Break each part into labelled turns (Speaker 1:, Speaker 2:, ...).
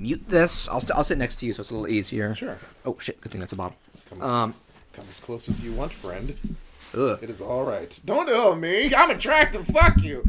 Speaker 1: mute this. I'll, st- I'll sit next to you so it's a little easier.
Speaker 2: Sure.
Speaker 1: Oh, shit. Good thing that's a bottle.
Speaker 2: Come,
Speaker 1: Um,
Speaker 2: come as close as you want, friend.
Speaker 1: ugh.
Speaker 2: It is all right. Don't owe me. I'm attractive. Fuck you.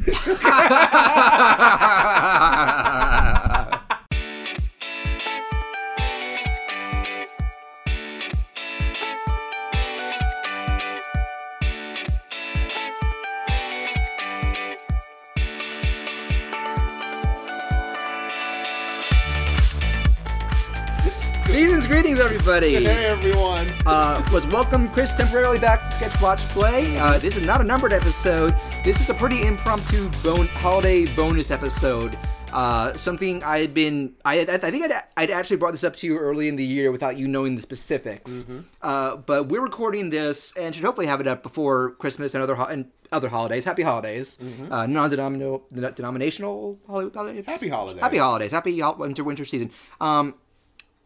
Speaker 1: Season's greetings, everybody.
Speaker 2: hey, everyone.
Speaker 1: Uh, was welcome Chris temporarily back to Sketchwatch Play. Uh, this is not a numbered episode. This is a pretty impromptu bon- holiday bonus episode. Uh, something I had been, I, I I think I'd, I'd actually brought this up to you early in the year without you knowing the specifics.
Speaker 2: Mm-hmm.
Speaker 1: Uh, but we're recording this and should hopefully have it up before Christmas and other ho- and other holidays. Happy holidays, uh, non-denominational, denominational holiday. holiday-
Speaker 2: Mm-hmm. Happy holidays.
Speaker 1: Happy holidays. Happy hol- winter winter season. Um,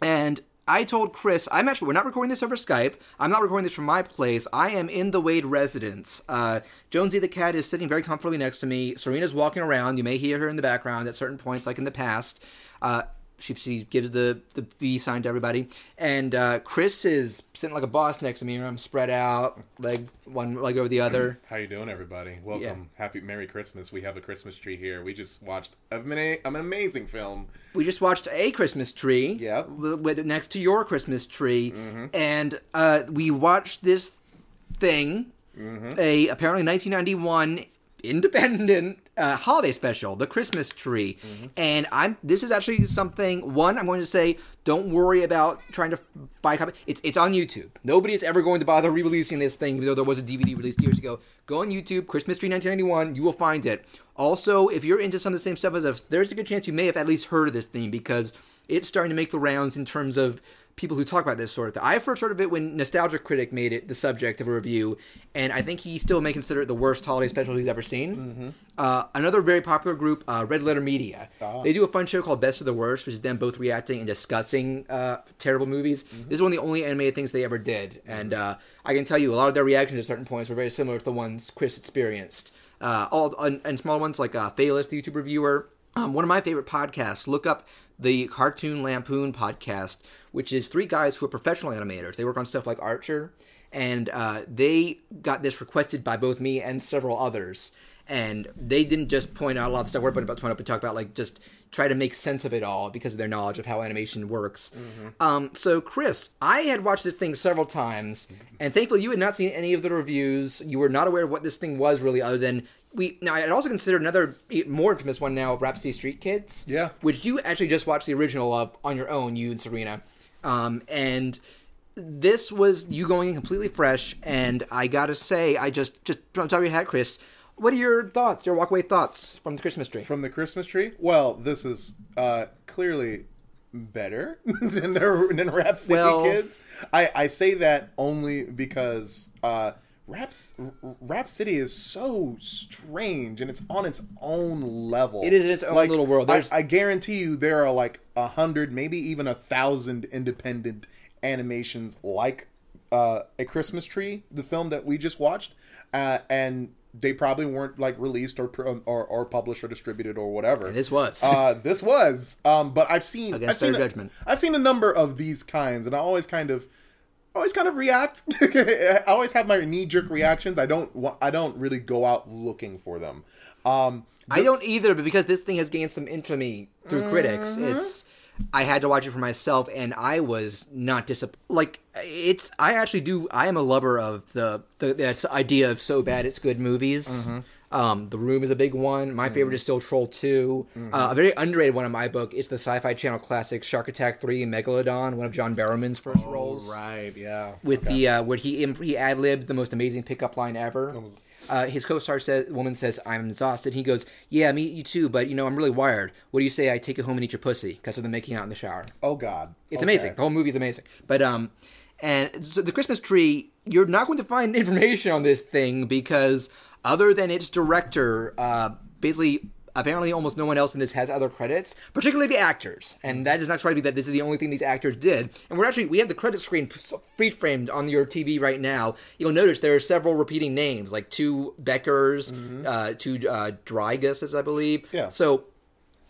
Speaker 1: and I told Chris, I'm actually we're not recording this over Skype. I'm not recording this from my place. I am in the Wade residence. Uh, Jonesy the cat is sitting very comfortably next to me. Serena's walking around. You may hear her in the background at certain points, like in the past. Uh, she, she gives the the V sign to everybody, and uh, Chris is sitting like a boss next to me. I'm spread out, leg one leg over the other.
Speaker 2: How you doing, everybody? Welcome. Happy Merry Christmas. We have a Christmas tree here. We just watched a mina- an amazing film.
Speaker 1: we just watched a Christmas tree.
Speaker 2: Yep.
Speaker 1: w- w- next to your Christmas tree, and uh, we watched this thing, a apparently 1991 independent uh, holiday special, the Christmas tree. And I'm this is actually something. One, I'm going to say, don't worry about trying to buy a copy. It's it's on YouTube. Nobody is ever going to bother re-releasing this thing, though there was a DVD released years ago. Go on YouTube, Christmas Tree 1991. You will find it. Also, if you're into some of the same stuff as us, there's a good chance you may have at least heard of this thing because it's starting to make the rounds in terms of people who talk about this sort of thing. I first heard of it when Nostalgia Critic made it the subject of a review, and I think he still may consider it the worst holiday special he's ever seen. Uh, another very popular group, uh, Red Letter Media, they do a fun show called Best of the Worst, which is them both reacting and discussing uh, terrible movies. This is one of the only animated things they ever did, and uh, I can tell you a lot of their reactions at certain points were very similar to the ones Chris experienced. Uh, all and, and small ones like uh, Phaelus, the YouTube reviewer, um, one of my favorite podcasts. Look up the Cartoon Lampoon podcast, which is three guys who are professional animators. They work on stuff like Archer, and uh, they got this requested by both me and several others. And they didn't just point out a lot of stuff we're about to point up and talk about, like just try to make sense of it all because of their knowledge of how animation works.
Speaker 2: Mm-hmm.
Speaker 1: Um, so, Chris, I had watched this thing several times, and thankfully you had not seen any of the reviews. You were not aware of what this thing was really, other than we. Now, I had also considered another e- more infamous one now, Rhapsody Street Kids.
Speaker 2: Yeah.
Speaker 1: Which you actually just watched the original of on your own, you and Serena. Um, and this was you going in completely fresh, and I gotta say, I just just from the top of your hat, Chris. What are your thoughts? Your walkaway thoughts from the Christmas tree?
Speaker 2: From the Christmas tree? Well, this is uh, clearly better than their than Rhapsody
Speaker 1: Well-
Speaker 2: Kids. I, I say that only because uh, Raps, Rhapsody is so strange and it's on its own level.
Speaker 1: It is in its own
Speaker 2: Like,
Speaker 1: little world.
Speaker 2: I-
Speaker 1: There's-
Speaker 2: I guarantee you there are like a hundred, maybe even a thousand independent animations like uh, A Christmas Tree, the film that we just watched, uh, and they probably weren't like released or pr- or, or published or distributed or whatever.
Speaker 1: This was.
Speaker 2: uh, this was, um, but I've seen
Speaker 1: Against
Speaker 2: I've seen
Speaker 1: their
Speaker 2: a-
Speaker 1: judgment.
Speaker 2: I've seen a number of these kinds, and I always kind of. I always kind of react. I always have my knee jerk reactions. I don't. wa- I don't really go out looking for them. Um,
Speaker 1: I don't either, but because this thing has gained some infamy through critics, it's I had to watch it for myself, and I was not disappointed. Like it's, I actually do. I am a lover of the the this idea of so bad it's good movies. Um, the Room is a big one. My favorite is still Troll 2 Uh, a very underrated one in my book is the Sci-Fi Channel classic Shark Attack Three, Megalodon, one of John Barrowman's first roles
Speaker 2: Right. Yeah.
Speaker 1: with the uh, where he imp- he ad libs the most amazing pickup line ever. Uh, his co-star says, "Woman says I'm exhausted." He goes, "Yeah, me, you too, but you know I'm really wired. What do you say I take you home and eat your pussy?" Cuts to them making out in the shower.
Speaker 2: Oh God,
Speaker 1: It's amazing. The whole movie is amazing. But um, and so the Christmas tree, you're not going to find information on this thing because other than its director, uh, basically. Apparently, almost no one else in this has other credits, particularly the actors, and that does not surprise me that this is the only thing these actors did. And we're actually we have the credit screen pre framed on your TV right now. You'll notice there are several repeating names, like two Beckers, uh, two uh, Drygas, as I believe.
Speaker 2: Yeah.
Speaker 1: So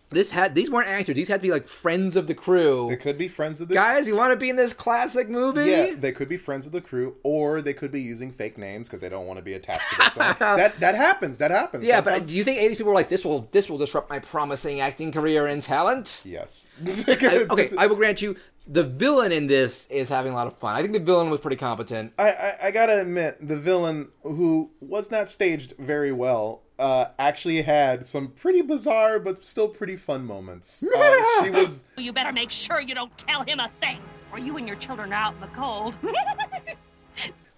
Speaker 1: This had these weren't actors; these had to be like friends of the crew.
Speaker 2: They could be friends of the
Speaker 1: Guys, you want to be in this classic movie?
Speaker 2: Yeah, they could be friends of the crew, or they could be using fake names because they don't want to be attached to this. that that happens. That happens.
Speaker 1: Yeah, but
Speaker 2: Sometimes-
Speaker 1: do you think any of these people were like, "This will this will disrupt my promising acting career and talent"?
Speaker 2: yes.
Speaker 1: I- okay, I will grant you the villain in this is having a lot of fun. I think the villain was pretty competent.
Speaker 2: I, I, I gotta admit, the villain, who was not staged very well, uh, actually had some pretty bizarre but still pretty fun moments. Uh, she was
Speaker 3: You better make sure you don't tell him a thing, or you and your children are out in the cold.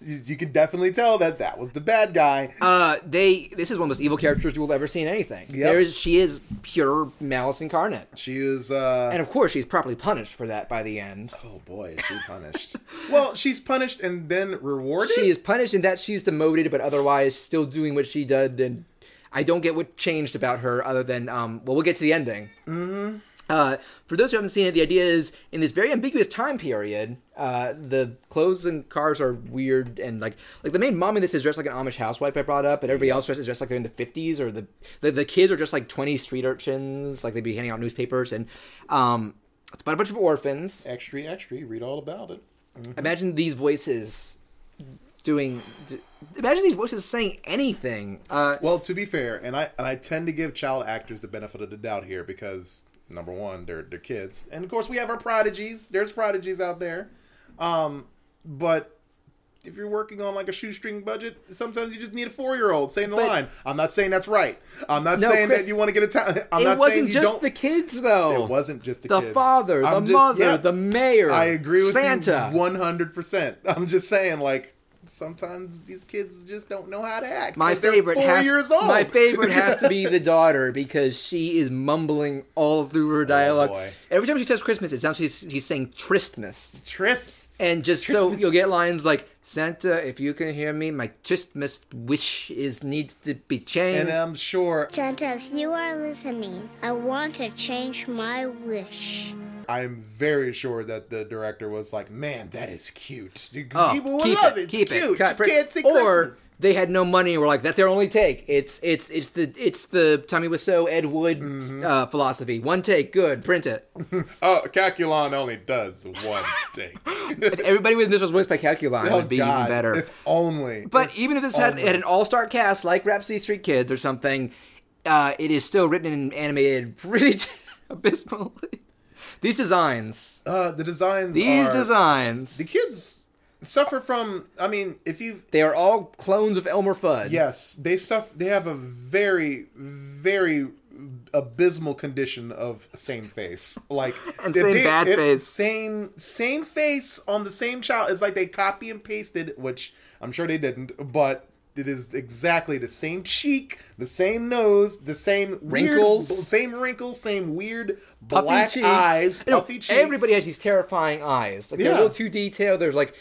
Speaker 2: you, you could definitely tell that that was the bad guy.
Speaker 1: Uh, they this is one of the most evil characters you will ever see in anything. There is she is pure malice incarnate,
Speaker 2: She is uh
Speaker 1: and of course she's properly punished for that by the end.
Speaker 2: oh boy, is she punished. well, she's punished and then rewarded.
Speaker 1: She is punished in that she's demoted, but otherwise still doing what she did. And I don't get what changed about her other than um. Well, we'll get to the ending. Mm-hmm. Uh, for those who haven't seen it, the idea is in this very ambiguous time period, uh, the clothes and cars are weird and like like the main mom in this is dressed like an Amish housewife I brought up, and everybody else dressed is dressed like they're in the fifties or the, the the kids are just like twenty street urchins, like they'd be handing out newspapers and um. It's about a bunch of orphans.
Speaker 2: extra, extra. Read all about it.
Speaker 1: Imagine these voices doing. d- imagine these voices saying anything. Uh,
Speaker 2: Well, to be fair, and I and I tend to give child actors the benefit of the doubt here because number one, they're they're kids, and of course we have our prodigies. There's prodigies out there, um, but if you're working on like a shoestring budget, sometimes you just need a four year old saying the line. I'm not saying that's right. I'm not
Speaker 1: No,
Speaker 2: saying
Speaker 1: Chris,
Speaker 2: that you want to get a time. I'm
Speaker 1: it
Speaker 2: not saying
Speaker 1: wasn't
Speaker 2: you
Speaker 1: just
Speaker 2: don't.
Speaker 1: the kids, though.
Speaker 2: it wasn't just the,
Speaker 1: the
Speaker 2: kids.
Speaker 1: father,
Speaker 2: I'm
Speaker 1: the
Speaker 2: just-
Speaker 1: mother,
Speaker 2: yeah.
Speaker 1: the mayor.
Speaker 2: I agree with
Speaker 1: Santa.
Speaker 2: you 100%. I'm just saying, like, sometimes these kids just don't know how to act.
Speaker 1: my
Speaker 2: 'cause they're
Speaker 1: favorite
Speaker 2: four
Speaker 1: has
Speaker 2: years old.
Speaker 1: my favorite has to be the daughter because she is mumbling all through her dialogue.
Speaker 2: Oh, boy.
Speaker 1: Every time she says Christmas, it sounds like she's, she's saying Tristmas.
Speaker 2: Tris.
Speaker 1: And just so you'll get lines like Santa, if you can hear me, my Tristmas wish is needs to be changed.
Speaker 2: And I'm sure,
Speaker 4: Santa, if you are listening, I want to change my wish.
Speaker 2: I'm very sure that the director was like, man, that is cute. Dude,
Speaker 1: Oh,
Speaker 2: People will
Speaker 1: keep
Speaker 2: love
Speaker 1: it,
Speaker 2: it.
Speaker 1: keep
Speaker 2: it's
Speaker 1: it,
Speaker 2: cute.
Speaker 1: cut,
Speaker 2: you
Speaker 1: print.
Speaker 2: can't see
Speaker 1: or
Speaker 2: Christmas.
Speaker 1: they had no money and were like, "That's their only take." It's it's it's the it's the Tommy Wiseau Ed Wood
Speaker 2: Mm-hmm.
Speaker 1: uh, philosophy. One take, good, print it.
Speaker 2: Oh, Calculon only does one thing.
Speaker 1: if everybody with this was voiced by Calculon, it
Speaker 2: oh,
Speaker 1: would be
Speaker 2: God,
Speaker 1: even better.
Speaker 2: If Oh, only.
Speaker 1: but even if this had,
Speaker 2: only.
Speaker 1: had an all-star cast like Rhapsody Street Kids or something, uh, it is still written and animated pretty abysmally. These designs,
Speaker 2: uh, the designs
Speaker 1: these
Speaker 2: are-
Speaker 1: designs,
Speaker 2: The kids suffer from, I mean, if you've
Speaker 1: they are all clones of Elmer Fudd.
Speaker 2: Yes, they stuff. They have a very, very abysmal condition of same face, like
Speaker 1: And
Speaker 2: if
Speaker 1: same
Speaker 2: they-
Speaker 1: bad
Speaker 2: if
Speaker 1: face.
Speaker 2: same same face on the same child. It's like they copy and pasted, which I'm sure they didn't, but it is exactly the same cheek, the same nose, the same weird-
Speaker 1: Wrinkles.
Speaker 2: same wrinkles, same weird
Speaker 1: puffy
Speaker 2: black
Speaker 1: cheeks.
Speaker 2: eyes,
Speaker 1: I know,
Speaker 2: puffy cheeks.
Speaker 1: Everybody has these terrifying eyes. Like they're a
Speaker 2: Yeah.
Speaker 1: little too detailed. There's like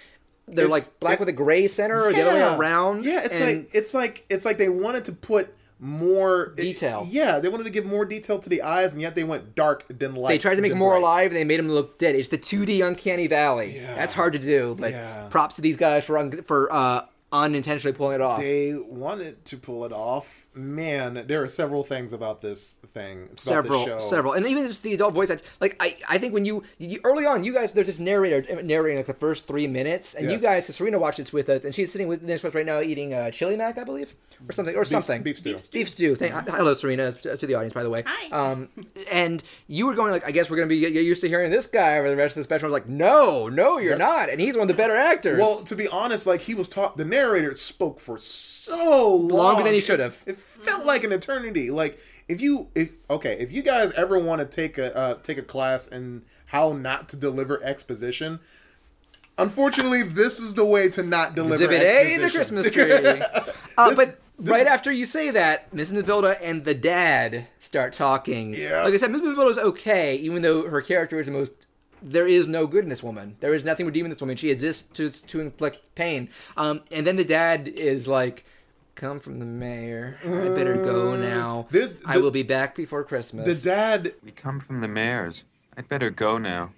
Speaker 1: they're
Speaker 2: It's-
Speaker 1: like black
Speaker 2: it-
Speaker 1: with a gray center or the other way around.
Speaker 2: Yeah, it's
Speaker 1: and
Speaker 2: like it's like it's like they wanted to put more
Speaker 1: Detail.
Speaker 2: yeah, they wanted to give more detail to the eyes, and yet they went dark then light.
Speaker 1: they tried to make
Speaker 2: then
Speaker 1: him more
Speaker 2: bright.
Speaker 1: alive and they made him look dead. It's the 2D uncanny valley.
Speaker 2: Yeah.
Speaker 1: That's hard to do, but
Speaker 2: Yeah.
Speaker 1: props to these guys for un- for uh, unintentionally pulling it off.
Speaker 2: They wanted to pull it off. Man, there are several things about this thing. about this show.
Speaker 1: several several and even just the adult voice act like i i think when you, you early on you guys there's this narrator uh, narrating like the first three minutes and
Speaker 2: Yeah.
Speaker 1: you guys because serena watched this with us and she's sitting with this us right now eating uh chili mac i believe or something or something
Speaker 2: beef stew. Mm-hmm.
Speaker 1: beef stew, Thank, hello serena to the audience by the way
Speaker 3: Hi.
Speaker 1: um and you were going like i guess we're gonna be get used to hearing this guy over the rest of the special i was like no no you're not and he's one of the better actors
Speaker 2: Well, to be honest, like he was taught, the narrator spoke for so long,
Speaker 1: Longer than he should have.
Speaker 2: It, it felt like an eternity. Like if you, if okay, if you guys ever want to take a uh, take a class in how not to deliver exposition, unfortunately, this is the way to not deliver
Speaker 1: Exhibit A
Speaker 2: exposition.
Speaker 1: in the Christmas tree. uh, but
Speaker 2: this-
Speaker 1: right after you say that, Miss Mavilda and the dad start talking.
Speaker 2: Yeah.
Speaker 1: Like I said, Miss Mavilda's okay, even though her character is the most. There is no good in this woman. There is nothing redeeming this woman. She exists to to inflict pain. Um, and then the dad is like, "Come from the mayor. I better go now.
Speaker 2: There's-
Speaker 1: I
Speaker 2: Mm. the-
Speaker 1: will be back before Christmas."
Speaker 2: The dad
Speaker 5: We come from the mayor's. I'd better go now.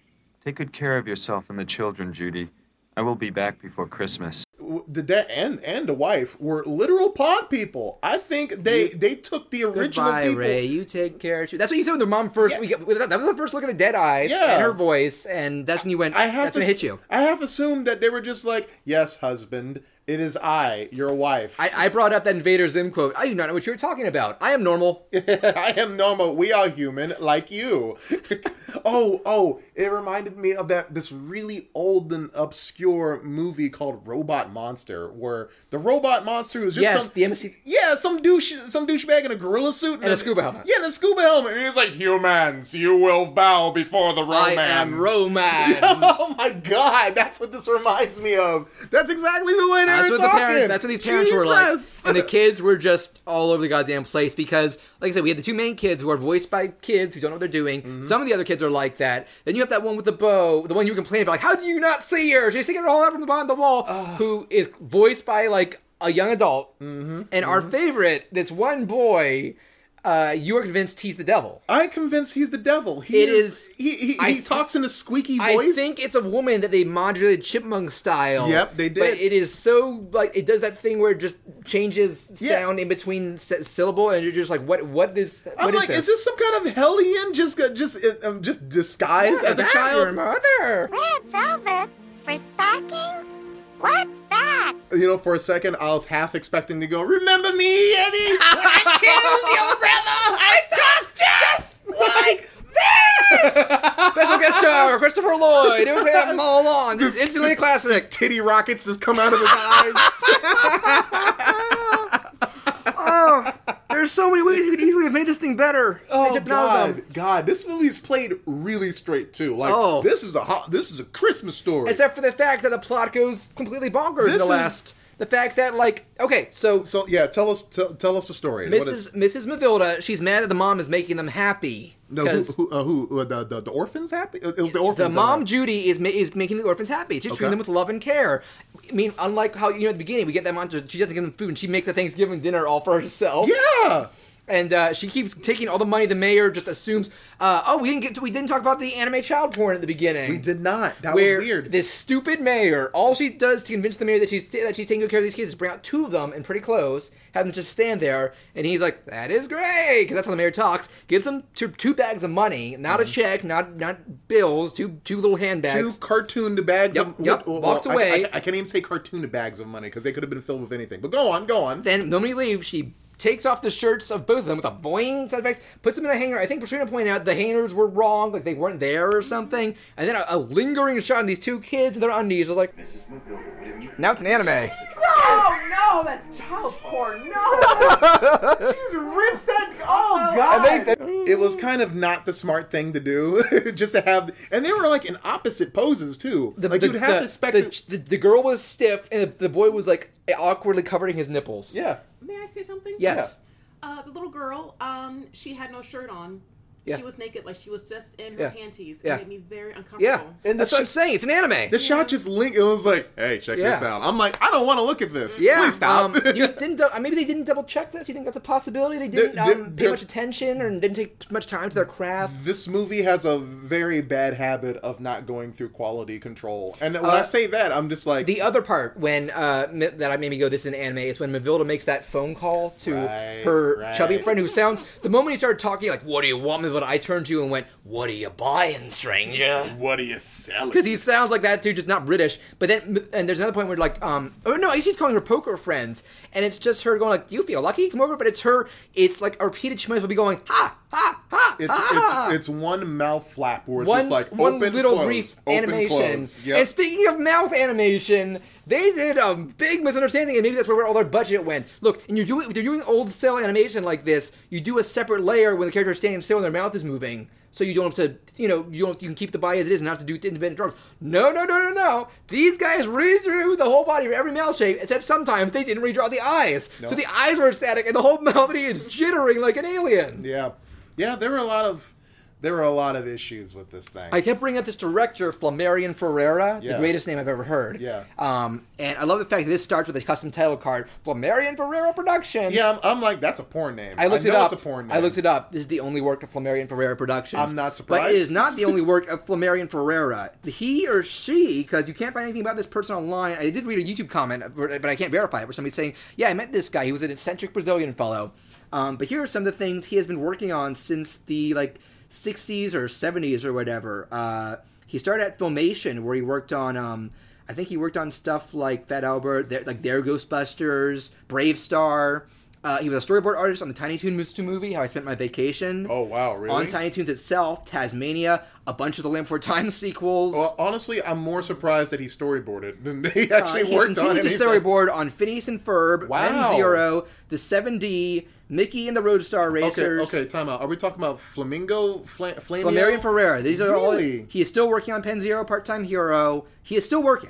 Speaker 5: Take good care of yourself and the children, Judy. I will be back before Christmas.
Speaker 2: w- the dad and and the wife were literal pod people. I think they they took the original
Speaker 1: Goodbye,
Speaker 2: people.
Speaker 1: Ray. You take care too. That's what you said with her mom first.
Speaker 2: Yeah.
Speaker 1: We got, that was the first look at the dead eyes
Speaker 2: Yeah.
Speaker 1: and her voice, and that's when you went.
Speaker 2: I have
Speaker 1: that's
Speaker 2: to
Speaker 1: when it hit
Speaker 2: s-
Speaker 1: you.
Speaker 2: I have assumed that they were just like, "Yes, husband, it is I, your wife.
Speaker 1: I, I brought up that Invader Zim quote. I do not know what you were talking about. I am normal.
Speaker 2: I am normal. We are human, like you. oh, oh! It reminded me of that this really old and obscure movie called Robot Monster, where the robot monster was just
Speaker 1: Yes,
Speaker 2: some,
Speaker 1: the MC
Speaker 2: yeah, some douche, some douchebag in a gorilla suit and,
Speaker 1: a scuba helmet.
Speaker 2: Yeah, and a scuba helmet, and he's like, "Humans, you will bow before the romance."
Speaker 1: I am Roman.
Speaker 2: Oh my god, that's what this reminds me of. That's exactly the way they
Speaker 1: That's
Speaker 2: were
Speaker 1: what the
Speaker 2: talking.
Speaker 1: parents. That's what these parents were like,
Speaker 2: Jesus.
Speaker 1: and the kids were just all over the goddamn place because, like I said, we had the two main kids who are voiced by kids who don't know what they're doing.
Speaker 2: Mm-hmm.
Speaker 1: Some of the other kids are like that. Then you have that one with the bow, the one you complained about, like, how do you not see her? She's sticking it all out from the bottom of the wall. Who is voiced by like a young adult,
Speaker 2: Mm-hmm.
Speaker 1: and our favorite, this one boy, uh, you are convinced he's the devil.
Speaker 2: I'm convinced he's the devil. He
Speaker 1: It
Speaker 2: is,
Speaker 1: is-
Speaker 2: He he,
Speaker 1: I
Speaker 2: he
Speaker 1: th-
Speaker 2: talks in a squeaky voice.
Speaker 1: I think it's a woman that they modulated chipmunk style.
Speaker 2: Yep, they did.
Speaker 1: But it is so like it does that thing where it just changes
Speaker 2: Yeah.
Speaker 1: sound in between s- syllable, and you're just like, what? What is?
Speaker 2: I'm
Speaker 1: what is
Speaker 2: like,
Speaker 1: this?
Speaker 2: is this some kind of hellion just got- just uh, um, just disguised as a
Speaker 1: That, Your
Speaker 2: child?
Speaker 1: mother.
Speaker 4: Red velvet for stockings? What's that?
Speaker 2: You know, for a second, I was half expecting to go, "Remember me, Eddie? When I killed your brother. I talked just like
Speaker 1: Special guest star Christopher Lloyd. It was him all along. This, is instantly a classic.
Speaker 2: titty rockets just come out of his eyes."
Speaker 1: There's so many ways you could easily have made this thing better. They
Speaker 2: oh
Speaker 1: just nailed them.
Speaker 2: God, God, this movie's played really straight too. Like,
Speaker 1: Oh.
Speaker 2: this is a hot, this is a Christmas story.
Speaker 1: Except for the fact that the plot goes completely bonkers in
Speaker 2: This
Speaker 1: the
Speaker 2: is-
Speaker 1: last. The fact that like okay, so
Speaker 2: so yeah, tell us tell, tell us the story. What is-
Speaker 1: Mrs. Mrs. Mavilda, she's mad that the mom is making them happy.
Speaker 2: No, who,
Speaker 1: 'cause
Speaker 2: who, uh, who uh, the, the the orphans happy? It was the orphans.
Speaker 1: the
Speaker 2: that
Speaker 1: mom
Speaker 2: were-
Speaker 1: Judy is ma- is making the orphans happy. She's
Speaker 2: Okay.
Speaker 1: treating them with love and care. I mean, unlike how you know at the beginning we get that monster, she doesn't give them food and she makes a Thanksgiving dinner all for herself.
Speaker 2: yeah.
Speaker 1: And uh, she keeps taking all the money. The mayor just assumes, uh, oh, we didn't get to, we didn't talk about the anime child porn at the beginning.
Speaker 2: We did not. That
Speaker 1: where
Speaker 2: was weird.
Speaker 1: This stupid mayor, all she does to convince the mayor that she's that she's taking good care of these kids is bring out two of them in pretty clothes, have them just stand there, and he's like, "That is great," because that's how the mayor talks. Gives them two, two bags of money, not a check, not not bills, two two little
Speaker 2: Mm-hmm. Two
Speaker 1: handbags.
Speaker 2: cartoon bags
Speaker 1: Yep,
Speaker 2: of
Speaker 1: yep, walks
Speaker 2: I-
Speaker 1: away.
Speaker 2: I, I can't even say cartoon bags of money because they could have been filled with anything. But go on, go on.
Speaker 1: Then nobody leaves. She takes off the shirts of both of them with a boing sound effects, puts them in a hanger. I think Patrina pointed out the hangers were wrong, like they weren't there or something. And then a, a lingering shot on these two kids in their undies. I was like, now it's an anime.
Speaker 6: Oh no, that's child porn. No, she just rips that. Oh god.
Speaker 2: It was kind of not the smart thing to do, just to have. And they were like in opposite poses too. like you'd have
Speaker 1: the,
Speaker 2: expected.
Speaker 1: the, the, the girl was stiff and the, the boy was like awkwardly covering his nipples.
Speaker 2: yeah.
Speaker 7: May I say something?
Speaker 1: Yes.
Speaker 7: Uh, the little girl, um, she had no shirt on.
Speaker 1: Yeah.
Speaker 7: She was naked, like she was just in her
Speaker 1: Yeah.
Speaker 7: panties. It
Speaker 1: Yeah.
Speaker 7: made me very uncomfortable.
Speaker 1: Yeah.
Speaker 2: And
Speaker 1: that's
Speaker 2: the
Speaker 1: what I'm
Speaker 2: sh-
Speaker 1: saying. It's an anime.
Speaker 2: The shot just linked. It was like, hey, check this
Speaker 1: Yeah.
Speaker 2: out. I'm like, I don't want to look at this.
Speaker 1: yeah.
Speaker 2: Please
Speaker 1: Um,
Speaker 2: stop.
Speaker 1: you didn't dou- maybe they didn't double check this. You think that's a possibility? They didn't
Speaker 2: There- there-
Speaker 1: um, pay
Speaker 2: there's-
Speaker 1: much attention or didn't take much time to their craft.
Speaker 2: this movie has a very bad habit of not going through quality control. And when I say that, I'm just like,
Speaker 1: Uh, The other part when uh, mi- that I made me go this is an anime is when Mavilda makes that phone call to
Speaker 2: Right,
Speaker 1: her
Speaker 2: right.
Speaker 1: chubby friend who sounds the moment he started talking like what do you want Mavilda I turned to you and went what are you buying stranger
Speaker 2: what are you selling?
Speaker 1: because he sounds like that too, just not British. But then, and there's another point where like, um, oh no, she's calling her poker friends, and it's just her going like, "You feel lucky, come over." But it's her, it's like a repeated she will be going, "Ha ha ha!"
Speaker 2: It's
Speaker 1: ha.
Speaker 2: it's it's one mouth flap where it's
Speaker 1: Ah! one
Speaker 2: just like
Speaker 1: one
Speaker 2: open
Speaker 1: little
Speaker 2: close,
Speaker 1: brief
Speaker 2: open
Speaker 1: animation.
Speaker 2: close. Yep.
Speaker 1: And speaking of mouth animation, they did a big misunderstanding, and maybe that's where all their budget went. Look, and you're doing if you're doing old cell animation like this, you do a separate layer when the character is standing still and their mouth is moving. So you don't have to, you know, you don't you can keep the body as it is and not have to do independent drawings. No, no, no, no, no. These guys redrew the whole body for every mouth shape, except sometimes they didn't redraw the eyes. So the eyes were static, and the whole melody is jittering like an alien.
Speaker 2: yeah, yeah. There were a lot of There were a lot of issues with this thing.
Speaker 1: I kept bringing up this director, Flammarion Ferreira,
Speaker 2: Yeah.
Speaker 1: the greatest name I've ever heard.
Speaker 2: Yeah.
Speaker 1: Um, and I love the fact that this starts with a custom title card, Flammarion Ferreira Productions.
Speaker 2: yeah, I'm, I'm like, that's a porn name.
Speaker 1: I looked
Speaker 2: know
Speaker 1: it up.
Speaker 2: It's a porn name.
Speaker 1: I looked it up. This is the only work of Flammarion Ferreira Productions.
Speaker 2: I'm not
Speaker 1: But it is
Speaker 2: surprised.
Speaker 1: not the only work of Flammarion Ferreira. He or she, because you can't find anything about this person online. I did read a YouTube comment, but I can't verify it, where somebody's saying, "Yeah, I met this guy. He was an eccentric Brazilian fellow." Um, but here are some of the things he has been working on since the like 60s or 70s or whatever. Uh, he started at Filmation, where he worked on. Um, I think he worked on stuff like Fat Albert, there, like Their Ghostbusters, Brave Star. Uh, he was a storyboard artist on the Tiny Toon Moose 2 movie, How I Spent My Vacation.
Speaker 2: Oh, wow, really?
Speaker 1: On Tiny Toons itself, Tasmania, a bunch of the Land Before Time sequels.
Speaker 2: Well, honestly, I'm more surprised that he storyboarded than he
Speaker 1: Uh,
Speaker 2: actually
Speaker 1: he's
Speaker 2: worked on
Speaker 1: continued to
Speaker 2: anything.
Speaker 1: storyboard on Phineas and Ferb,
Speaker 2: Wow.
Speaker 1: Pen Zero, the 7D, Mickey and the Roadstar
Speaker 2: Okay,
Speaker 1: Racers.
Speaker 2: okay, time out. Are we talking about Flamingo, Fla- Flamio?
Speaker 1: Flammarion Ferreira. These are all.
Speaker 2: Really?
Speaker 1: He is still working on Pen Zero, Part Time Hero. He is still working.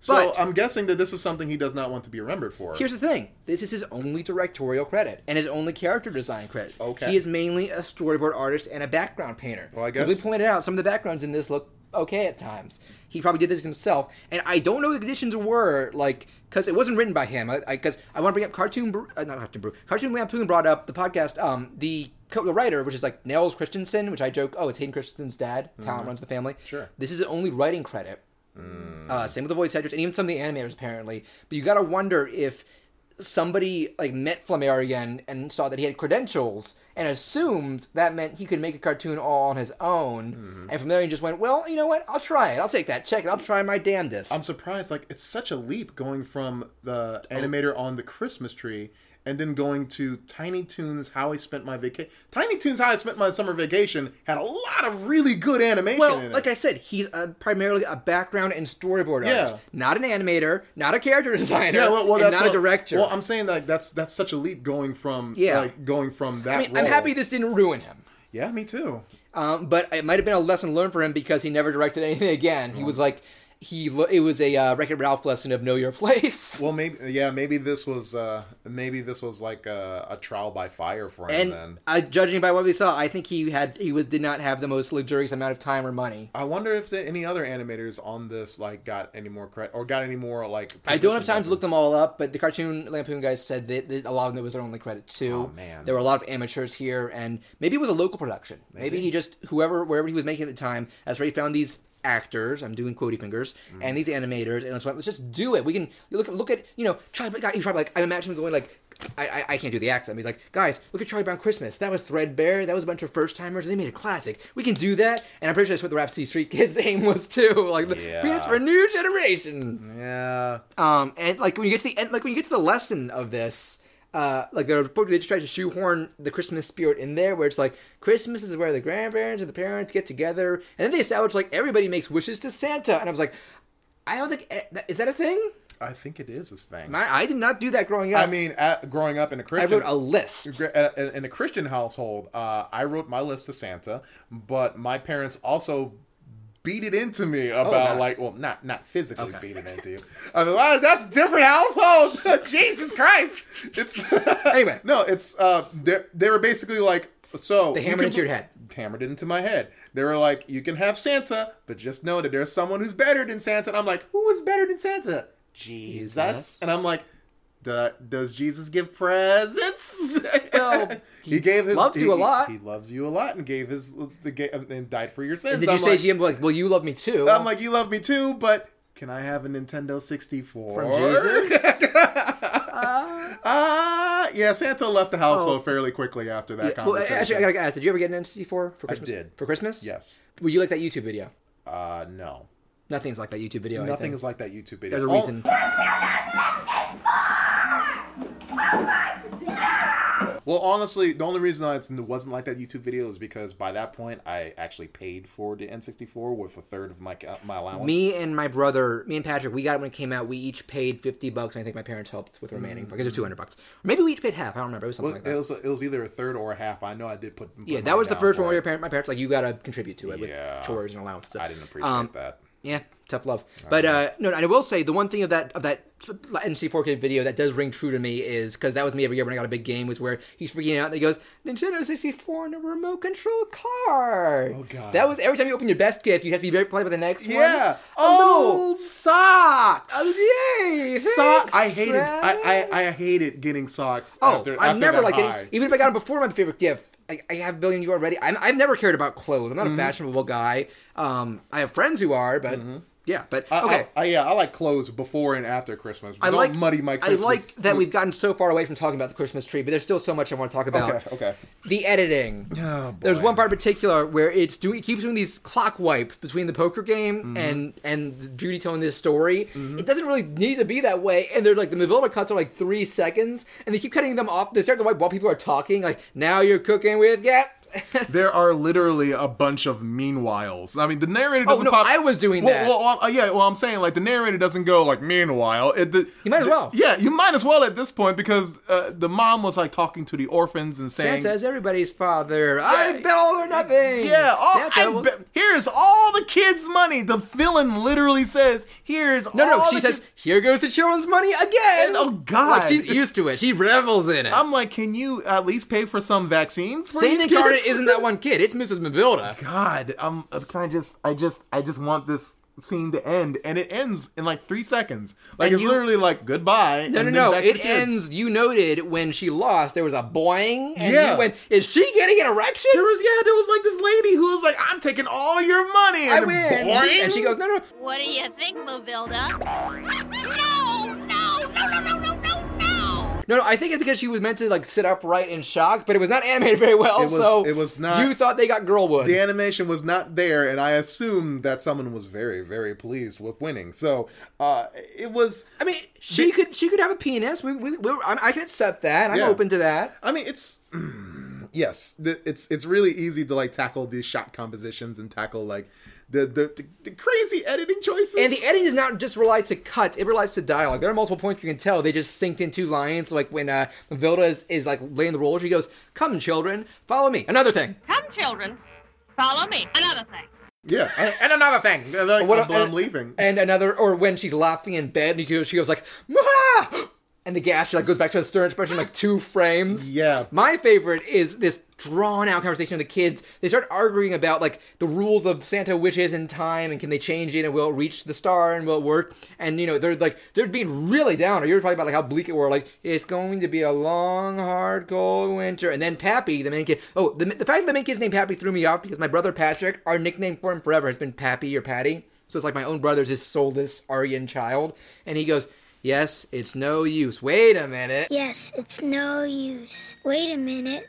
Speaker 2: So
Speaker 1: but-
Speaker 2: I'm guessing that this is something he does not want to be remembered for.
Speaker 1: Here's the thing: this is his only directorial credit and his only character design credit.
Speaker 2: Okay.
Speaker 1: He is mainly a storyboard artist and a background painter.
Speaker 2: Well, I
Speaker 1: As
Speaker 2: guess-
Speaker 1: we pointed out some of the backgrounds in this look okay at times. He probably did this himself, and I don't know what the conditions were like because it wasn't written by him. Because I, because I want to bring up cartoon, Br- uh, not cartoon, Brew, cartoon Lampoon brought up the podcast. Um, the co- the writer, which is like Nels Christensen, which I joke, oh, it's Hayden Christensen's dad. Talent runs the family.
Speaker 2: Mm-hmm. Sure.
Speaker 1: This is the only writing credit.
Speaker 2: Mm-hmm.
Speaker 1: Uh, same with the voice actors and even some of the animators, apparently. But you gotta wonder if somebody like met Flammarion and saw that he had credentials and assumed that meant he could make a cartoon all on his own.
Speaker 2: Mm-hmm.
Speaker 1: And Flammarion just went, "Well, you know what? I'll try it. I'll take that check. and I'll try my damnedest."
Speaker 2: I'm surprised. Like it's such a leap going from the animator on the Christmas tree and then going to Tiny Toons How I Spent My Vacation. Tiny Toons How I Spent My Summer Vacation had a lot of really good animation
Speaker 1: well,
Speaker 2: in it.
Speaker 1: like I said, he's uh primarily a background and storyboard
Speaker 2: Yeah.
Speaker 1: artist, not an animator, not a character designer,
Speaker 2: yeah, well, well
Speaker 1: and
Speaker 2: that's
Speaker 1: not a
Speaker 2: what-
Speaker 1: director.
Speaker 2: Well, I'm saying that that's that's such a leap going from
Speaker 1: Yeah.
Speaker 2: like going from that.
Speaker 1: I mean, I'm
Speaker 2: role.
Speaker 1: happy this didn't ruin him.
Speaker 2: Yeah, me too.
Speaker 1: Um, but it might have been a lesson learned for him because he never directed anything again. He was like, he lo- it was a uh, Wreck-It Ralph lesson of know your place.
Speaker 2: Well, maybe yeah, maybe this was uh maybe this was like a, a trial by fire for him.
Speaker 1: and
Speaker 2: then
Speaker 1: uh, judging by what we saw, I think he had he was did not have the most luxurious amount of time or money.
Speaker 2: I wonder if the, any other animators on this like got any more credit or got any more like.
Speaker 1: I don't have
Speaker 2: positions
Speaker 1: time
Speaker 2: open.
Speaker 1: to look them all up, but the Cartoon Lampoon guys said that, that a lot of them was their only credit too.
Speaker 2: Oh, man.
Speaker 1: there were a lot of amateurs here, and maybe it was a local production. Maybe, he just whoever wherever he was making at the time, that's where he found these actors. I'm doing quotey fingers
Speaker 2: Mm-hmm.
Speaker 1: and these animators, and let's let's just do it. We can you look at look at you know Charlie. Brown- He's probably like I'm imagining him going like. I, I, I can't do the accent. He's like, guys, look at Charlie Brown Christmas. That was threadbare. That was a bunch of first timers. They made a classic. We can do that. And I'm pretty sure that's what the Rhapsody Street Kids' aim was too. Like,
Speaker 2: Yeah.
Speaker 1: it's for a new generation.
Speaker 2: Yeah,
Speaker 1: Um, and like when you get to the end, like when you get to the lesson of this, uh, like they're they just try to shoehorn the Christmas spirit in there, where it's like Christmas is where the grandparents and the parents get together, and then they establish like everybody makes wishes to Santa, and I was like, I don't think eh, that- is that a thing.
Speaker 2: I think it is this thing.
Speaker 1: My, I did not do that growing up.
Speaker 2: I mean, at, growing up in a
Speaker 1: I
Speaker 2: Christian,
Speaker 1: wrote a list.
Speaker 2: gra- uh, in- in a Christian household, uh, I wrote my list to Santa, but my parents also beat it into me about
Speaker 1: God.
Speaker 2: like, well, not not physically beat it into you. I mean, wow, that's a different household. Jesus Christ! It's
Speaker 1: Anyway.
Speaker 2: no, it's uh, they they were basically like. So
Speaker 1: They
Speaker 2: you
Speaker 1: hammered
Speaker 2: can
Speaker 1: into your
Speaker 2: be-
Speaker 1: head.
Speaker 2: Hammered it into my head. They were like, "You can have Santa, but just know that there's someone who's better than Santa." And I'm like, "Who is better than Santa?" Jesus. And I'm like, "Duh, does Jesus give presents?
Speaker 1: Well, he
Speaker 2: gave his
Speaker 1: loves
Speaker 2: he-
Speaker 1: you a
Speaker 2: he-
Speaker 1: lot.
Speaker 2: He, loves you a lot and gave his the ga- and died for your sins.
Speaker 1: And did
Speaker 2: I'm
Speaker 1: you say
Speaker 2: like,
Speaker 1: to him like, "Well, you love me too"?
Speaker 2: I'm like, you love me too, but can I have a Nintendo 64?
Speaker 1: From Jesus? Uh.
Speaker 2: Ah, yeah. Santa left the household fairly quickly after
Speaker 1: Oh.
Speaker 2: that
Speaker 1: well,
Speaker 2: conversation.
Speaker 1: actually, I gotta ask: Did you ever get an N64 for Christmas?
Speaker 2: did.
Speaker 1: for Christmas.
Speaker 2: yes.
Speaker 1: Were you like that YouTube video?
Speaker 2: Uh, no.
Speaker 1: Nothing's like that YouTube video. I
Speaker 2: Nothing
Speaker 1: think.
Speaker 2: is like that YouTube video.
Speaker 1: There's a
Speaker 2: Oh,
Speaker 1: reason.
Speaker 2: Well, honestly, the only reason I it wasn't like that YouTube video is because by that point I actually paid for the N64 with a third of my ca- my allowance.
Speaker 1: Me and my brother, me and Patrick, we got it when it came out. We each paid fifty bucks, and I think my parents helped with the remaining because it was two hundred bucks. Or maybe we each paid half. I don't remember. It was something
Speaker 2: Mm. Well,
Speaker 1: like
Speaker 2: it
Speaker 1: that.
Speaker 2: was it was either a third or a half. I know I did put. put
Speaker 1: yeah,
Speaker 2: mine
Speaker 1: that was the
Speaker 2: down
Speaker 1: first
Speaker 2: for
Speaker 1: one where
Speaker 2: it.
Speaker 1: your parent, my parents, like you got to contribute to it
Speaker 2: Yeah.
Speaker 1: with chores and allowance.
Speaker 2: I didn't appreciate
Speaker 1: Um,
Speaker 2: that.
Speaker 1: Yeah, tough love. But uh, no, I will say the one thing of that of that NC 4K video that does ring true to me is because that was me every year when I got a big game was where he's freaking out and he goes Nintendo 64 and a remote control car. Oh
Speaker 2: God.
Speaker 1: That was every time you open your best gift, you have to be very polite about the next one.
Speaker 2: Yeah.
Speaker 1: A
Speaker 2: Oh,
Speaker 1: little- Oh,
Speaker 2: socks.
Speaker 1: yay,
Speaker 2: Socks.
Speaker 1: thanks,
Speaker 2: I hated. I,
Speaker 1: Sam.
Speaker 2: I I hated getting socks.
Speaker 1: Oh,
Speaker 2: after,
Speaker 1: I've
Speaker 2: after
Speaker 1: never
Speaker 2: that
Speaker 1: liked
Speaker 2: high.
Speaker 1: it. Even if I got them before my favorite gift, I, I have a billion you already. I'm, I've never cared about clothes. I'm not a
Speaker 2: Mm-hmm.
Speaker 1: fashionable guy. Um, I have friends who are, but yeah. But okay.
Speaker 2: I- I, I, yeah, I like clothes before and after Christmas.
Speaker 1: I
Speaker 2: Uh, oh, Don't
Speaker 1: like
Speaker 2: muddy my Christmas.
Speaker 1: I like that
Speaker 2: with-
Speaker 1: we've gotten so far away from talking about the Christmas tree, but there's still so much I want to talk about.
Speaker 2: Okay, okay.
Speaker 1: The editing.
Speaker 2: Oh, boy.
Speaker 1: There's one part in particular where it's doing it keeps doing these clock wipes between the poker game and and Judy telling this story. It doesn't really need to be that way, and they're like the Mavilla cuts are like three seconds, and they keep cutting them off. They start to wipe while people are talking. Like now you're cooking with gas.
Speaker 2: There are literally a bunch of meanwhiles. I mean, the narrator doesn't
Speaker 1: Oh, no,
Speaker 2: pop.
Speaker 1: I was doing
Speaker 2: well,
Speaker 1: that.
Speaker 2: Well, well, uh, yeah. Well, I'm saying like the narrator doesn't go like meanwhile. It, the,
Speaker 1: You might as
Speaker 2: the-
Speaker 1: well.
Speaker 2: Yeah, you might as well at this point because uh, the mom was like talking to the orphans and saying,
Speaker 1: Santa's everybody's father. I bet all or nothing.
Speaker 2: Yeah, all,
Speaker 1: Santa
Speaker 2: I
Speaker 1: will-
Speaker 2: bet- here's all the kids' money. The villain literally says, "Here's
Speaker 1: No,
Speaker 2: all
Speaker 1: no, she
Speaker 2: the
Speaker 1: says,
Speaker 2: kids-"
Speaker 1: "Here goes the children's money again."
Speaker 2: And, oh, God.
Speaker 1: Like, she's used to it. She revels in it.
Speaker 2: I'm like, "Can you at least pay for some vaccines for
Speaker 1: Saint
Speaker 2: these
Speaker 1: Incarnate
Speaker 2: kids?"
Speaker 1: isn't that one kid. It's Mrs. Mavilda.
Speaker 2: God, I'm, I'm trying to just, I just, I just want this scene to end, and it ends in like three seconds. Like
Speaker 1: And
Speaker 2: it's
Speaker 1: you-
Speaker 2: literally like
Speaker 1: No,
Speaker 2: goodbye. and
Speaker 1: no,
Speaker 2: then
Speaker 1: no.
Speaker 2: back to
Speaker 1: It
Speaker 2: the kids.
Speaker 1: ends. You noted when she lost, there was a boing, and
Speaker 2: Yeah.
Speaker 1: you went, "Is she getting an erection?"
Speaker 2: There was yeah, there was like this lady who was like, "I'm taking all your money."
Speaker 1: I
Speaker 2: And
Speaker 1: win.
Speaker 2: boing.
Speaker 1: And she goes, "No, no."
Speaker 4: What do you think, Movilda?
Speaker 3: No, no, no, no, no, no, no, no.
Speaker 1: No, no, I think it's because she was meant to like sit upright in shock, but it was not animated very well.
Speaker 2: It was-
Speaker 1: so
Speaker 2: it was not-
Speaker 1: You thought they got Girlwood.
Speaker 2: the animation was not there, and I assumed that someone was very, very pleased with winning. So uh, it was.
Speaker 1: I mean, she could she could have a penis. We, we, we I, I can accept that. I'm
Speaker 2: Yeah.
Speaker 1: open to that.
Speaker 2: I mean, it's mm, yes, th- it's it's really easy to like tackle these shot compositions and tackle like the the, the, the crazy editing choices.
Speaker 1: And the editing does not just rely to cuts; it relies to dialogue. There are multiple points you can tell they just synced in two lines. Like when uh, Vilda is, is like laying the roll, she goes, "Come, children, follow me." Another thing.
Speaker 3: Come, children, follow me. Another thing.
Speaker 2: yeah, I- and another thing, uh, like,
Speaker 1: What-
Speaker 2: I'm, I'm
Speaker 1: and-
Speaker 2: leaving.
Speaker 1: And another, or when she's laughing in bed, and he goes, she goes like, "Mwah!" and the gash like goes back to a stern expression, like two frames.
Speaker 2: Yeah.
Speaker 1: My favorite is this drawn out conversation of the kids. They start arguing about like the rules of Santa wishes and time, and can they change it, and will it reach the star, and will it work? And you know, they're like they're being really down. Or you're talking about like how bleak it were. Like it's going to be a long, hard, cold winter. And then Pappy, the main kid. Oh, the, the fact that the main kid's named Pappy threw me off because my brother Patrick, our nickname for him forever has been Pappy or Patty. So it's like my own brother's his soulless Aryan child, and he goes. Yes, it's no use. Wait a minute.
Speaker 4: Yes, it's no use. Wait a minute.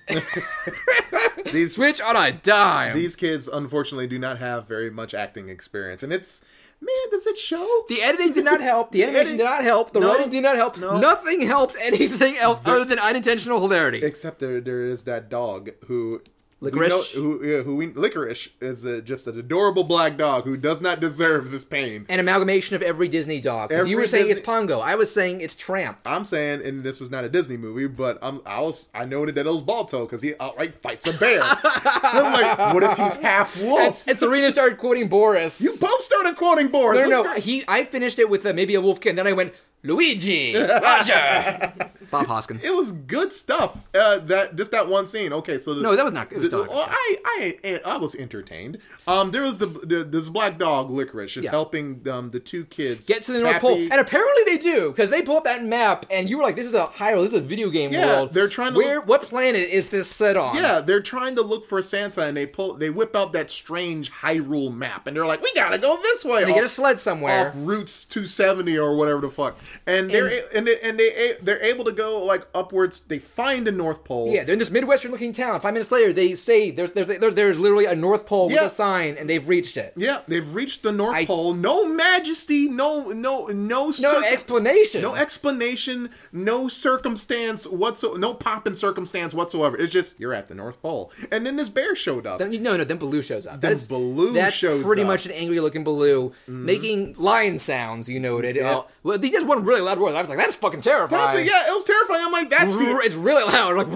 Speaker 2: these
Speaker 1: Switch on a dime.
Speaker 2: these kids unfortunately do not have very much acting experience, and it's man, does it show?
Speaker 1: The editing did not help. The animation
Speaker 2: edit-
Speaker 1: did not help. The
Speaker 2: No.
Speaker 1: writing did not help.
Speaker 2: No.
Speaker 1: Nothing helps anything else other than unintentional hilarity.
Speaker 2: Except there, there is that dog who we
Speaker 1: Licorice?
Speaker 2: know- who, yeah, who we, licorice is a, just an adorable black dog who does not deserve this pain.
Speaker 1: An amalgamation of every Disney dog. 'Cause
Speaker 2: Every
Speaker 1: You were saying
Speaker 2: Disney-
Speaker 1: it's Pongo. I was saying it's Tramp.
Speaker 2: I'm saying, and this is not a Disney movie, but I'm I was I noted that it was Balto because he outright fights a bear. I'm like, what if he's half wolf?
Speaker 1: And Serena started quoting Boris.
Speaker 2: Oh. you both started quoting Boris.
Speaker 1: no, no, no.
Speaker 2: Let's go-
Speaker 1: He, I finished it with uh, maybe a wolf kid, and then I went Luigi, Roger, Bob Hoskins.
Speaker 2: It was good stuff. Uh, that just that one scene. Okay, so the,
Speaker 1: No, that was not- it was
Speaker 2: the-
Speaker 1: still not good
Speaker 2: well,
Speaker 1: stuff.
Speaker 2: I, eh, I I was entertained. Um, there was the, the this black dog licorice is
Speaker 1: Yeah.
Speaker 2: helping um the two kids
Speaker 1: Get to the North
Speaker 2: Happy-
Speaker 1: Pole, and apparently they do because they pull up that map, and you were like, "This is a Hyrule. This is a video game
Speaker 2: Yeah,
Speaker 1: world."
Speaker 2: they're trying to
Speaker 1: Where?
Speaker 2: look-
Speaker 1: What planet is this set on?
Speaker 2: Yeah, they're trying to look for Santa, and they pull they whip out that strange Hyrule map, and they're like, "We gotta go this way."
Speaker 1: they get a
Speaker 2: off-
Speaker 1: sled somewhere.
Speaker 2: off routes 270 or whatever the fuck and they're and, they, and they they're able to go like upwards they find the north pole
Speaker 1: Yeah, they're in this midwestern looking town. Five minutes later, they say there's there's, there- there's literally a North Pole
Speaker 2: Yeah.
Speaker 1: with a sign, and they've reached it.
Speaker 2: yeah they've reached the north
Speaker 1: I-
Speaker 2: pole no majesty no no no
Speaker 1: No
Speaker 2: circum-
Speaker 1: explanation.
Speaker 2: no explanation no circumstance whatsoever no pomp and circumstance whatsoever it's just you're at the north pole and then this bear showed up
Speaker 1: Then- no, no. Then Baloo shows up.
Speaker 2: Then
Speaker 1: That is-
Speaker 2: Baloo
Speaker 1: that's
Speaker 2: shows
Speaker 1: pretty
Speaker 2: up. Mm-hmm.
Speaker 1: much an angry looking Baloo making lion sounds. You noted.
Speaker 2: Yeah.
Speaker 1: Uh, well, he does one really loud roar. I was like, that's fucking terrifying.
Speaker 2: That's it, yeah, it was terrifying. I'm like, that's the
Speaker 1: It's really loud. Like,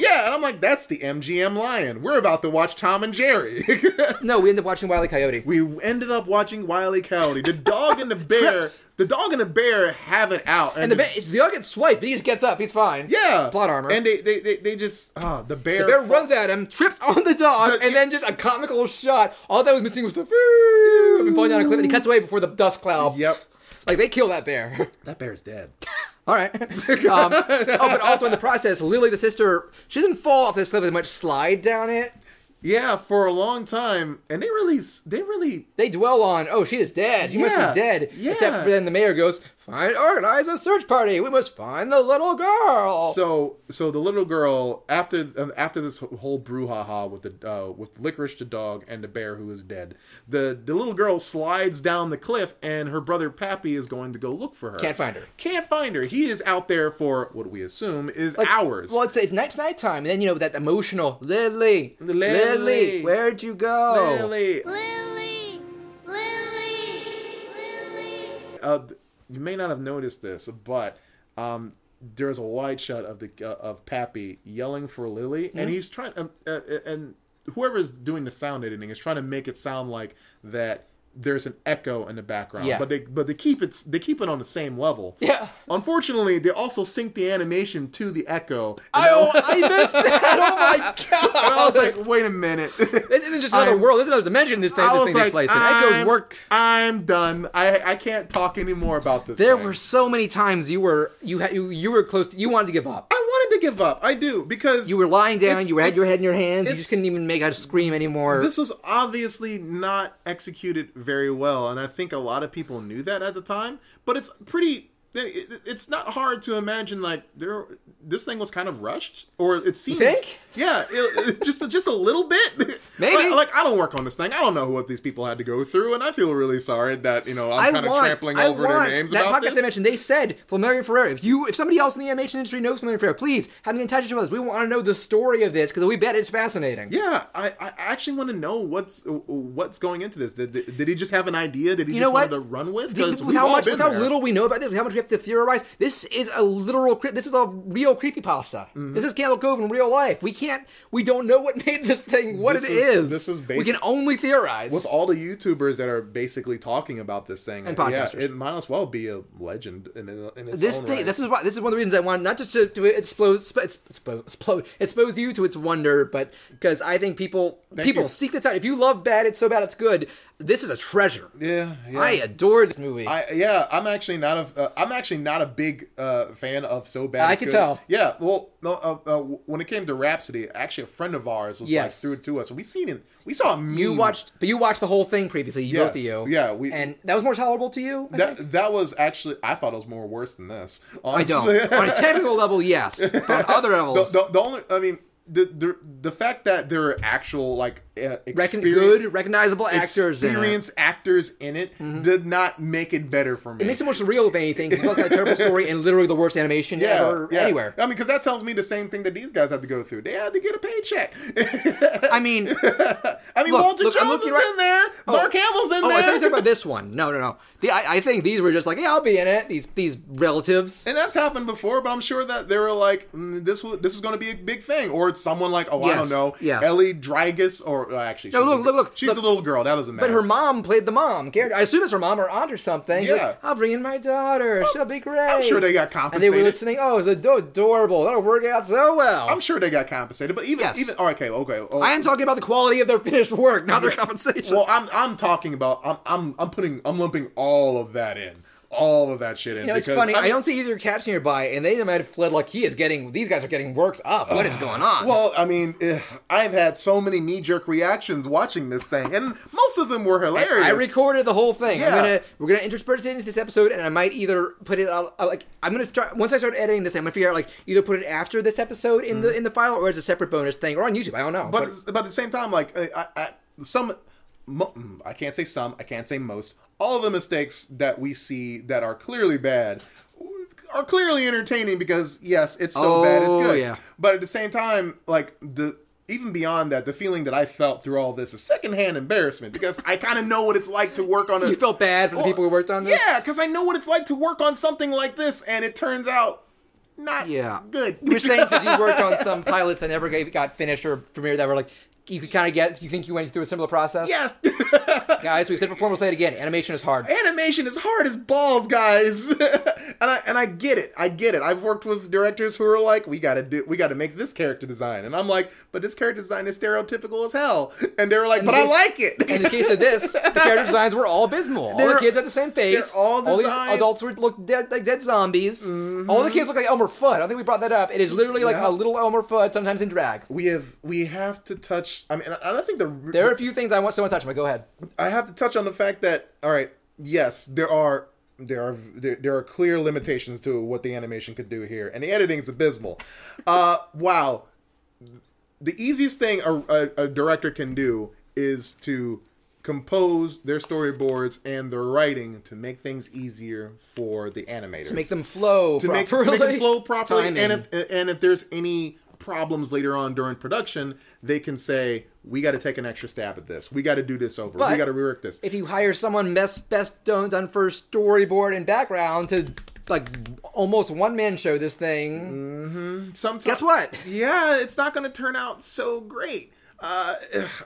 Speaker 2: yeah, and I'm like, that's the MGM lion. We're about to watch Tom and Jerry.
Speaker 1: no, we end up watching Wile E. Coyote.
Speaker 2: we ended up watching Wiley Coyote. The dog and the bear.
Speaker 1: Trips.
Speaker 2: the dog and the bear have it out,
Speaker 1: and the bear, it's- the dog gets swiped. But he just gets up. He's fine.
Speaker 2: yeah,
Speaker 1: plot armor.
Speaker 2: and they they they, they just ah the bear.
Speaker 1: the bear
Speaker 2: fu-
Speaker 1: runs at him, trips on the dog,
Speaker 2: The-
Speaker 1: and then just a comical shot. All that was missing was the "Phew" of him falling down a cliff, and he cuts away before the dust cloud.
Speaker 2: Yep.
Speaker 1: Like they kill that bear.
Speaker 2: That bear's dead.
Speaker 1: All right. Um, oh, but also in the process, Lily, the sister, she doesn't fall off this cliff as much, slide down it.
Speaker 2: Yeah, for a long time, and they really s- they really
Speaker 1: They dwell on, oh, she is dead. You
Speaker 2: Yeah.
Speaker 1: must be dead.
Speaker 2: Yeah.
Speaker 1: Except for then the mayor goes, find, organize a search party. We must find the little girl.
Speaker 2: So, so the little girl after um, after this whole brouhaha with the uh, with licorice the dog and the bear who is dead, the the little girl slides down the cliff and her brother Pappy is going to go look for her.
Speaker 1: Can't find her.
Speaker 2: Can't find her. He is out there for what we assume is
Speaker 1: Like,
Speaker 2: hours.
Speaker 1: Well, it's, it's night's nighttime, and then you know that emotional Lily,
Speaker 2: Lily.
Speaker 1: where'd you go?
Speaker 2: Lily,
Speaker 4: Lily! Lily! Lily!
Speaker 2: uh, you may not have noticed this, but um, there's a wide shot of the uh, of Pappy yelling for Lily, and he's trying um, uh, and whoever's doing the sound editing is trying to make it sound like that there's an echo in the background.
Speaker 1: Yeah.
Speaker 2: But they but they keep it they keep it on the same level.
Speaker 1: Yeah.
Speaker 2: Unfortunately, they also sync the animation to the echo.
Speaker 1: Oh, I missed that! Oh my
Speaker 2: And I
Speaker 1: god!
Speaker 2: was like, wait a minute.
Speaker 1: this isn't just another
Speaker 2: I'm-
Speaker 1: world. This is another dimension. This thing,
Speaker 2: I
Speaker 1: this
Speaker 2: was
Speaker 1: thing takes
Speaker 2: like,
Speaker 1: place. in. Echoes
Speaker 2: I'm,
Speaker 1: work.
Speaker 2: I'm done. I I can't talk anymore about this.
Speaker 1: There
Speaker 2: thing.
Speaker 1: were so many times you were you had you, you were close. To, you wanted to give up.
Speaker 2: I wanted to give up. I do because
Speaker 1: You were lying down.
Speaker 2: it's-
Speaker 1: you had your
Speaker 2: it's-
Speaker 1: head in your hands. You
Speaker 2: it's-
Speaker 1: just couldn't even make out a scream anymore.
Speaker 2: This was obviously not executed very well, and I think a lot of people knew that at the time. But it's pretty. it- it- It's not hard to imagine like there. This thing was kind of rushed, or it seems.
Speaker 1: think?
Speaker 2: Yeah, it, it- just just a little bit.
Speaker 1: Maybe.
Speaker 2: Like, like, I don't work on this thing. I don't know what these people had to go through, and I feel really sorry that you know I'm kind of trampling over their names
Speaker 1: that
Speaker 2: about
Speaker 1: podcast
Speaker 2: this.
Speaker 1: I mentioned. They said Flammarion Ferrera. If you, if somebody else in the animation industry knows Flammarion Ferrera, please have them get in touch with us. We want to know the story of this because we bet it's fascinating.
Speaker 2: Yeah, I, I actually want to know what's what's going into this. Did, did, he just have an idea? Did he
Speaker 1: You
Speaker 2: just
Speaker 1: know
Speaker 2: wanted
Speaker 1: what?
Speaker 2: to run with?
Speaker 1: The-
Speaker 2: Because
Speaker 1: with
Speaker 2: we've
Speaker 1: how
Speaker 2: all
Speaker 1: much,
Speaker 2: been
Speaker 1: with how
Speaker 2: there.
Speaker 1: little we know about this, with how much we have to theorize, this is a literal. cre- This is a real creepypasta.
Speaker 2: Mm-hmm.
Speaker 1: This is Candle Cove in real life. We can't. We don't know what made this thing what
Speaker 2: This
Speaker 1: it
Speaker 2: is-
Speaker 1: is.
Speaker 2: this is
Speaker 1: We
Speaker 2: basi-
Speaker 1: can only theorize.
Speaker 2: with all the YouTubers that are basically talking about this thing
Speaker 1: And
Speaker 2: Yeah,
Speaker 1: podcasters.
Speaker 2: it might as well be a legend in, in, in its
Speaker 1: this
Speaker 2: own
Speaker 1: thing.
Speaker 2: right.
Speaker 1: This is why. This is one of the reasons I want not just to, to expose, sp- it's- expose, expose, expose you to its wonder, but because I think people people
Speaker 2: you.
Speaker 1: seek this out. If you love bad, it's so bad it's good. This is a treasure.
Speaker 2: yeah, yeah.
Speaker 1: I adore this movie.
Speaker 2: I, yeah, I'm actually not a uh, I'm actually not a big uh, fan of so bad.
Speaker 1: I
Speaker 2: It's
Speaker 1: can
Speaker 2: Good.
Speaker 1: tell.
Speaker 2: Yeah, well, no, uh, uh, when it came to Rhapsody, actually a friend of ours was like
Speaker 1: Yes.
Speaker 2: threw it to us, and we seen it. We saw a meme.
Speaker 1: you watched, but you watched the whole thing previously. You both of
Speaker 2: Yes.
Speaker 1: you.
Speaker 2: Yeah, we-
Speaker 1: and that was more tolerable to you. I think?
Speaker 2: that. That was actually I thought it was more worse than this.
Speaker 1: I
Speaker 2: Honestly.
Speaker 1: don't. on a technical level, yes. But on other
Speaker 2: the,
Speaker 1: levels,
Speaker 2: the, the only I mean the, the the fact that there are actual like uh,
Speaker 1: recon-
Speaker 2: experi-
Speaker 1: good, recognizable actors in it. Mm-hmm.
Speaker 2: experienced actors in it did not make it better for me.
Speaker 1: It makes it more surreal, if anything. 'cause It's got a terrible story and literally the worst animation ever anywhere.
Speaker 2: I mean, because that tells me the same thing that these guys have to go through. They had to get a paycheck.
Speaker 1: I mean, oh,
Speaker 2: I mean,
Speaker 1: Look,
Speaker 2: Walter
Speaker 1: look, I'm
Speaker 2: Jones
Speaker 1: looking
Speaker 2: is
Speaker 1: right-
Speaker 2: in there. Mark Hamill's in
Speaker 1: oh, I thought you were
Speaker 2: there.
Speaker 1: talking about this one. No, no, no. The, I, I think these were just like, yeah, I'll be in it. These these relatives.
Speaker 2: and that's happened before, but I'm sure that they were like, mm, "This was this is going to be a big thing," or it's someone like, "Oh, I don't
Speaker 1: Yes,
Speaker 2: know,
Speaker 1: yes.
Speaker 2: Ellie Dragus," or uh, actually,
Speaker 1: No,
Speaker 2: she's a
Speaker 1: look,
Speaker 2: gr-
Speaker 1: look, look,
Speaker 2: she's
Speaker 1: look.
Speaker 2: a little girl. That doesn't matter.
Speaker 1: But her mom played the mom character. I assume it's her mom or aunt or something. She's
Speaker 2: Yeah.
Speaker 1: like, I'll bring in my daughter. She'll be great.
Speaker 2: I'm sure they got
Speaker 1: And they
Speaker 2: compensated.
Speaker 1: were listening. Oh, it's ad- adorable. That'll work out so well.
Speaker 2: I'm sure they got compensated, but even
Speaker 1: Yes.
Speaker 2: even oh, okay, okay. oh,
Speaker 1: I am talking about the quality of their finished work, not their compensation.
Speaker 2: Well, I'm I'm talking about I'm I'm I'm putting I'm lumping all of that in, all of that shit in.
Speaker 1: You know, it's
Speaker 2: because,
Speaker 1: funny. I,
Speaker 2: mean,
Speaker 1: don't see either cats nearby, and they might have fled like he is getting. These guys are getting worked up. What is going on?
Speaker 2: Well, I mean, ugh, I've had so many knee jerk reactions watching this thing, and most of them were hilarious.
Speaker 1: I recorded the whole thing.
Speaker 2: Yeah.
Speaker 1: I'm gonna we're gonna intersperse it into this episode, and I might either put it out, like I'm gonna try once I start editing this. I'm gonna figure out like either put it after this episode in the in the file, or as a separate bonus thing, or on YouTube. I don't know.
Speaker 2: but but at the same time, like I, I, I some, mo- mm, I can't say some, I can't say most. All the mistakes that we see that are clearly bad are clearly entertaining because yes, it's so
Speaker 1: Oh,
Speaker 2: bad, it's good.
Speaker 1: yeah.
Speaker 2: But at the same time, like the. Even beyond that, the feeling that I felt through all this is secondhand embarrassment because I kind of know what it's like to work on a.
Speaker 1: you felt bad for the
Speaker 2: Well,
Speaker 1: people who worked on this.
Speaker 2: Yeah, because I know what it's like to work on something like this, and it turns out not
Speaker 1: Yeah.
Speaker 2: good.
Speaker 1: You were saying because you worked on some pilots that never gave, got finished or premiered that were like, you could kind of get, you think you went through a similar process?
Speaker 2: yeah,
Speaker 1: Guys, we've said before, we'll say it again. Animation is hard.
Speaker 2: animation is hard as balls, guys. and I and I get it. I get it. I've worked with directors who are like, we gotta do, we gotta make this character design, and I'm like, but this character design is stereotypical as hell, and they're like, but I
Speaker 1: this-
Speaker 2: like it.
Speaker 1: And in the case of this, the character designs were all abysmal. all
Speaker 2: They're-
Speaker 1: the kids had the same face.
Speaker 2: they're all
Speaker 1: the
Speaker 2: designed- Mm-hmm.
Speaker 1: adults were looked dead, like dead zombies. All the kids look like Elmer Fudd. I don't think we brought that up. It is literally like
Speaker 2: Yeah.
Speaker 1: a little Elmer Fudd, sometimes in drag.
Speaker 2: we have we have to touch. I mean, and I don't think the
Speaker 1: There are a few things I want someone to touch, but go ahead.
Speaker 2: I have to touch on the fact that all right, yes, there are there are there, there are clear limitations to what the animation could do here, and the editing's abysmal. Uh, wow, the easiest thing a, a, a director can do is to compose their storyboards and their writing to make things easier for the animators
Speaker 1: To make them flow
Speaker 2: to make, to
Speaker 1: properly.
Speaker 2: make it flow properly.
Speaker 1: Timing.
Speaker 2: And if and if there's any problems later on during production, they can say, "We got to take an extra stab at this. We got to do this over. we
Speaker 1: But
Speaker 2: got to rework this."
Speaker 1: if you hire someone best best done, done for storyboard and background to like almost one man show this
Speaker 2: Mm.
Speaker 1: thing,
Speaker 2: Sometimes,
Speaker 1: guess what?
Speaker 2: Yeah, it's not going to turn out so great. Uh,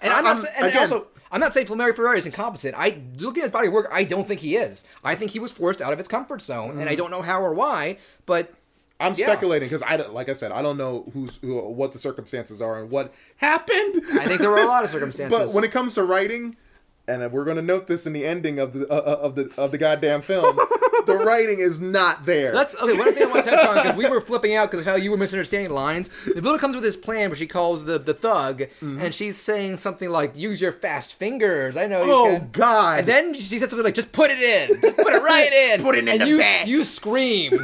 Speaker 1: And I'm not. sa- and
Speaker 2: again,
Speaker 1: also, I'm not saying Flamari Ferrari is incompetent. I look at his body of work. I don't think he is. I think he was forced out of his comfort zone, and
Speaker 2: Mm.
Speaker 1: I don't know how or why. But
Speaker 2: I'm
Speaker 1: yeah.
Speaker 2: speculating because I don't- like I said, I don't know who's who, what the circumstances are and what happened.
Speaker 1: I think there were a lot of circumstances.
Speaker 2: But when it comes to writing, and we're going to note this in the ending of the uh, uh, of the of the goddamn film, the writing is not there.
Speaker 1: Let's okay. One thing I want to touch on because we were flipping out because how you were misunderstanding lines. The villain comes with this plan, which he calls the the thug,
Speaker 2: Mm-hmm.
Speaker 1: and she's saying something like, "Use your fast fingers." I know. you
Speaker 2: Oh,
Speaker 1: can."
Speaker 2: God.
Speaker 1: And then she said something like, "Just put it in. Just put it right in.
Speaker 2: Put it in
Speaker 1: and
Speaker 2: the
Speaker 1: you,
Speaker 2: bag.
Speaker 1: You screamed.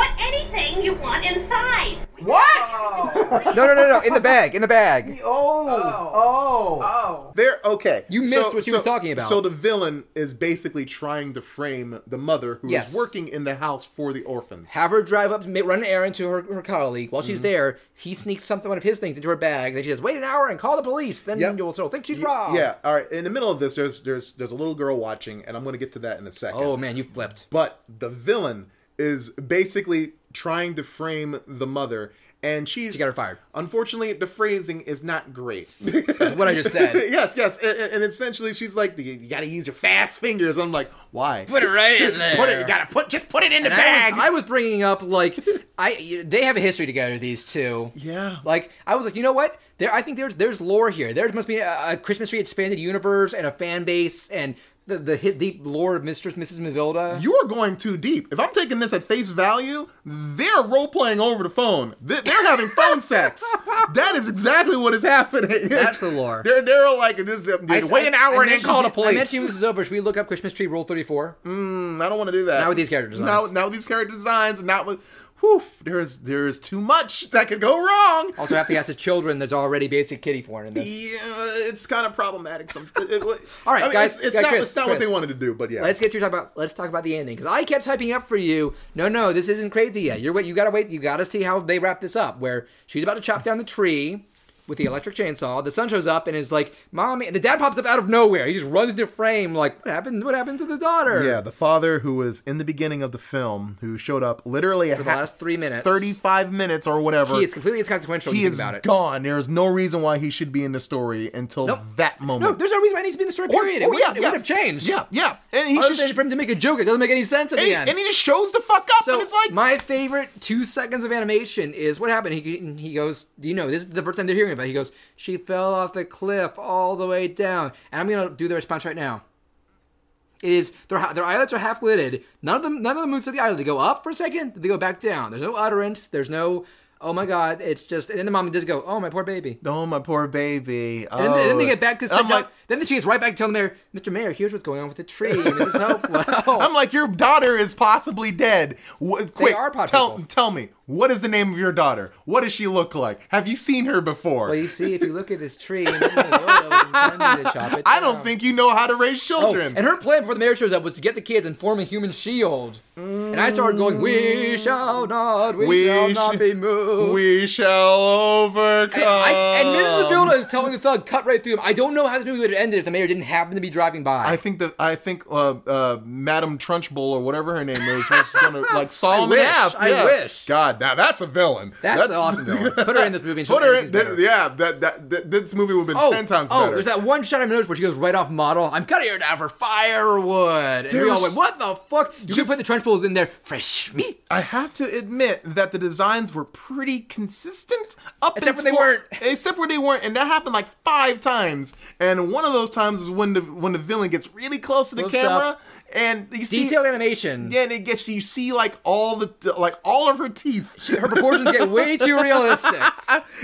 Speaker 3: Put anything you want inside.
Speaker 8: What?
Speaker 1: no, no, no, no. In the bag. In the bag.
Speaker 2: Oh,
Speaker 8: Oh. Oh.
Speaker 2: They're okay.
Speaker 1: You missed what she was talking about.
Speaker 2: So the villain is basically trying to frame the mother who is
Speaker 1: Yes.
Speaker 2: working in the house for the orphans.
Speaker 1: Have her drive up, ma- run an errand to her, her colleague. While she's there, he sneaks something one of his things into her bag. Then she says, "Wait an hour and call the police." Then
Speaker 2: Yep.
Speaker 1: you'll sort of think she's
Speaker 2: Y-
Speaker 1: robbed.
Speaker 2: Yeah. All right. In the middle of this, there's there's there's a little girl watching, and I'm going to get to that in a second.
Speaker 1: Oh man, you flipped.
Speaker 2: But the villain is basically trying to frame the mother, and she's
Speaker 1: She got her fired.
Speaker 2: Unfortunately, the phrasing is not great.
Speaker 1: What I just said.
Speaker 2: yes, yes, and, and- and essentially she's like, "You got to use your fast fingers." I'm like, "Why?
Speaker 1: Put it right in there.
Speaker 2: Put it. You got to put. Just put it in the
Speaker 1: And I
Speaker 2: bag."
Speaker 1: was, I was bringing up like I they have a history together these two.
Speaker 2: Yeah.
Speaker 1: Like I was like, you know what? There I think there's there's lore here. There must be a, a Christmas tree expanded universe and a fan base and the the hit deep lore of Mistress Mrs. Mavilda.
Speaker 2: You are going too deep. If I'm taking this at face value, they're role playing over the phone. They- They're having phone sex. That is exactly what is happening.
Speaker 1: That's the lore.
Speaker 2: They're they're like this.
Speaker 1: I-
Speaker 2: wait an
Speaker 1: I-
Speaker 2: hour
Speaker 1: I
Speaker 2: and then
Speaker 1: mentioned-
Speaker 2: call the
Speaker 1: I
Speaker 2: police.
Speaker 1: mentioned this is over. Should we look up Christmas Tree Rule Thirty Four?
Speaker 2: Mm, I don't want to do that.
Speaker 1: Not with these character designs.
Speaker 2: Not, not with these character designs. and Not with. Whew, there is there is too much that could go wrong.
Speaker 1: Also, have to ask the children. There's already basic kitty porn in this.
Speaker 2: Yeah, it's kind of problematic. Some. it- it-
Speaker 1: All right,
Speaker 2: I mean,
Speaker 1: guys,
Speaker 2: It's, it's
Speaker 1: guys,
Speaker 2: not,
Speaker 1: Chris,
Speaker 2: it's not what
Speaker 1: Chris.
Speaker 2: they wanted to do, but yeah.
Speaker 1: Let's get you talk about. Let's talk about the ending because I kept typing up for you. No, no, this isn't crazy yet. You're wait. You gotta wait. You gotta see how they wrap this up. Where she's about to chop down the tree with the electric chainsaw. The son shows up and is like, "Mommy!" And the dad pops up out of nowhere. He just runs into frame. Like, what happened? What happened to the daughter?
Speaker 2: Yeah, the father who was in the beginning of the film, who showed up literally for
Speaker 1: the last three minutes.
Speaker 2: thirty-five minutes or whatever.
Speaker 1: he is completely inconsequential. when
Speaker 2: he
Speaker 1: you think
Speaker 2: is
Speaker 1: about it.
Speaker 2: gone. There is no reason why he should be in the story until
Speaker 1: Nope.
Speaker 2: that
Speaker 1: No,
Speaker 2: moment.
Speaker 1: there's no reason why he needs to be in the story.
Speaker 2: Or-
Speaker 1: Period.
Speaker 2: or
Speaker 1: it would,
Speaker 2: Oh, yeah,
Speaker 1: it
Speaker 2: yeah.
Speaker 1: would have changed.
Speaker 2: yeah, yeah, and he
Speaker 1: Other
Speaker 2: should.
Speaker 1: than for him to make a joke, it doesn't make any sense at
Speaker 2: and
Speaker 1: the
Speaker 2: he,
Speaker 1: end.
Speaker 2: and he just shows the fuck up,
Speaker 1: So
Speaker 2: and it's like
Speaker 1: my favorite two seconds of animation is what happened. He he goes, you know, this is the first time they're hearing about. it. He goes, she fell off the cliff all the way down, and I'm gonna do the response right now. It is their their eyelids are half lidded. None of them none of the moons of the eyelid. They go up for a second, then they go back down. There's no utterance. There's no oh my god. It's just and then the mom does go oh my poor baby.
Speaker 2: Oh, my poor baby. Oh.
Speaker 1: And then, then they get back to
Speaker 2: And I'm
Speaker 1: such
Speaker 2: like,
Speaker 1: then she gets right back to telling the mayor, Mr. Mayor, here's what's going on with the tree. Mrs. Hopewell.
Speaker 2: I'm like, your daughter is possibly dead. Wh- quick,
Speaker 1: are pot
Speaker 2: tell
Speaker 1: people.
Speaker 2: tell me, what is the name of your daughter? What does she look like? Have you seen her before?
Speaker 1: Well, you see, if you look at this tree, and it's in the photo, it's intended to chop it
Speaker 2: I don't
Speaker 1: down.
Speaker 2: think you know how to raise
Speaker 1: um, Oh,
Speaker 2: children.
Speaker 1: and her plan before the mayor shows up was to get the kids and form a human shield. And I started going, "We shall not, we, shall
Speaker 2: sh-
Speaker 1: not be moved."
Speaker 2: We shall overcome.
Speaker 1: and, I, and Mrs. Vilda is telling the thug, "Cut right through him." I don't know how this movie would have ended if the mayor didn't happen to be driving by.
Speaker 2: I think that I think uh, uh, Madam Trunchbull or whatever her name is was gonna like saw
Speaker 1: I
Speaker 2: him in
Speaker 1: wish,
Speaker 2: half.
Speaker 1: I
Speaker 2: Yeah.
Speaker 1: wish.
Speaker 2: God, God, now that's a villain.
Speaker 1: That's, an awesome villain. Put her in this movie. And she'll
Speaker 2: Put her
Speaker 1: make
Speaker 2: in.
Speaker 1: things better.
Speaker 2: th- yeah, that, that th- this movie would have been
Speaker 1: Oh,
Speaker 2: ten times
Speaker 1: oh,
Speaker 2: better.
Speaker 1: there's that one shot I noticed where she goes right off model. I'm cutting her down for firewood. And we all
Speaker 2: There's-
Speaker 1: went, what the fuck? You can
Speaker 2: Just-
Speaker 1: put the trench bulls in there. Fresh meat.
Speaker 2: I have to admit that the designs were pretty consistent up
Speaker 1: Except
Speaker 2: until-
Speaker 1: when they weren't.
Speaker 2: Except where they weren't, and that happened like five times. And one of those times is when the when the villain gets really close to the
Speaker 1: Close
Speaker 2: camera,
Speaker 1: up.
Speaker 2: and you see
Speaker 1: Detailed animation.
Speaker 2: Yeah, and it gets you see like all the like all of her teeth.
Speaker 1: Her proportions get way too realistic.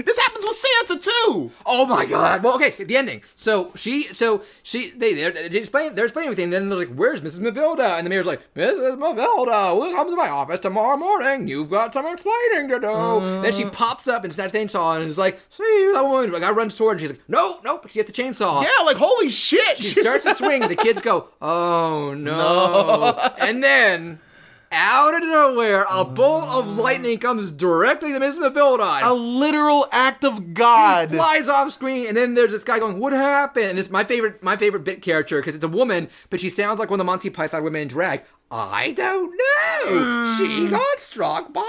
Speaker 2: this happens with Santa too.
Speaker 1: Oh my god! Well, okay, the ending. So she, so she, they, they're, they explain, they're explaining everything. Then they're like, "Where's Mrs. Mavilda?" And the mayor's like, "Mrs. Mavilda, will come to my office tomorrow morning. You've got some explaining to do." then
Speaker 2: Uh.
Speaker 1: she pops up and snaps the chainsaw and is like, "See that woman?" The guy runs toward her and she's like, "No, nope." She gets the chainsaw.
Speaker 2: Yeah, like holy shit.
Speaker 1: She starts to swing. The kids go, "Oh no!" and then. Out of nowhere, a bolt of lightning comes directly to Mrs. Mavilda.
Speaker 2: a literal act of God.
Speaker 1: flies off screen, and then there's this guy going, "What happened?" And it's my favorite, my favorite bit character because it's a woman, but she sounds like one of the Monty Python women in drag. I don't know. She
Speaker 2: Mm.
Speaker 1: got struck by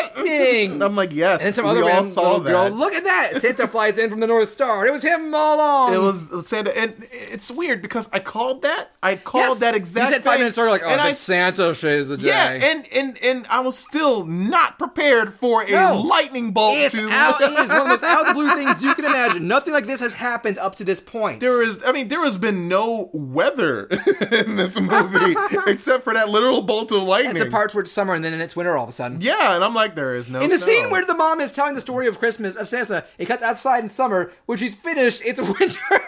Speaker 1: lightning.
Speaker 2: I'm like, yes,
Speaker 1: and then some
Speaker 2: we
Speaker 1: other
Speaker 2: all
Speaker 1: random
Speaker 2: saw
Speaker 1: little girl.
Speaker 2: that.
Speaker 1: Look at that! Santa flies in from the North Star. It was him all along.
Speaker 2: It was Santa, and it's weird because I called that. I called
Speaker 1: Yes.
Speaker 2: that exact.
Speaker 1: You said five
Speaker 2: thing,
Speaker 1: minutes earlier, like, "Oh,
Speaker 2: and
Speaker 1: if
Speaker 2: I
Speaker 1: it's Santa saves the day."
Speaker 2: Yeah, and, and and I was still not prepared for a
Speaker 1: No.
Speaker 2: lightning bolt
Speaker 1: it's
Speaker 2: to
Speaker 1: out. It is one of the most out of the blue things you can imagine. Nothing like this has happened up to this point.
Speaker 2: There is, I mean, there has been no weather in this movie except for that literal bolt of lightning.
Speaker 1: That's a part where it's summer and then it's winter all of a sudden.
Speaker 2: Yeah, and I'm like, there is no.
Speaker 1: In the
Speaker 2: snow.
Speaker 1: scene where the mom is telling the story of Christmas of Santa, it cuts outside in summer. When she's finished, it's winter.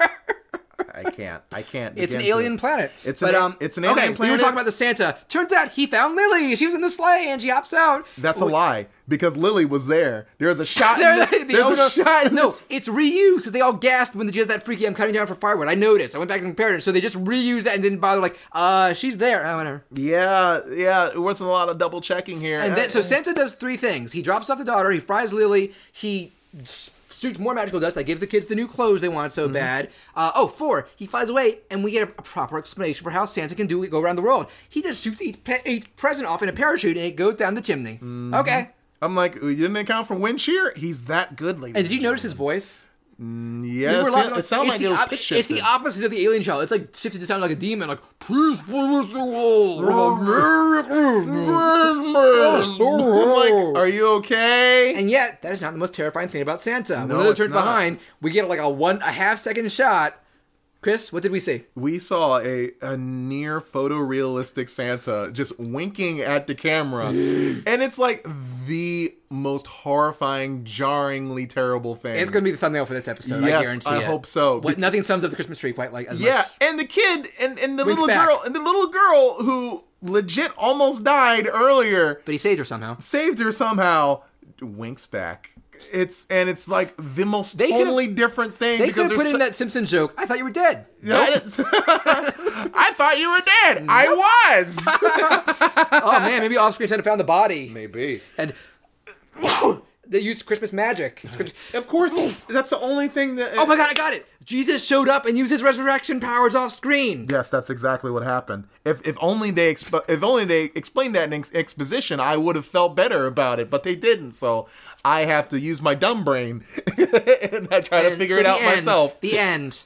Speaker 2: I can't, I can't.
Speaker 1: it's an
Speaker 2: begin to-
Speaker 1: alien planet.
Speaker 2: It's
Speaker 1: but,
Speaker 2: an
Speaker 1: um,
Speaker 2: it's an
Speaker 1: okay, We
Speaker 2: alien
Speaker 1: were
Speaker 2: planet.
Speaker 1: talking about the Santa. Turns out he found Lily. She was in the sleigh and she hops out.
Speaker 2: That's a lie because Lily was there. There's a shot. in
Speaker 1: There-
Speaker 2: this-
Speaker 1: the
Speaker 2: there's
Speaker 1: owner-
Speaker 2: a shot. In
Speaker 1: no,
Speaker 2: this-
Speaker 1: it's reused. They all gasped when the just that freaky I'm cutting down for firewood. I noticed. I went back and compared it. So they just reused that and didn't bother. Like, uh, she's there. Oh, whatever.
Speaker 2: Yeah, yeah. It wasn't a lot of double checking here.
Speaker 1: And then, so
Speaker 2: Uh,
Speaker 1: Santa does three things. He drops off the daughter, he fries Lily, he s- shoots more magical dust that gives the kids the new clothes they want
Speaker 2: Mm-hmm.
Speaker 1: so bad. Uh, oh, four, he flies away, and we get a, a proper explanation for how Santa can do go around the world. He just shoots each, pe- each present off in a parachute, and it goes down the chimney.
Speaker 2: Mm-hmm.
Speaker 1: Okay.
Speaker 2: I'm like, you didn't account for wind shear. He's that good, ladies.
Speaker 1: And did you notice his voice?
Speaker 2: Yeah,
Speaker 1: We were
Speaker 2: it,
Speaker 1: laughing
Speaker 2: sound-
Speaker 1: like-
Speaker 2: it
Speaker 1: it's
Speaker 2: sounded like
Speaker 1: the
Speaker 2: it was
Speaker 1: op-
Speaker 2: pitch
Speaker 1: It's the
Speaker 2: shifted.
Speaker 1: opposite of the alien child. It's like shifted to sound like a demon, like, please, please, the world.
Speaker 2: Christmas. I'm like, are you okay?
Speaker 1: And yet, that is not the most terrifying thing about Santa.
Speaker 2: No,
Speaker 1: when it
Speaker 2: it's
Speaker 1: turns
Speaker 2: not.
Speaker 1: behind, we get like a one a half second shot. Chris, what did we see?
Speaker 2: we saw a, a near photorealistic Santa just winking at the camera. and it's like the most horrifying, jarringly terrible thing.
Speaker 1: It's gonna be the thumbnail for this episode. I
Speaker 2: Yes,
Speaker 1: guarantee
Speaker 2: I
Speaker 1: it.
Speaker 2: hope so.
Speaker 1: What,
Speaker 2: Be-
Speaker 1: nothing sums up the Christmas tree quite like as
Speaker 2: Yeah,
Speaker 1: much.
Speaker 2: and the kid and, and the
Speaker 1: Winks
Speaker 2: little
Speaker 1: back.
Speaker 2: girl and the little girl who legit almost died earlier
Speaker 1: But he saved her somehow.
Speaker 2: saved her somehow winks back. It's and it's like the most
Speaker 1: They could've-
Speaker 2: totally different thing
Speaker 1: They could
Speaker 2: because
Speaker 1: have
Speaker 2: there's
Speaker 1: put in
Speaker 2: so-
Speaker 1: that Simpson joke. I thought you were dead.
Speaker 2: Yeah, I didn't- I thought you were dead. I was.
Speaker 1: oh man, maybe off screen Santa found the body.
Speaker 2: Maybe.
Speaker 1: And they used Christmas magic. It's good-
Speaker 2: Of course, that's the only thing that.
Speaker 1: oh my god, I got it! Jesus showed up and used his resurrection powers off screen.
Speaker 2: Yes, that's exactly what happened. If if only they exp- if only they explained that in ex- exposition, I would have felt better about it. But they didn't, so I have to use my dumb brain and I try to
Speaker 1: And
Speaker 2: figure it
Speaker 1: the
Speaker 2: out
Speaker 1: end-
Speaker 2: myself.
Speaker 1: The end.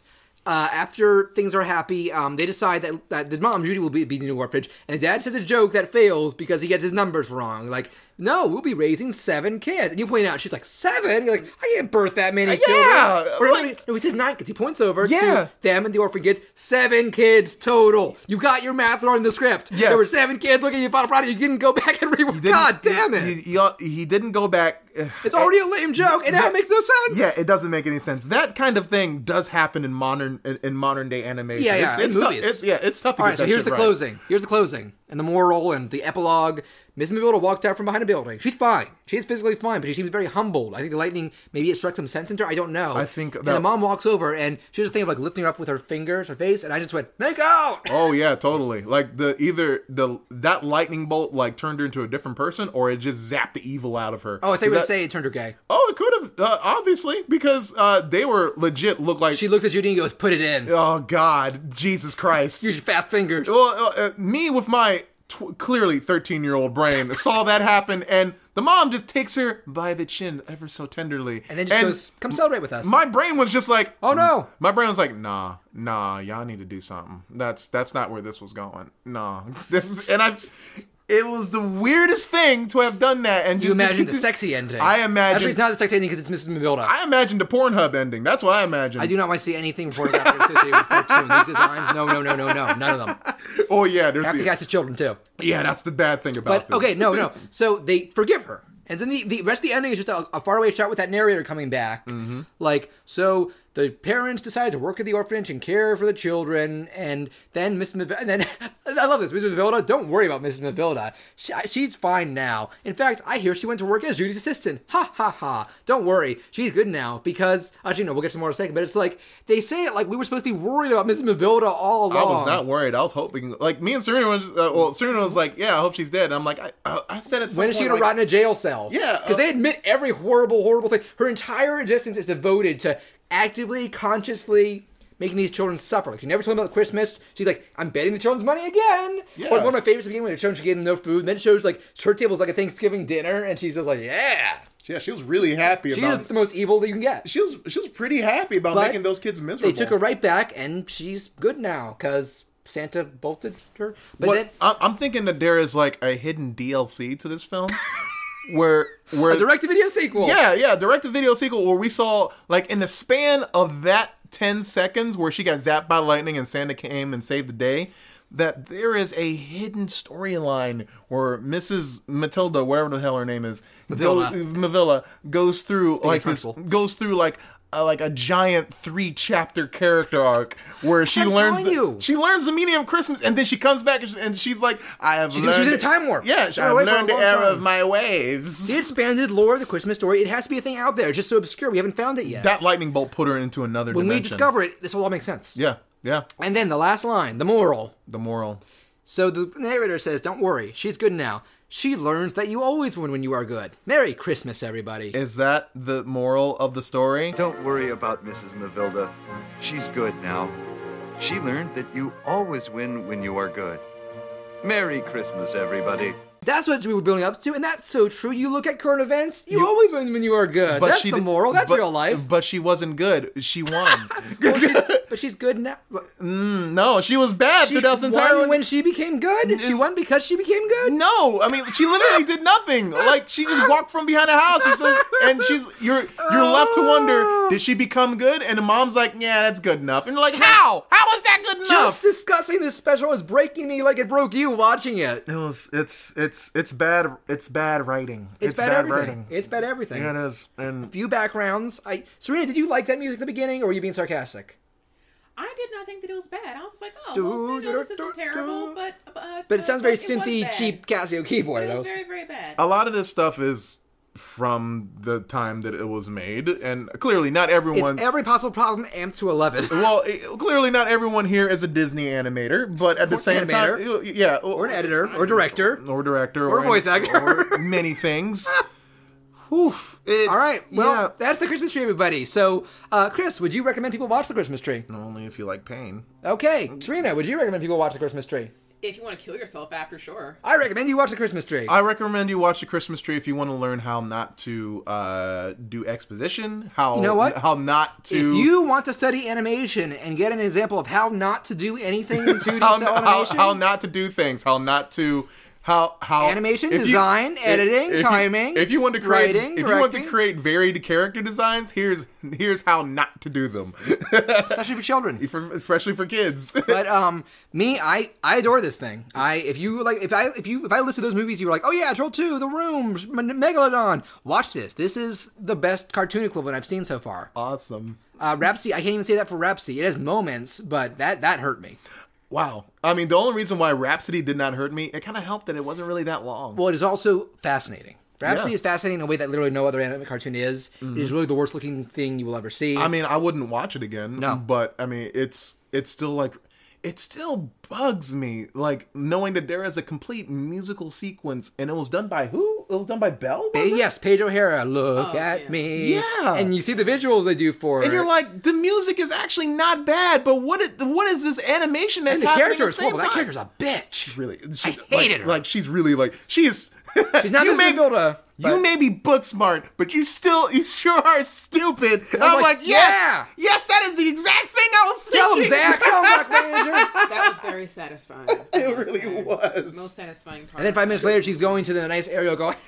Speaker 1: Uh, after things are happy, um, they decide that, that the mom Judy will be, be the new orphanage, and dad says a joke that fails because he gets his numbers wrong. Like, no, we'll be raising seven kids, and you point out she's like seven. You're like, I can't birth that many children.
Speaker 2: Uh, yeah,
Speaker 1: or, no,
Speaker 2: like-
Speaker 1: no, no, he says nine kids. He points over
Speaker 2: Yeah.
Speaker 1: to them and the orphan kids, seven kids total. You got your math wrong in the script.
Speaker 2: Yes.
Speaker 1: there were seven kids looking at your final product. You didn't go back and rework.
Speaker 2: Didn't-
Speaker 1: God damn it!
Speaker 2: He, he, he didn't go back.
Speaker 1: it's already a lame joke, and now
Speaker 2: Yeah.
Speaker 1: it makes no sense.
Speaker 2: Yeah, it doesn't make any sense. That kind of thing does happen in modern in, in modern day animation.
Speaker 1: Yeah, yeah,
Speaker 2: it's,
Speaker 1: in
Speaker 2: it's tough.
Speaker 1: movies.
Speaker 2: It's yeah, it's tough to
Speaker 1: All
Speaker 2: get
Speaker 1: right,
Speaker 2: that
Speaker 1: so here's
Speaker 2: shit
Speaker 1: the
Speaker 2: right.
Speaker 1: closing. Here's the closing and the moral and the epilogue. Miss Mavilda walked out from behind a building. She's fine. She is physically fine, but she seems very humbled. I think the lightning maybe it struck some sense into her. I don't know.
Speaker 2: I think
Speaker 1: And
Speaker 2: that-
Speaker 1: the mom walks over and she does a thing of like lifting her up with her fingers, her face, and I just went make out.
Speaker 2: Oh yeah, totally. Like the either the that lightning bolt like turned her into a different person, or it just zapped the evil out of her.
Speaker 1: Oh, I think
Speaker 2: Is
Speaker 1: we
Speaker 2: that-
Speaker 1: would say it turned her gay.
Speaker 2: Oh, it could have uh, obviously because uh, they were legit. Look like
Speaker 1: She looks at Judy and goes, "Put it in."
Speaker 2: Oh God, Jesus Christ! Oh,
Speaker 1: Use your fast fingers.
Speaker 2: well, uh, uh, me with my tw- clearly 13 year old brain saw that happen, and the mom just takes her by the chin ever so tenderly.
Speaker 1: And then just goes, come celebrate with us.
Speaker 2: My brain was just like,
Speaker 1: Oh, no.
Speaker 2: My brain was like, nah, nah, y'all need to do something. That's that's not where this was going. Nah, This- and I, it was the weirdest thing to have done that. And
Speaker 1: you
Speaker 2: just
Speaker 1: imagine the
Speaker 2: continue-
Speaker 1: sexy ending.
Speaker 2: I imagine-
Speaker 1: Actually, it's not the sexy ending because it's Mrs. Mabilda. I,
Speaker 2: I imagined a Pornhub ending. That's what I imagined.
Speaker 1: do not want to see anything pornographic associated with cartoon. These designs, no, no, no, no, no, none of them.
Speaker 2: Oh yeah, there's
Speaker 1: Half the
Speaker 2: the,
Speaker 1: cast is children too.
Speaker 2: yeah. That's the bad thing
Speaker 1: But
Speaker 2: about this.
Speaker 1: okay, no, no. So they forgive her, and then the, the rest of the ending is just a, a faraway shot with that narrator coming back.
Speaker 2: Mm-hmm.
Speaker 1: Like, so the parents decide to work at the orphanage and care for the children, and then Miss Mav- and then I love this Miss Mavilda. Don't worry about Miss Mavilda. She, I- she's fine now. In fact, I hear she went to work as Judy's assistant. Ha ha ha. Don't worry, she's good now because actually no, we'll get to more in a second. But it's like they say it like we were supposed to be worried about Miss Mavilda all along.
Speaker 2: I was not worried. I was hoping, like me and Serena, were just, uh, well, Serena was like, "Yeah, I hope she's dead." And I'm like, "I, I, I said it."
Speaker 1: When is she gonna
Speaker 2: like,
Speaker 1: rot in a jail cell?
Speaker 2: Yeah,
Speaker 1: because
Speaker 2: uh,
Speaker 1: they admit every horrible, horrible thing. Her entire existence is devoted to actively, consciously making these children suffer. Like she never told them about Christmas. She's like, I'm betting the children's money again.
Speaker 2: Yeah.
Speaker 1: Or one of my favorites beginning when the children she gave them no food. And then it shows like her table is like a Thanksgiving dinner, and she's just like, yeah,
Speaker 2: Yeah, she was really happy
Speaker 1: she
Speaker 2: about.
Speaker 1: is the most evil that you can get.
Speaker 2: she was she was pretty happy about
Speaker 1: But
Speaker 2: making those kids miserable.
Speaker 1: They took her right back, and she's good now because Santa bolted her. But
Speaker 2: What-
Speaker 1: then.
Speaker 2: I, I'm thinking that there is like a hidden DLC to this film, where where
Speaker 1: A direct-to-video sequel.
Speaker 2: Yeah, yeah, direct to video sequel where we saw like in the span of that ten seconds where she got zapped by lightning and Santa came and saved the day. That there is a hidden storyline where Mrs. Matilda, whatever the hell her name is,
Speaker 1: Mavilla.
Speaker 2: go- Mavilla goes through like this,
Speaker 1: truthful.
Speaker 2: goes through like a, like a giant three chapter character arc where she
Speaker 1: I'm
Speaker 2: learns
Speaker 1: telling
Speaker 2: the,
Speaker 1: you.
Speaker 2: she learns the meaning of Christmas and then she comes back and, she- and she's like, I have
Speaker 1: She's- she was
Speaker 2: learned
Speaker 1: in a time warp.
Speaker 2: Yeah,
Speaker 1: She's been
Speaker 2: I've
Speaker 1: away for a
Speaker 2: learned the
Speaker 1: long
Speaker 2: error
Speaker 1: time.
Speaker 2: of my ways.
Speaker 1: The expanded lore of the Christmas story, it has to be a thing out there. It's just so obscure, we haven't found it yet.
Speaker 2: That lightning bolt put her into another
Speaker 1: when we
Speaker 2: dimension.
Speaker 1: discover it, this will all make sense.
Speaker 2: Yeah, yeah.
Speaker 1: And then the last line, the moral.
Speaker 2: The moral.
Speaker 1: So the narrator says, Don't worry, she's good now. She learns that you always win when you are good. Merry Christmas, everybody.
Speaker 2: Is that the moral of the story?
Speaker 5: Don't worry about Mrs. Mavilda. She's good now. She learned that you always win when you are good. Merry Christmas, everybody.
Speaker 1: That's what we were building up to, and that's so true. You look at current events, you, always win when you are good. that's the
Speaker 2: di-
Speaker 1: moral, that's
Speaker 2: but-
Speaker 1: real life.
Speaker 2: But she wasn't good. She won.
Speaker 1: Well, she's- but she's good now.
Speaker 2: no, she was bad
Speaker 1: She
Speaker 2: through that entire.
Speaker 1: won when she became good. She won because she became good.
Speaker 2: no, I mean she literally did nothing. Like she just walked from behind a house, She's like- and she's you're you're left to
Speaker 1: Oh.
Speaker 2: wonder did she become good? And the mom's like, yeah, that's good enough. And you're like, how? How is that good enough?
Speaker 1: Just discussing this special is breaking me like it broke you watching it.
Speaker 2: it was it's it's it's bad it's bad writing.
Speaker 1: It's, bad, everything. It's bad everything.
Speaker 2: Yeah, it is. And
Speaker 1: few backgrounds. I Serena, did you like that music at the beginning, or were you being sarcastic?
Speaker 7: I did not think that it was bad. I was just like, oh, well, I know this isn't terrible, but uh,
Speaker 1: But it sounds very
Speaker 7: but was
Speaker 1: synthy,
Speaker 7: bad.
Speaker 1: cheap Casio keyboard.
Speaker 7: It
Speaker 1: That
Speaker 7: was
Speaker 1: was- Oh.
Speaker 7: very, very bad.
Speaker 2: a lot of this stuff is from the time that it was made, and clearly not everyone.
Speaker 1: It's every possible problem amped to eleven.
Speaker 2: well, it- clearly not everyone here is a Disney animator, but at the same
Speaker 1: animator.
Speaker 2: time, yeah,
Speaker 1: or an editor, or director.
Speaker 2: or director,
Speaker 1: Or voice actor.
Speaker 2: or many things. Whew, it's-
Speaker 1: All right. Well,
Speaker 2: yeah.
Speaker 1: that's the Christmas tree, everybody. So, uh, Chris, would you recommend people watch the Christmas tree?
Speaker 2: only if you like pain.
Speaker 1: Okay, Serena, would you recommend people watch the Christmas tree?
Speaker 7: if you want to kill yourself after, sure.
Speaker 1: I recommend you watch the Christmas tree.
Speaker 2: I recommend you watch The Christmas Tree if you want to learn how not to uh, do exposition, how
Speaker 1: You know what?
Speaker 2: how not to
Speaker 1: if you want to study animation and get an example of how not to do anything in 2D
Speaker 2: how,
Speaker 1: cell
Speaker 2: how,
Speaker 1: animation,
Speaker 2: how not to do things, how not to how how
Speaker 1: Animation,
Speaker 2: if you-
Speaker 1: design,
Speaker 2: if-
Speaker 1: editing,
Speaker 2: if you-
Speaker 1: timing,
Speaker 2: If you want to create,
Speaker 1: writing,
Speaker 2: if you want to
Speaker 1: directing.
Speaker 2: create varied character designs, here's here's how not to do them,
Speaker 1: especially for children.
Speaker 2: For- especially for kids.
Speaker 1: but um me i i adore this thing i if you like if i if you if i listed those movies you were like oh yeah troll 2 the room M- megalodon watch this this is the best cartoon equivalent i've seen so far
Speaker 2: awesome.
Speaker 1: uh rhapsody i can't even say that for rhapsody it has moments but that that hurt me
Speaker 2: Wow. I mean, the only reason why Rhapsody did not hurt me, it kind of helped that it wasn't really that long.
Speaker 1: well it is also fascinating rhapsody
Speaker 2: Yeah. Mm-hmm.
Speaker 1: is fascinating in a way that literally no other anime cartoon is it is really the worst looking thing you will ever see
Speaker 2: I mean, I wouldn't watch it again.
Speaker 1: No.
Speaker 2: but I mean, it's it's still like it still bugs me, like knowing that there is a complete musical sequence and it was done by who?
Speaker 9: it was done by Bell.
Speaker 1: Ba-
Speaker 9: was it?
Speaker 1: yes, Paige O'Hara, look
Speaker 7: Oh,
Speaker 1: at
Speaker 7: yeah.
Speaker 1: me.
Speaker 9: Yeah.
Speaker 1: And you see the visuals they do for
Speaker 2: And
Speaker 1: it.
Speaker 2: you're like, the music is actually not bad, but what is, what is this animation that's
Speaker 1: and the
Speaker 2: happening
Speaker 1: character
Speaker 2: at the
Speaker 1: is horrible.
Speaker 2: same
Speaker 1: That
Speaker 2: time?
Speaker 1: character's a bitch.
Speaker 9: really. She, like,
Speaker 1: hated her.
Speaker 9: Like she's really like she is.
Speaker 1: She's not
Speaker 2: You
Speaker 1: this
Speaker 2: may-
Speaker 1: Matilda,
Speaker 2: you
Speaker 1: but-
Speaker 2: may be book smart, but you still you sure are stupid. And
Speaker 1: I'm
Speaker 2: I'm,
Speaker 1: like,
Speaker 2: like,
Speaker 1: yeah.
Speaker 2: yes, yes, that is the exact thing I was
Speaker 1: Tell
Speaker 2: thinking.
Speaker 1: him, Zach. Tell him, Black Manager.
Speaker 7: That was very satisfying.
Speaker 9: It really was.
Speaker 7: Most satisfying part.
Speaker 1: And then five minutes later, she's going to the nice area going,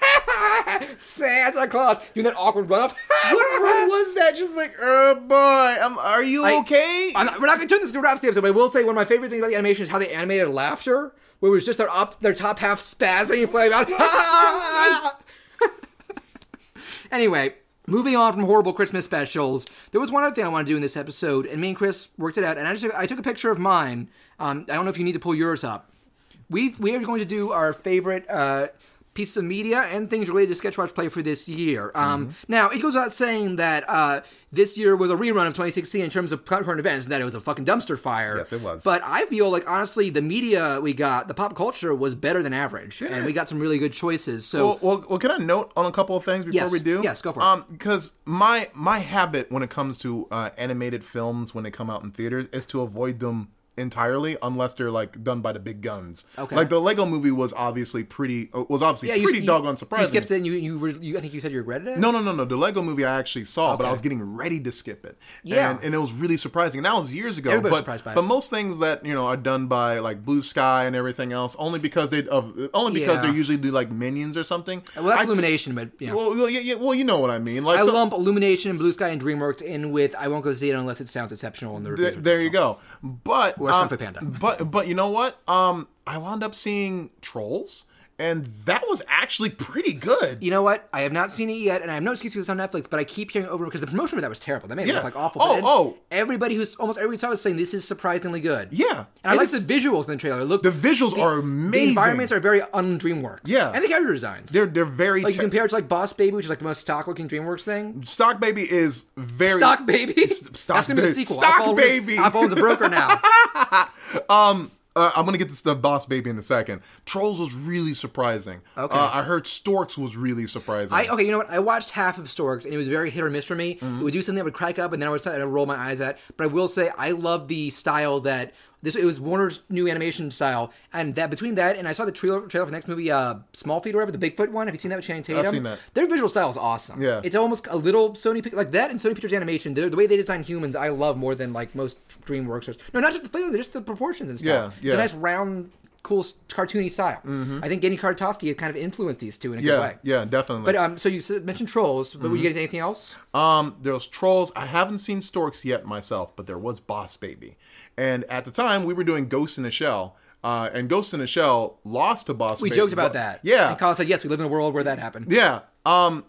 Speaker 1: Santa Claus. Doing that awkward run up.
Speaker 2: What, what was that? She's like, uh, boy, um, are you
Speaker 1: Like,
Speaker 2: okay?
Speaker 1: I'm not, we're not going to turn this into a rap episode, but I will say one of my favorite things about the animation is how they animated laughter, where it was just their up, their top half spazzing and flying out. anyway, moving on from horrible Christmas specials, there was one other thing I want to do in this episode, and me and Chris worked it out, and I just took, I took a picture of mine. Um, I don't know if you need to pull yours up. We we are going to do our favorite uh, pieces of media and things related to Sketch Watch Play for this year. Um,
Speaker 2: Mm-hmm.
Speaker 1: Now it goes without saying that uh, this year was a rerun of 2016 in terms of current events, and that it was a fucking dumpster fire.
Speaker 9: Yes, it was.
Speaker 1: But I feel like honestly, the media we got, the pop culture was better than average, and we got some really good choices. So
Speaker 2: well, well, well, can I note on a couple of things before
Speaker 1: Yes.
Speaker 2: we do?
Speaker 1: Yes, go for it.
Speaker 2: Um, because my my habit when it comes to uh, animated films when they come out in theaters is to avoid them entirely unless they're like done by the big guns.
Speaker 1: Okay.
Speaker 2: Like the Lego Movie was obviously pretty uh, was obviously
Speaker 1: yeah, you,
Speaker 2: pretty
Speaker 1: you-
Speaker 2: doggone surprising.
Speaker 1: You skipped it, and you you, were, you I think you said you regretted it.
Speaker 2: No, no, no, no. The Lego movie I actually saw, but I
Speaker 1: Okay.
Speaker 2: was getting ready to skip it.
Speaker 1: Yeah.
Speaker 2: And, and it was really surprising. And that was years ago.
Speaker 1: Everybody was
Speaker 2: but,
Speaker 1: surprised by it.
Speaker 2: But most things that, you know, are done by like Blue Sky and everything else, only because they of only because
Speaker 1: Yeah.
Speaker 2: they're usually do like minions or something.
Speaker 1: Well, that's
Speaker 2: I t-
Speaker 1: Illumination, but yeah.
Speaker 2: Well, well, yeah, yeah, well, you know what I mean. Like
Speaker 1: I
Speaker 2: so-
Speaker 1: lump Illumination and Blue Sky and DreamWorks in with I won't go see it unless it sounds exceptional in the
Speaker 2: Th-
Speaker 1: reviews. are
Speaker 2: there you
Speaker 1: exceptional.
Speaker 2: go. But
Speaker 1: Or Kung Fu
Speaker 2: um,
Speaker 1: Panda.
Speaker 2: but but you know what? Um, I wound up seeing Trolls, and that was actually pretty good.
Speaker 1: You know what? I have not seen it yet, and I have no excuse because it's on Netflix. But I keep hearing over because the promotion for that was terrible. That made it
Speaker 2: Yeah.
Speaker 1: look like awful. but
Speaker 2: Oh,
Speaker 1: then
Speaker 2: oh.
Speaker 1: Everybody who's almost every time I was saying this is surprisingly good.
Speaker 2: Yeah,
Speaker 1: and I
Speaker 2: It
Speaker 1: like
Speaker 2: is-
Speaker 1: the visuals in the trailer. It looked
Speaker 2: The visuals are amazing.
Speaker 1: The environments are very un DreamWorks.
Speaker 2: Yeah.
Speaker 1: and the character designs.
Speaker 2: They're they're very
Speaker 1: like you
Speaker 2: te-
Speaker 1: compare it to like Boss Baby, which is like the most stock looking DreamWorks thing.
Speaker 2: Stock Baby is very
Speaker 1: Stock Baby.
Speaker 2: Stock
Speaker 1: That's gonna be the
Speaker 2: Baby.
Speaker 1: sequel.
Speaker 2: Stock
Speaker 1: iPhone-
Speaker 2: Baby.
Speaker 1: iPhone's a broker now.
Speaker 2: Uh, I'm gonna get this to Boss Baby in a second. Trolls was really surprising. Okay, uh, I heard Storks was really surprising.
Speaker 1: I, oh, okay, you know what? I watched half of Storks, and it was very hit or miss for me.
Speaker 2: Mm-hmm.
Speaker 1: It would do something that would crack up, and then I would start to roll my eyes at. But I will say, I love the style that this. It was Warner's new animation style, and that between that and I saw the trailer, trailer for the next movie, uh, Small Feet or whatever, the Bigfoot one. Have you seen that with Channing Tatum?
Speaker 2: seen that.
Speaker 1: Their visual style is awesome.
Speaker 2: Yeah.
Speaker 1: it's almost a little Sony Pic- like that and Sony Pictures animation. they're- The way they design humans, I love more than like most DreamWorks. Or, no, not just the film, just the proportions and stuff.
Speaker 2: Yeah,
Speaker 1: It's
Speaker 2: yeah. Mm-hmm.
Speaker 1: a nice round. Cool s- cartoony style. I think Genny Kartowski has kind of influenced these two in a good
Speaker 2: yeah,
Speaker 1: way.
Speaker 2: yeah, definitely.
Speaker 1: But um, so you s- mentioned trolls, but were
Speaker 2: Mm-hmm.
Speaker 1: you getting anything else?
Speaker 2: Um, there's trolls. I haven't seen storks yet myself, but there was Boss Baby, and at the time we were doing Ghost in a Shell, uh, and Ghost in a Shell lost to Boss.
Speaker 1: we
Speaker 2: Baby.
Speaker 1: joked about
Speaker 2: But-
Speaker 1: that.
Speaker 2: Yeah,
Speaker 1: And Colin said, yes, we live in a world where that happened.
Speaker 2: yeah. Um,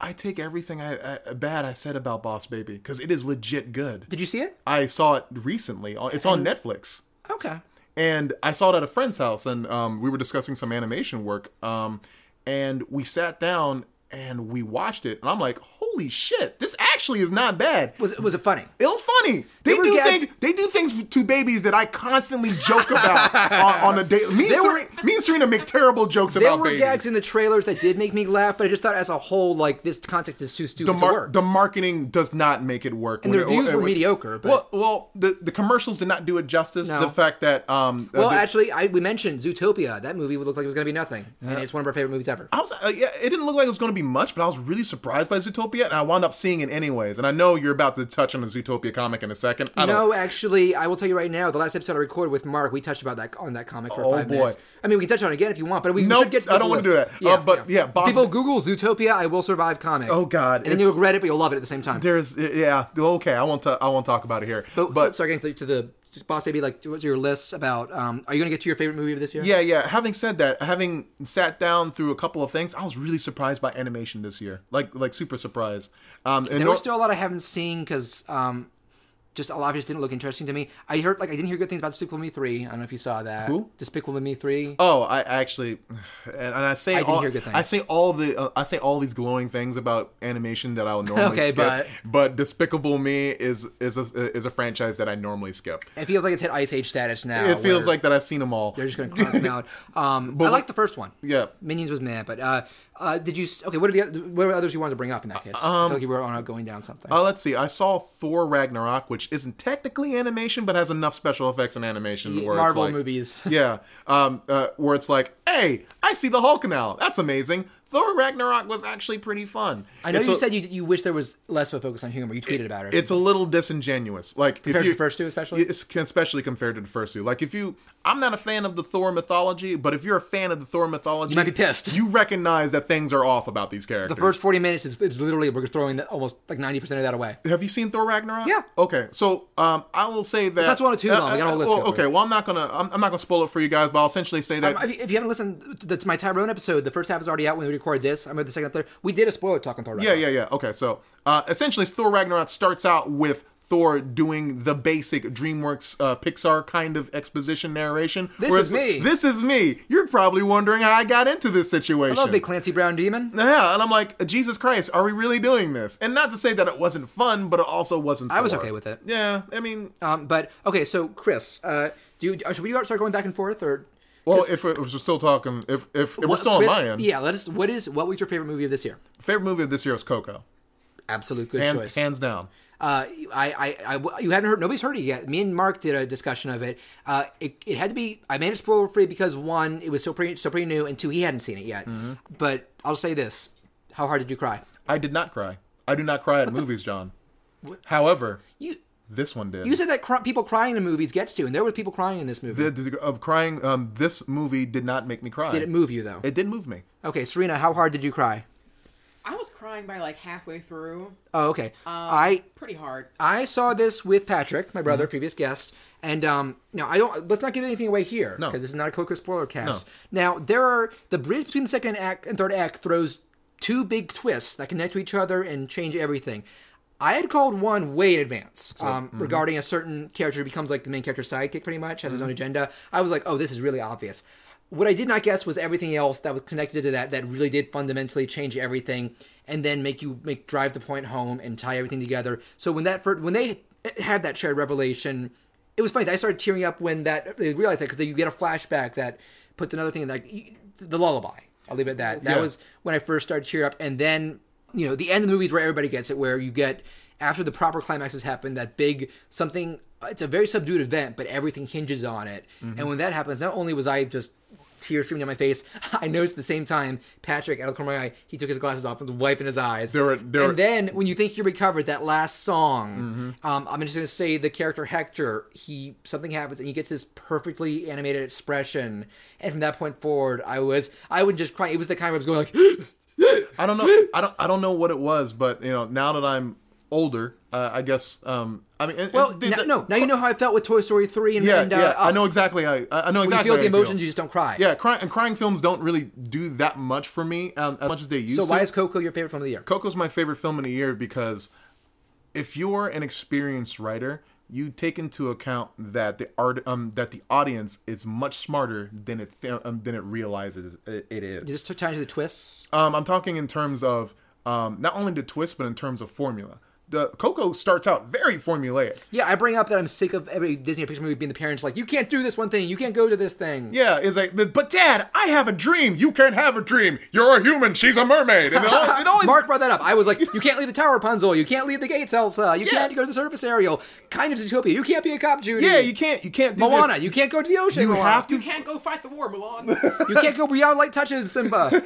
Speaker 2: I take everything I, I bad I said about Boss Baby because it is legit good.
Speaker 1: Did you see it?
Speaker 2: I saw it recently. Uh, It's on Netflix.
Speaker 1: Okay.
Speaker 2: and I saw it at a friend's house, and um, we were discussing some animation work. Um, and we sat down and we watched it, and I'm like, "Holy shit, this actually is not bad."
Speaker 1: Was it was it funny?
Speaker 2: It was funny. They
Speaker 1: were
Speaker 2: do
Speaker 1: guys-
Speaker 2: things. They do things to babies that I constantly joke about on, on a day. Me and,
Speaker 1: There were-
Speaker 2: Serena, me and Serena make terrible jokes
Speaker 1: There
Speaker 2: about
Speaker 1: were
Speaker 2: babies.
Speaker 1: gags in the trailers that did make me laugh, but I just thought as a whole, like this context is too
Speaker 2: the,
Speaker 1: stupid to
Speaker 2: mar-
Speaker 1: work.
Speaker 2: the marketing does not make it work.
Speaker 1: And
Speaker 2: when
Speaker 1: the
Speaker 2: it-
Speaker 1: reviews
Speaker 2: when-
Speaker 1: were mediocre, but-
Speaker 2: well, well, the, the commercials did not do it justice.
Speaker 1: No.
Speaker 2: The fact that um, uh,
Speaker 1: well,
Speaker 2: the-
Speaker 1: actually, I, we mentioned Zootopia. That movie would look like it was going to be nothing, and it's one of our favorite movies ever.
Speaker 2: I was, uh, yeah, it didn't look like it was going to be much, but I was really surprised by Zootopia, and I wound up seeing it anyways. And I know you're about to touch on the Zootopia comic in a second. I don't,
Speaker 1: No, actually, I will tell you right now. The last episode I recorded with Mark, we touched about that on that comic for
Speaker 2: Oh,
Speaker 1: five
Speaker 2: boy.
Speaker 1: minutes. I mean, we can touch on it again if you want, but we
Speaker 2: Nope,
Speaker 1: should get. To
Speaker 2: I
Speaker 1: this
Speaker 2: don't wanna
Speaker 1: list.
Speaker 2: do that. Uh, but, yeah, Bos-
Speaker 1: people Google Zootopia. I will survive comic.
Speaker 2: Oh, God,
Speaker 1: And then
Speaker 2: it's-
Speaker 1: you'll regret it, but you'll love it at the same time.
Speaker 2: there's yeah, okay. I won't. ta- I won't talk about it here.
Speaker 1: But,
Speaker 2: But,
Speaker 1: sorry, getting to the to Boss Baby, like what's your list about? Um, are you going to get to your favorite movie of this year?
Speaker 2: yeah, yeah. Having said that, having sat down through a couple of things, I was really surprised by animation this year. Like, like super surprised. Um, and
Speaker 1: there
Speaker 2: no-
Speaker 1: were still a lot I haven't seen because um, Just a lot of it just didn't look interesting to me. I heard like I didn't hear good things about Despicable Me three. I don't know if you saw that.
Speaker 2: Who?
Speaker 1: Despicable Me three.
Speaker 2: Oh, I actually, and, and I say
Speaker 1: I didn't
Speaker 2: all,
Speaker 1: hear good things.
Speaker 2: I say all the uh, I say all these glowing things about animation that I'll normally
Speaker 1: Okay,
Speaker 2: skip.
Speaker 1: but-
Speaker 2: but Despicable Me is is a, is a franchise that I normally skip.
Speaker 1: It feels like it's hit Ice Age status now.
Speaker 2: it feels
Speaker 1: where
Speaker 2: like that I've seen them all.
Speaker 1: they're just gonna cross them out. Um, I like the first one.
Speaker 2: yeah.
Speaker 1: Minions was mad, but uh, uh, did you? s- Okay, what are the oth- what are the others you wanted to bring up in that case? I feel like you were on a going down something.
Speaker 2: um, Uh, let's see. I saw Thor Ragnarok, which isn't technically animation, but has enough special effects and animation
Speaker 1: The
Speaker 2: where
Speaker 1: Marvel
Speaker 2: it's like,
Speaker 1: movies.
Speaker 2: yeah, um, uh, where it's like, hey, I see the Hulk now. That's amazing. Thor Ragnarok was actually pretty fun.
Speaker 1: I know
Speaker 2: It's
Speaker 1: you
Speaker 2: a-
Speaker 1: said you you wish there was less of a focus on humor. You tweeted about it.
Speaker 2: it's a little disingenuous. Like
Speaker 1: Compared
Speaker 2: if
Speaker 1: to
Speaker 2: you,
Speaker 1: the first two, especially?
Speaker 2: Yes, especially compared to the first two. Like if you, I'm not a fan of the Thor mythology, but if you're a fan of the Thor mythology,
Speaker 1: You might be pissed.
Speaker 2: You recognize that things are off about these characters.
Speaker 1: the first forty minutes is it's literally we're throwing the, almost like ninety percent of that away.
Speaker 2: Have you seen Thor Ragnarok?
Speaker 1: Yeah.
Speaker 2: Okay, so um, I will say that
Speaker 1: not one or two, though. We got a whole list
Speaker 2: well,
Speaker 1: to go
Speaker 2: okay,
Speaker 1: through.
Speaker 2: well I'm not gonna I'm, I'm not gonna spoil it for you guys, but I'll essentially say that
Speaker 1: Um, if, you- if you haven't listened, that's my Tyrone episode. The first half is already out when we record this. I am at the second, and third. We did a spoiler talk on Thor.
Speaker 2: Yeah, yeah, yeah. Okay, so uh, essentially, Thor Ragnarok starts out with Thor doing the basic DreamWorks uh, Pixar kind of exposition narration.
Speaker 1: This
Speaker 2: where
Speaker 1: is
Speaker 2: it's-
Speaker 1: me.
Speaker 2: This is me. You're probably wondering how I got into this situation.
Speaker 1: I love Big Clancy Brown Demon.
Speaker 2: yeah, and I'm like, Jesus Christ, are we really doing this? And not to say that it wasn't fun, but it also wasn't.
Speaker 1: I was
Speaker 2: Thor.
Speaker 1: okay with it.
Speaker 2: Yeah, I mean,
Speaker 1: Um, but okay, so Chris, uh, do you, should we start going back and forth or?
Speaker 2: well, if we're, if we're still talking, if if, if we're
Speaker 1: What-
Speaker 2: still on
Speaker 1: Chris-
Speaker 2: my end,
Speaker 1: Yeah, let us. What is what was your favorite movie of this year?
Speaker 2: favorite movie of this year was Coco,
Speaker 1: Absolute good
Speaker 2: hands
Speaker 1: choice.
Speaker 2: hands down.
Speaker 1: uh, I, I, I, you haven't heard. Nobody's heard it yet. Me and Mark did a discussion of it. Uh, it, it had to be. I made it spoiler free because one, it was so pretty, so pretty new, and two, he hadn't seen it yet.
Speaker 2: Mm-hmm.
Speaker 1: But I'll say this: How hard did you cry?
Speaker 2: I did not cry. I do not cry at movies, John. However,
Speaker 1: You,
Speaker 2: this one did.
Speaker 1: you said that cr- people crying in movies gets to, and there were people crying in this movie.
Speaker 2: the, the- of crying. Um, this movie did not make me cry.
Speaker 1: did it move you though?
Speaker 2: It did move me.
Speaker 1: okay, Serena, how hard did you cry?
Speaker 7: I was crying by like halfway through.
Speaker 1: Oh, okay. I
Speaker 7: Pretty hard.
Speaker 1: I saw this with Patrick, my brother, previous guest, and um, now I don't. Let's not give anything away here because
Speaker 2: No.
Speaker 1: this is not a Coco spoiler cast. Now there are the bridge between the second act and third act throws two big twists that connect to each other and change everything. I had called one way in advance um, regarding a certain character who becomes like the main character's sidekick, pretty much has his own agenda. I was like, oh, this is really obvious. What I did not guess was everything else that was connected to that that really did fundamentally change everything and then make you make drive the point home and tie everything together. So when that first, when they had that shared revelation, it was funny. I started tearing up when that they realized that because you get a flashback that puts another thing in, like y- the lullaby. I'll leave it at that. That
Speaker 2: Yeah.
Speaker 1: was when I first started tearing up, and then you know the end of the movie is where everybody gets it, where you get after the proper climax has happened, that big something. It's a very subdued event, but everything hinges on it.
Speaker 2: Mm-hmm.
Speaker 1: And when that happens, not only was I just tears streaming down my face, I noticed at the same time Patrick out of the corner of my eye, he took his glasses off and was wiping his eyes.
Speaker 2: There were- there
Speaker 1: and
Speaker 2: were-
Speaker 1: then when you think you recovered that last song,
Speaker 2: Mm-hmm.
Speaker 1: um, I'm just going to say the character Hector. He something happens and he gets this perfectly animated expression, and from that point forward, I was I would just cry. It was the kind where I was going like.
Speaker 2: I don't know. I don't. I don't know what it was, but you know, now that I'm older, uh, I guess. Um, I mean, and-
Speaker 1: Well,
Speaker 2: and the-
Speaker 1: no,
Speaker 2: the-
Speaker 1: no. Now you know how I felt with Toy Story three and
Speaker 2: Yeah,
Speaker 1: and, uh,
Speaker 2: yeah. I
Speaker 1: Up.
Speaker 2: know exactly. how I, I know
Speaker 1: When you
Speaker 2: exactly.
Speaker 1: feel
Speaker 2: how
Speaker 1: the
Speaker 2: you feel.
Speaker 1: emotions, you just don't cry.
Speaker 2: Yeah, crying and crying films don't really do that much for me um, as much as they used
Speaker 1: So
Speaker 2: to.
Speaker 1: why is Coco your favorite film of the year?
Speaker 2: Coco's my favorite film of the year because if you're an experienced writer, you take into account that the art um that the audience is much smarter than it th- um, than it realizes it, it is.
Speaker 1: Is this took time to the twists?
Speaker 2: Um, I'm talking in terms of um not only the twist but in terms of formula. The Coco starts out very formulaic.
Speaker 1: Yeah, I bring up that I'm sick of every Disney or Pixar movie being the parents like, you can't do this one thing, you can't go to this thing.
Speaker 2: Yeah, it's like, but Dad, I have a dream. You can't have a dream. You're a human. She's a mermaid. And it al- it always
Speaker 1: Mark brought that up. I was like, you can't leave the tower, Rapunzel. You can't leave the gates, Elsa. You can't go to the surface aerial. Kind of Zootopia. You can't be a cop, Judy.
Speaker 2: Yeah, you can't. You can't do
Speaker 1: Moana.
Speaker 2: this.
Speaker 1: You can't go to the ocean.
Speaker 2: You
Speaker 1: Moana.
Speaker 2: have
Speaker 7: You
Speaker 2: to.
Speaker 7: can't go fight the war, Mulan.
Speaker 1: You can't go beyond light touches, Simba.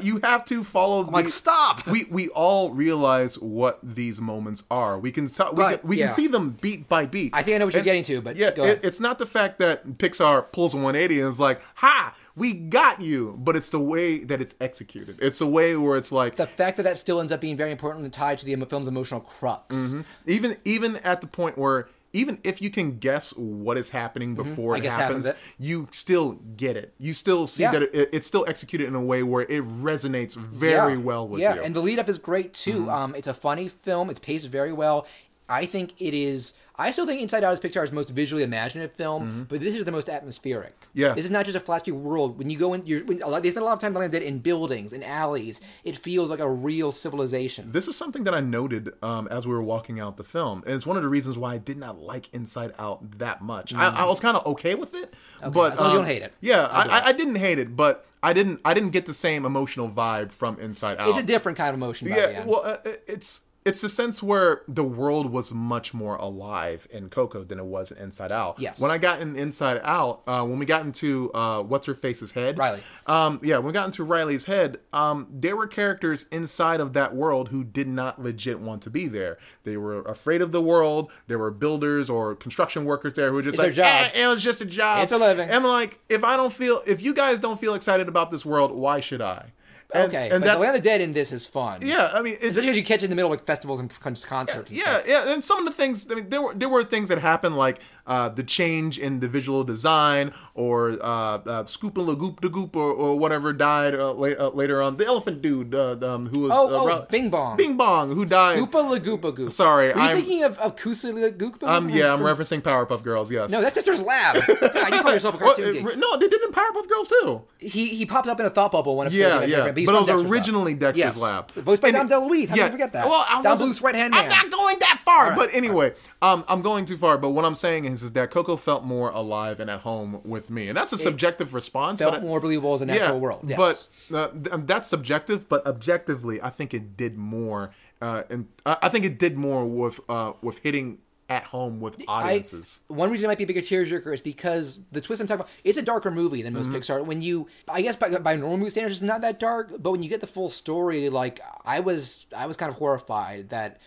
Speaker 2: You have to follow. the,
Speaker 1: like, stop.
Speaker 2: We we all realize what these moments are. We can so- we
Speaker 1: Right,
Speaker 2: can, we
Speaker 1: yeah.
Speaker 2: can see them beat by beat.
Speaker 1: I think I know what you're getting to, but
Speaker 2: yeah,
Speaker 1: go
Speaker 2: it,
Speaker 1: ahead.
Speaker 2: it's not the fact that Pixar pulls a 180 and is like, "Ha, we got you," but it's the way that it's executed. It's a way where it's like
Speaker 1: the fact that that still ends up being very important and tied to the film's emotional crux.
Speaker 2: Mm-hmm. even even at the point where even if you can guess what is happening
Speaker 1: Mm-hmm.
Speaker 2: before
Speaker 1: I
Speaker 2: it
Speaker 1: guess half of
Speaker 2: happens,
Speaker 1: it.
Speaker 2: you still get it. You still see
Speaker 1: Yeah.
Speaker 2: that it, it's still executed in a way where it resonates very
Speaker 1: Yeah.
Speaker 2: well with
Speaker 1: yeah.
Speaker 2: you. Mm-hmm.
Speaker 1: and the lead up is great too. Um, it's a funny film. It's paced very well. I think it is I still think Inside Out is Pixar's most visually imaginative film, but this is the most atmospheric.
Speaker 2: Mm-hmm. Yeah.
Speaker 1: this is not just a flashy world. When you go in, you're, when a lot, they spend a lot of time like that in buildings and alleys. It feels like a real civilization.
Speaker 2: This is something that I noted um, as we were walking out the film, and it's one of the reasons why I did not like Inside Out that much. I, I was kind of okay with it,
Speaker 1: Mm. as
Speaker 2: but
Speaker 1: long as you
Speaker 2: um,
Speaker 1: don't hate it.
Speaker 2: Yeah, I, I, I didn't hate it, but I didn't. I didn't get the same emotional vibe from Inside Out.
Speaker 1: It's a different kind of emotion. By
Speaker 2: yeah,
Speaker 1: the end.
Speaker 2: well, uh, it's it's the sense where the world was much more alive in Coco than it was in Inside Out.
Speaker 1: Yes.
Speaker 2: When I got in Inside Out, uh, when we got into uh, what's her face's head,
Speaker 1: Riley.
Speaker 2: Um, yeah, when we got into Riley's head, um, there were characters inside of that world who did not legit want to be there. They were afraid of the world. There were builders or construction workers there who were just
Speaker 1: It's
Speaker 2: like,
Speaker 1: their job.
Speaker 2: "Eh, it was just a job.
Speaker 1: It's a living.
Speaker 2: And I'm like, if I don't feel, if you guys don't feel excited about this world, why should I? And-
Speaker 1: okay,
Speaker 2: and
Speaker 1: but
Speaker 2: that's
Speaker 1: the Land of the Dead in this is fun.
Speaker 2: yeah. I mean, it,
Speaker 1: especially because you catch it in the middle of like, festivals and con- concerts. and
Speaker 2: yeah,
Speaker 1: stuff.
Speaker 2: yeah, and some of the things. I mean, there were there were things that happened, like uh, the change in the visual design, or uh, uh, Scoop and Lagoop de Goop, or, or whatever died uh, la- uh, later on. The elephant dude, uh, the, um, who was
Speaker 1: Oh,
Speaker 2: uh,
Speaker 1: oh,
Speaker 2: Ra-
Speaker 1: Bing Bong.
Speaker 2: Bing Bong, who died.
Speaker 1: Goopa Lagoopa Goop.
Speaker 2: Sorry,
Speaker 1: Were you
Speaker 2: I'm-
Speaker 1: thinking of, of Kusa Lagoopa?
Speaker 2: um, yeah, I'm referencing Powerpuff Girls. Yes.
Speaker 1: No, that's Sister's Lab. God, you call yourself a
Speaker 2: Well,
Speaker 1: cartoon
Speaker 2: it-
Speaker 1: geek.
Speaker 2: no, they did it in Powerpuff Girls too.
Speaker 1: He he popped up in a thought bubble one episode.
Speaker 2: Yeah,
Speaker 1: and
Speaker 2: yeah.
Speaker 1: everything, he's
Speaker 2: but it
Speaker 1: from
Speaker 2: was
Speaker 1: Dexter's
Speaker 2: originally
Speaker 1: Lab.
Speaker 2: Dexter's
Speaker 1: Yes.
Speaker 2: Lab.
Speaker 1: Voiced by
Speaker 2: And
Speaker 1: Dom
Speaker 2: it-
Speaker 1: DeLuise. How did you forget that?
Speaker 2: Well, I
Speaker 1: Don
Speaker 2: wasn't-
Speaker 1: Bluth's right hand man.
Speaker 2: I'm not going that far.
Speaker 1: right.
Speaker 2: But anyway, um, I'm going too far. But what I'm saying is, is that Coco felt more alive and at home with me, and that's a subjective response.
Speaker 1: Felt
Speaker 2: but I-
Speaker 1: more believable as an actual world. Yes.
Speaker 2: but uh, th- um, that's subjective. But objectively, I think it did more, uh, and I I think it did more with uh, with hitting at home with audiences.
Speaker 1: I, one reason it might be a bigger tearjerker is because the twist I'm talking about, it's a darker movie than
Speaker 2: Mm-hmm.
Speaker 1: most Pixar. When you, I guess by, by normal movie standards, it's not that dark, but when you get the full story, like I was, I was kind of horrified that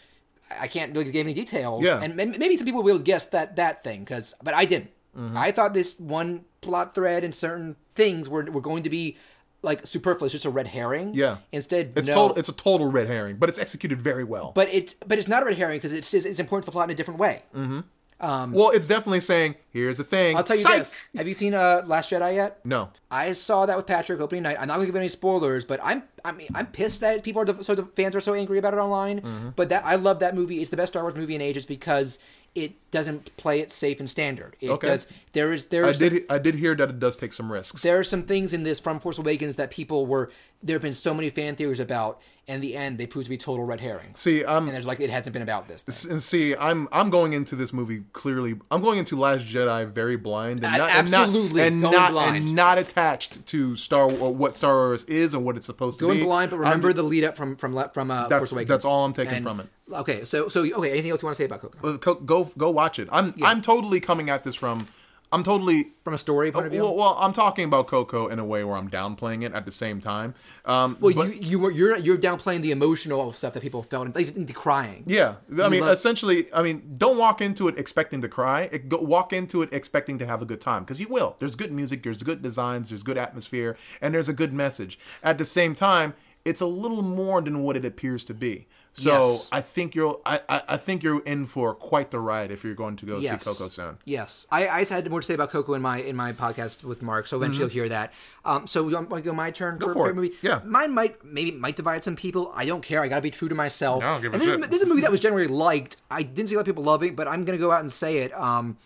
Speaker 1: I can't really give any details.
Speaker 2: Yeah.
Speaker 1: And may- maybe some people will guess that, that thing, cause, but I didn't.
Speaker 2: Mm-hmm.
Speaker 1: I thought this one plot thread and certain things were, were going to be like superfluous, just a red herring.
Speaker 2: yeah.
Speaker 1: Instead,
Speaker 2: it's
Speaker 1: no.
Speaker 2: total. It's a total red herring, but it's executed very well.
Speaker 1: but it's but it's not a red herring because it's it's important to the plot in a different way.
Speaker 2: Mm. well, it's definitely saying, "Here's the thing."
Speaker 1: I'll tell you
Speaker 2: Psych!
Speaker 1: this: Have you seen uh, Last Jedi yet?
Speaker 2: No.
Speaker 1: I saw that with Patrick opening night. I'm not gonna give any spoilers, but I'm I mean I'm pissed that people are div- so the fans are so angry about it online.
Speaker 2: Mm-hmm.
Speaker 1: But that I love that movie. It's the best Star Wars movie in ages because it doesn't play it safe and standard. It
Speaker 2: Okay.
Speaker 1: does. There is there
Speaker 2: I
Speaker 1: is some-
Speaker 2: did. I did hear that it does take some risks.
Speaker 1: there are some things in this from Force Awakens that people were there have been so many fan theories about. And the end, they proved to be total red herrings.
Speaker 2: See, I'm
Speaker 1: and there's like it hasn't been about this. thing.
Speaker 2: and see, I'm I'm going into this movie clearly. I'm going into Last Jedi very blind and
Speaker 1: A-
Speaker 2: not and not-
Speaker 1: absolutely,
Speaker 2: and not,
Speaker 1: going blind.
Speaker 2: and not attached to Star or what Star Wars is and what it's supposed to
Speaker 1: Going
Speaker 2: be.
Speaker 1: blind, but
Speaker 2: I'm-
Speaker 1: remember the lead up from from le- from uh,
Speaker 2: That's-
Speaker 1: Force Awakens.
Speaker 2: that's all I'm taking from it.
Speaker 1: Okay, so so okay. Anything else you want to say about Coco?
Speaker 2: uh, co- go go watch it. I'm I'm totally coming at this from I'm totally
Speaker 1: From a story point of view?
Speaker 2: Uh, Well, well, I'm talking about Coco in a way where I'm downplaying it at the same time. Um,
Speaker 1: Well,
Speaker 2: but-
Speaker 1: you you were you're you're downplaying the emotional stuff that people felt, at least in the crying.
Speaker 2: Yeah, I mean,
Speaker 1: love-
Speaker 2: essentially, I mean, don't walk into it expecting to cry. It- Go, walk into it expecting to have a good time because you will. There's good music, there's good designs, there's good atmosphere, and there's a good message. At the same time, it's a little more than what it appears to be. So
Speaker 1: Yes.
Speaker 2: I think you're, I, I, I think you're in for quite the ride if you're going to go
Speaker 1: Yes.
Speaker 2: see Coco soon.
Speaker 1: Yes, I, I just had more to say about Coco in my in my podcast with Mark, so eventually you'll hear that. Um, so you want to go my turn
Speaker 2: Mm-hmm. Go
Speaker 1: for,
Speaker 2: for
Speaker 1: for
Speaker 2: it.
Speaker 1: a movie?
Speaker 2: Yeah.
Speaker 1: mine might maybe might divide some people. I don't care. I got to be true to myself.
Speaker 2: No, give a
Speaker 1: and this, Is,
Speaker 2: shit.
Speaker 1: this is a movie that was generally liked. I didn't see a lot of people loving, it, but I'm gonna go out and say it. Um,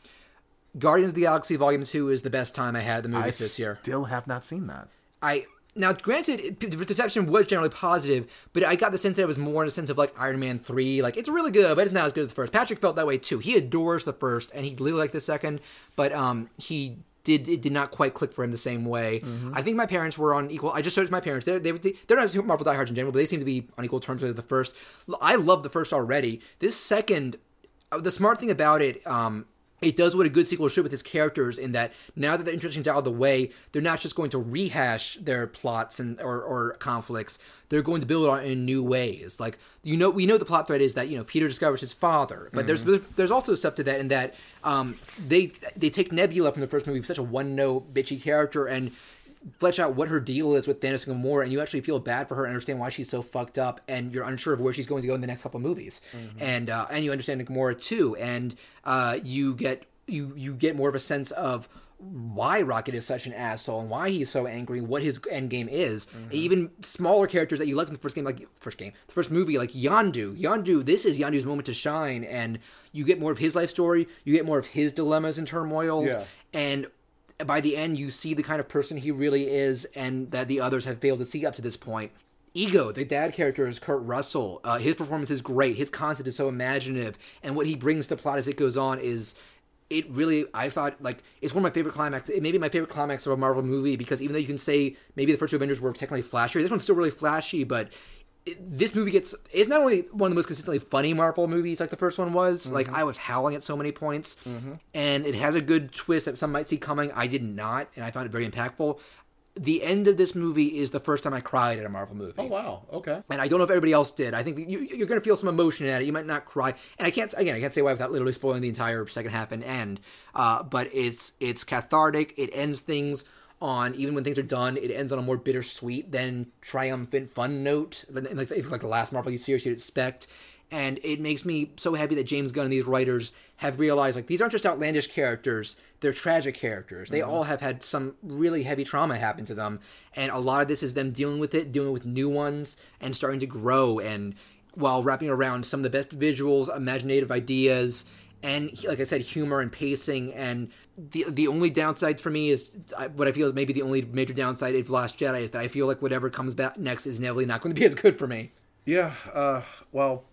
Speaker 1: Guardians of the Galaxy Volume Two is the best time I had at the movies this year.
Speaker 2: still have not seen that.
Speaker 1: I now granted it- the reception was generally positive, but I got the sense that it was more in a sense of like Iron Man three, like it's really good, but it's not as good as the first. Patrick felt that way too. He adores the first, and he really liked the second, but um he. Did, it did not quite click for him the same way. I think my parents were on equal. I just showed it to my parents. They're they, they're not super Marvel diehards in general, but they seem to be on equal terms with the first. I love the first already. This second, uh, the smart thing about it, um, it does what a good sequel should with its characters in that now that the introduction's out of the way, they're not just going to rehash their plots and or, or conflicts. They're going to build on it in new ways. Like you know, we know the plot thread is that you know Peter discovers his father, but there's there's there's also stuff to that in that um, they they take Nebula from the first movie, such a one note bitchy character, and flesh out what her deal is with Thanos and Gamora, and you actually feel bad for her and understand why she's so fucked up, and you're unsure of where she's going to go in the next couple of movies, and uh, and you understand Gamora too, and uh, you get you you get more of a sense of why Rocket is such an asshole and why he's so angry, and what his end game is. And even smaller characters that you liked in the first game, like first game, the first movie, like Yandu. Yandu, this is Yandu's moment to shine, and you get more of his life story. You get more of his dilemmas and turmoils,
Speaker 9: Yeah.
Speaker 1: and by the end, you see the kind of person he really is, and that the others have failed to see up to this point. Ego, the dad character is Kurt Russell. Uh, his performance is great. His concept is so imaginative, and what he brings to the plot as it goes on is it really i thought like it's one of my favorite climax it may be my favorite climax of a marvel movie because even though you can say maybe the first two avengers were technically flashier this one's still really flashy but it, this movie gets it's not only one of the most consistently funny marvel movies like the first one was like i was howling at so many points and it has a good twist that some might see coming i did not and i found it very impactful the end of this movie is the first time i cried at a marvel movie
Speaker 9: Oh wow. Okay.
Speaker 1: and I don't know if everybody else did. I think you, you're going to feel some emotion at it. You might not cry, and I can't again. I can't say why without literally spoiling the entire second half and end. Uh, but it's it's cathartic. It ends things on even when things are done. It ends on a more bittersweet than triumphant fun note, like like like the last Marvel you series you'd expect. And it makes me so happy that James Gunn and these writers have realized like these aren't just outlandish characters; they're tragic characters. They all have had some really heavy trauma happen to them, and a lot of this is them dealing with it, dealing with new ones, and starting to grow. And while wrapping around some of the best visuals, imaginative ideas, and like I said, humor and pacing. And the the only downside for me is I- what I feel is maybe the only major downside of Last Jedi is that I feel like whatever comes back next is inevitably not going to be as good for me.
Speaker 9: Yeah. Uh, well,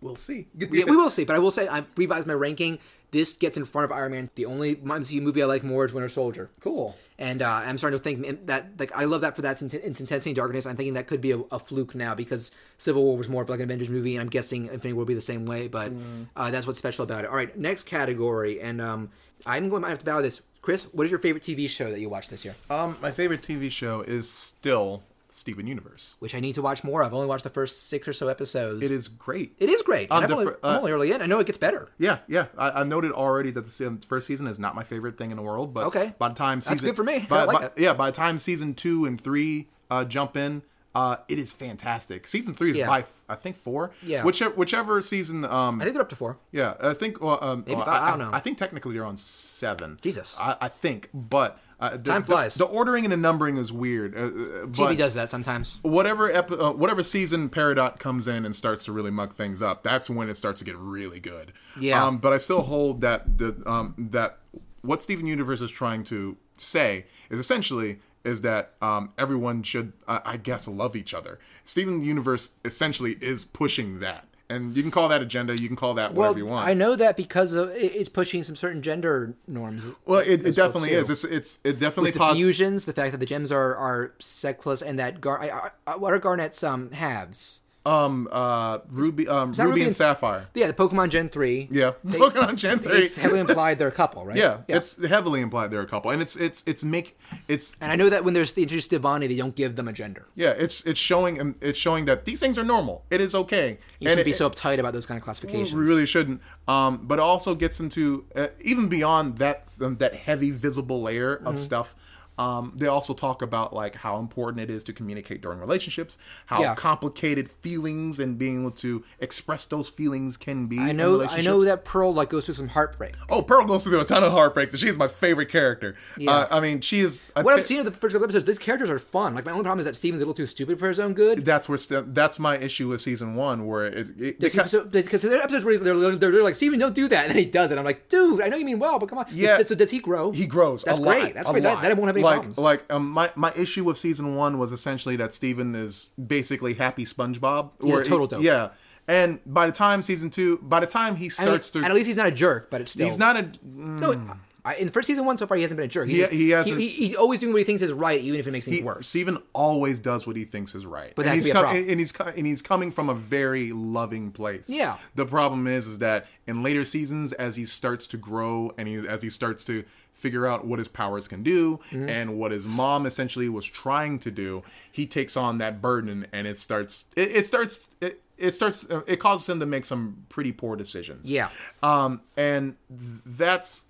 Speaker 9: we'll see.
Speaker 1: Yeah, we will see. But I will say I've revised my ranking. This gets in front of Iron Man. The only MCU movie I like more is Winter Soldier.
Speaker 9: cool.
Speaker 1: And uh, I'm starting to think that, like, I love that for that its intensity and darkness. I'm thinking that could be a, a fluke now because Civil War was more of like an Avengers movie, and I'm guessing Infinity War will be the same way. But
Speaker 2: Mm.
Speaker 1: uh, that's what's special about it. All right, next category, and um, I'm going to have to bow this. Chris, what is your favorite TV show that you watched this year?
Speaker 2: Um, my favorite TV show is still Steven Universe.
Speaker 1: Which I need to watch more. I've only watched the first six or so episodes.
Speaker 2: It is great.
Speaker 1: It is great.
Speaker 2: On
Speaker 1: and I've
Speaker 2: the
Speaker 1: only,
Speaker 2: fir- uh,
Speaker 1: I'm only early in. I know it gets better.
Speaker 2: Yeah, yeah. I, I noted already that the se- first season is not my favorite thing in the world, but
Speaker 1: Okay.
Speaker 2: by the time season
Speaker 1: That's good for me.
Speaker 2: by-
Speaker 1: I like
Speaker 2: by-
Speaker 1: it.
Speaker 2: yeah, by the time season two and three uh, jump in, uh, it is fantastic. Season three is
Speaker 1: Yeah.
Speaker 2: by I think four.
Speaker 1: Yeah.
Speaker 2: whichever whichever season. Um,
Speaker 1: I think they're up to four.
Speaker 2: yeah, I think. Well, um,
Speaker 1: Maybe
Speaker 2: well,
Speaker 1: five, I don't know.
Speaker 2: I think technically you're on seven.
Speaker 1: Jesus.
Speaker 2: I, I think, but uh, the,
Speaker 1: Time
Speaker 2: the-
Speaker 1: flies.
Speaker 2: The, ordering and the numbering is weird. Uh, uh,
Speaker 1: TV
Speaker 2: but-
Speaker 1: does that sometimes.
Speaker 2: whatever epi- uh, whatever season Peridot comes in and starts to really muck things up, that's when it starts to get really good.
Speaker 1: Yeah.
Speaker 2: Um, but I still hold that the um, that what Steven Universe is trying to say is essentially is that um, everyone should I I guess love each other. Steven Universe essentially is pushing that. And you can call that agenda, you can call that whatever you want.
Speaker 1: I know that because of, it- it's pushing some certain gender norms.
Speaker 2: Well, it, it
Speaker 1: well,
Speaker 2: definitely
Speaker 1: too.
Speaker 2: is. It's it's it definitely
Speaker 1: with the
Speaker 2: pos-
Speaker 1: fusions, the fact that the gems are are sexless, and that Gar- I, I, I- what are Garnet's um halves?
Speaker 2: um uh ruby um
Speaker 1: that
Speaker 2: ruby,
Speaker 1: Ruby
Speaker 2: and
Speaker 1: and-
Speaker 2: sapphire.
Speaker 1: Yeah, the Pokemon Gen three.
Speaker 2: Yeah,
Speaker 1: They-
Speaker 2: Pokemon Gen three.
Speaker 1: It's heavily implied they're a couple, right?
Speaker 2: Yeah, it's heavily implied they're a couple, and it's it's it's make it's
Speaker 1: And I know that when there's the introduced Divani, they don't give them a gender.
Speaker 2: yeah it's it's showing um, it's showing that these things are normal. It is okay.
Speaker 1: You
Speaker 2: and
Speaker 1: shouldn't
Speaker 2: it,
Speaker 1: be so uptight about those kind of classifications.
Speaker 2: we really shouldn't. Um, but it also gets into uh, even beyond that um, that heavy visible layer
Speaker 1: Mm-hmm.
Speaker 2: of stuff. Um, they also talk about like how important it is to communicate during relationships, how
Speaker 1: Yeah.
Speaker 2: complicated feelings and being able to express those feelings can be.
Speaker 1: I
Speaker 2: in
Speaker 1: know. I know
Speaker 2: relationships.
Speaker 1: that Pearl like goes through some heartbreak.
Speaker 2: Oh, Pearl goes through a ton of heartbreaks, and she is my favorite character. Uh, I mean, she is. a
Speaker 1: What
Speaker 2: ti-
Speaker 1: I've seen of the first couple episodes, these characters are fun. Like my only problem is that Steven's a little too stupid for his own good.
Speaker 2: that's where st- that's my issue with season one where it, it
Speaker 1: Because
Speaker 2: because-
Speaker 1: so, because there are episodes where he's, they're, they're, they're like, Steven, don't do that. And then he does it. I'm like, dude, I know you mean well, but come on.
Speaker 2: Yeah.
Speaker 1: Does- So does he grow?
Speaker 2: he grows.
Speaker 1: That's
Speaker 2: a
Speaker 1: great.
Speaker 2: lot,
Speaker 1: That's
Speaker 2: a
Speaker 1: great. That,
Speaker 2: lot.
Speaker 1: that won't have any
Speaker 2: like,
Speaker 1: problems.
Speaker 2: Like um, my my issue with season one was essentially that Steven is basically happy SpongeBob. where he-
Speaker 1: total dope.
Speaker 2: Yeah, and by the time season two, by the time
Speaker 1: I
Speaker 2: he
Speaker 1: mean,
Speaker 2: starts
Speaker 1: and
Speaker 2: to,
Speaker 1: at least he's not a jerk, but it's still
Speaker 2: he's not a
Speaker 1: No, I, in the first season one so far, he hasn't been a jerk. He's
Speaker 2: He-
Speaker 1: just-
Speaker 2: he has a-
Speaker 1: He, he's always doing what he thinks is right, even if it makes things
Speaker 2: he,
Speaker 1: worse.
Speaker 2: Steven always does what he thinks is right.
Speaker 1: But that could
Speaker 2: and he's
Speaker 1: be a
Speaker 2: com-
Speaker 1: problem.
Speaker 2: and he's co- and he's coming from a very loving place.
Speaker 1: Yeah.
Speaker 2: The problem is is that in later seasons as he starts to grow and he as he starts to figure out what his powers can do
Speaker 1: Mm-hmm.
Speaker 2: and what his mom essentially was trying to do, he takes on that burden and it starts it, it starts it, it starts uh, it causes him to make some pretty poor decisions
Speaker 1: Yeah.
Speaker 2: um and th- that's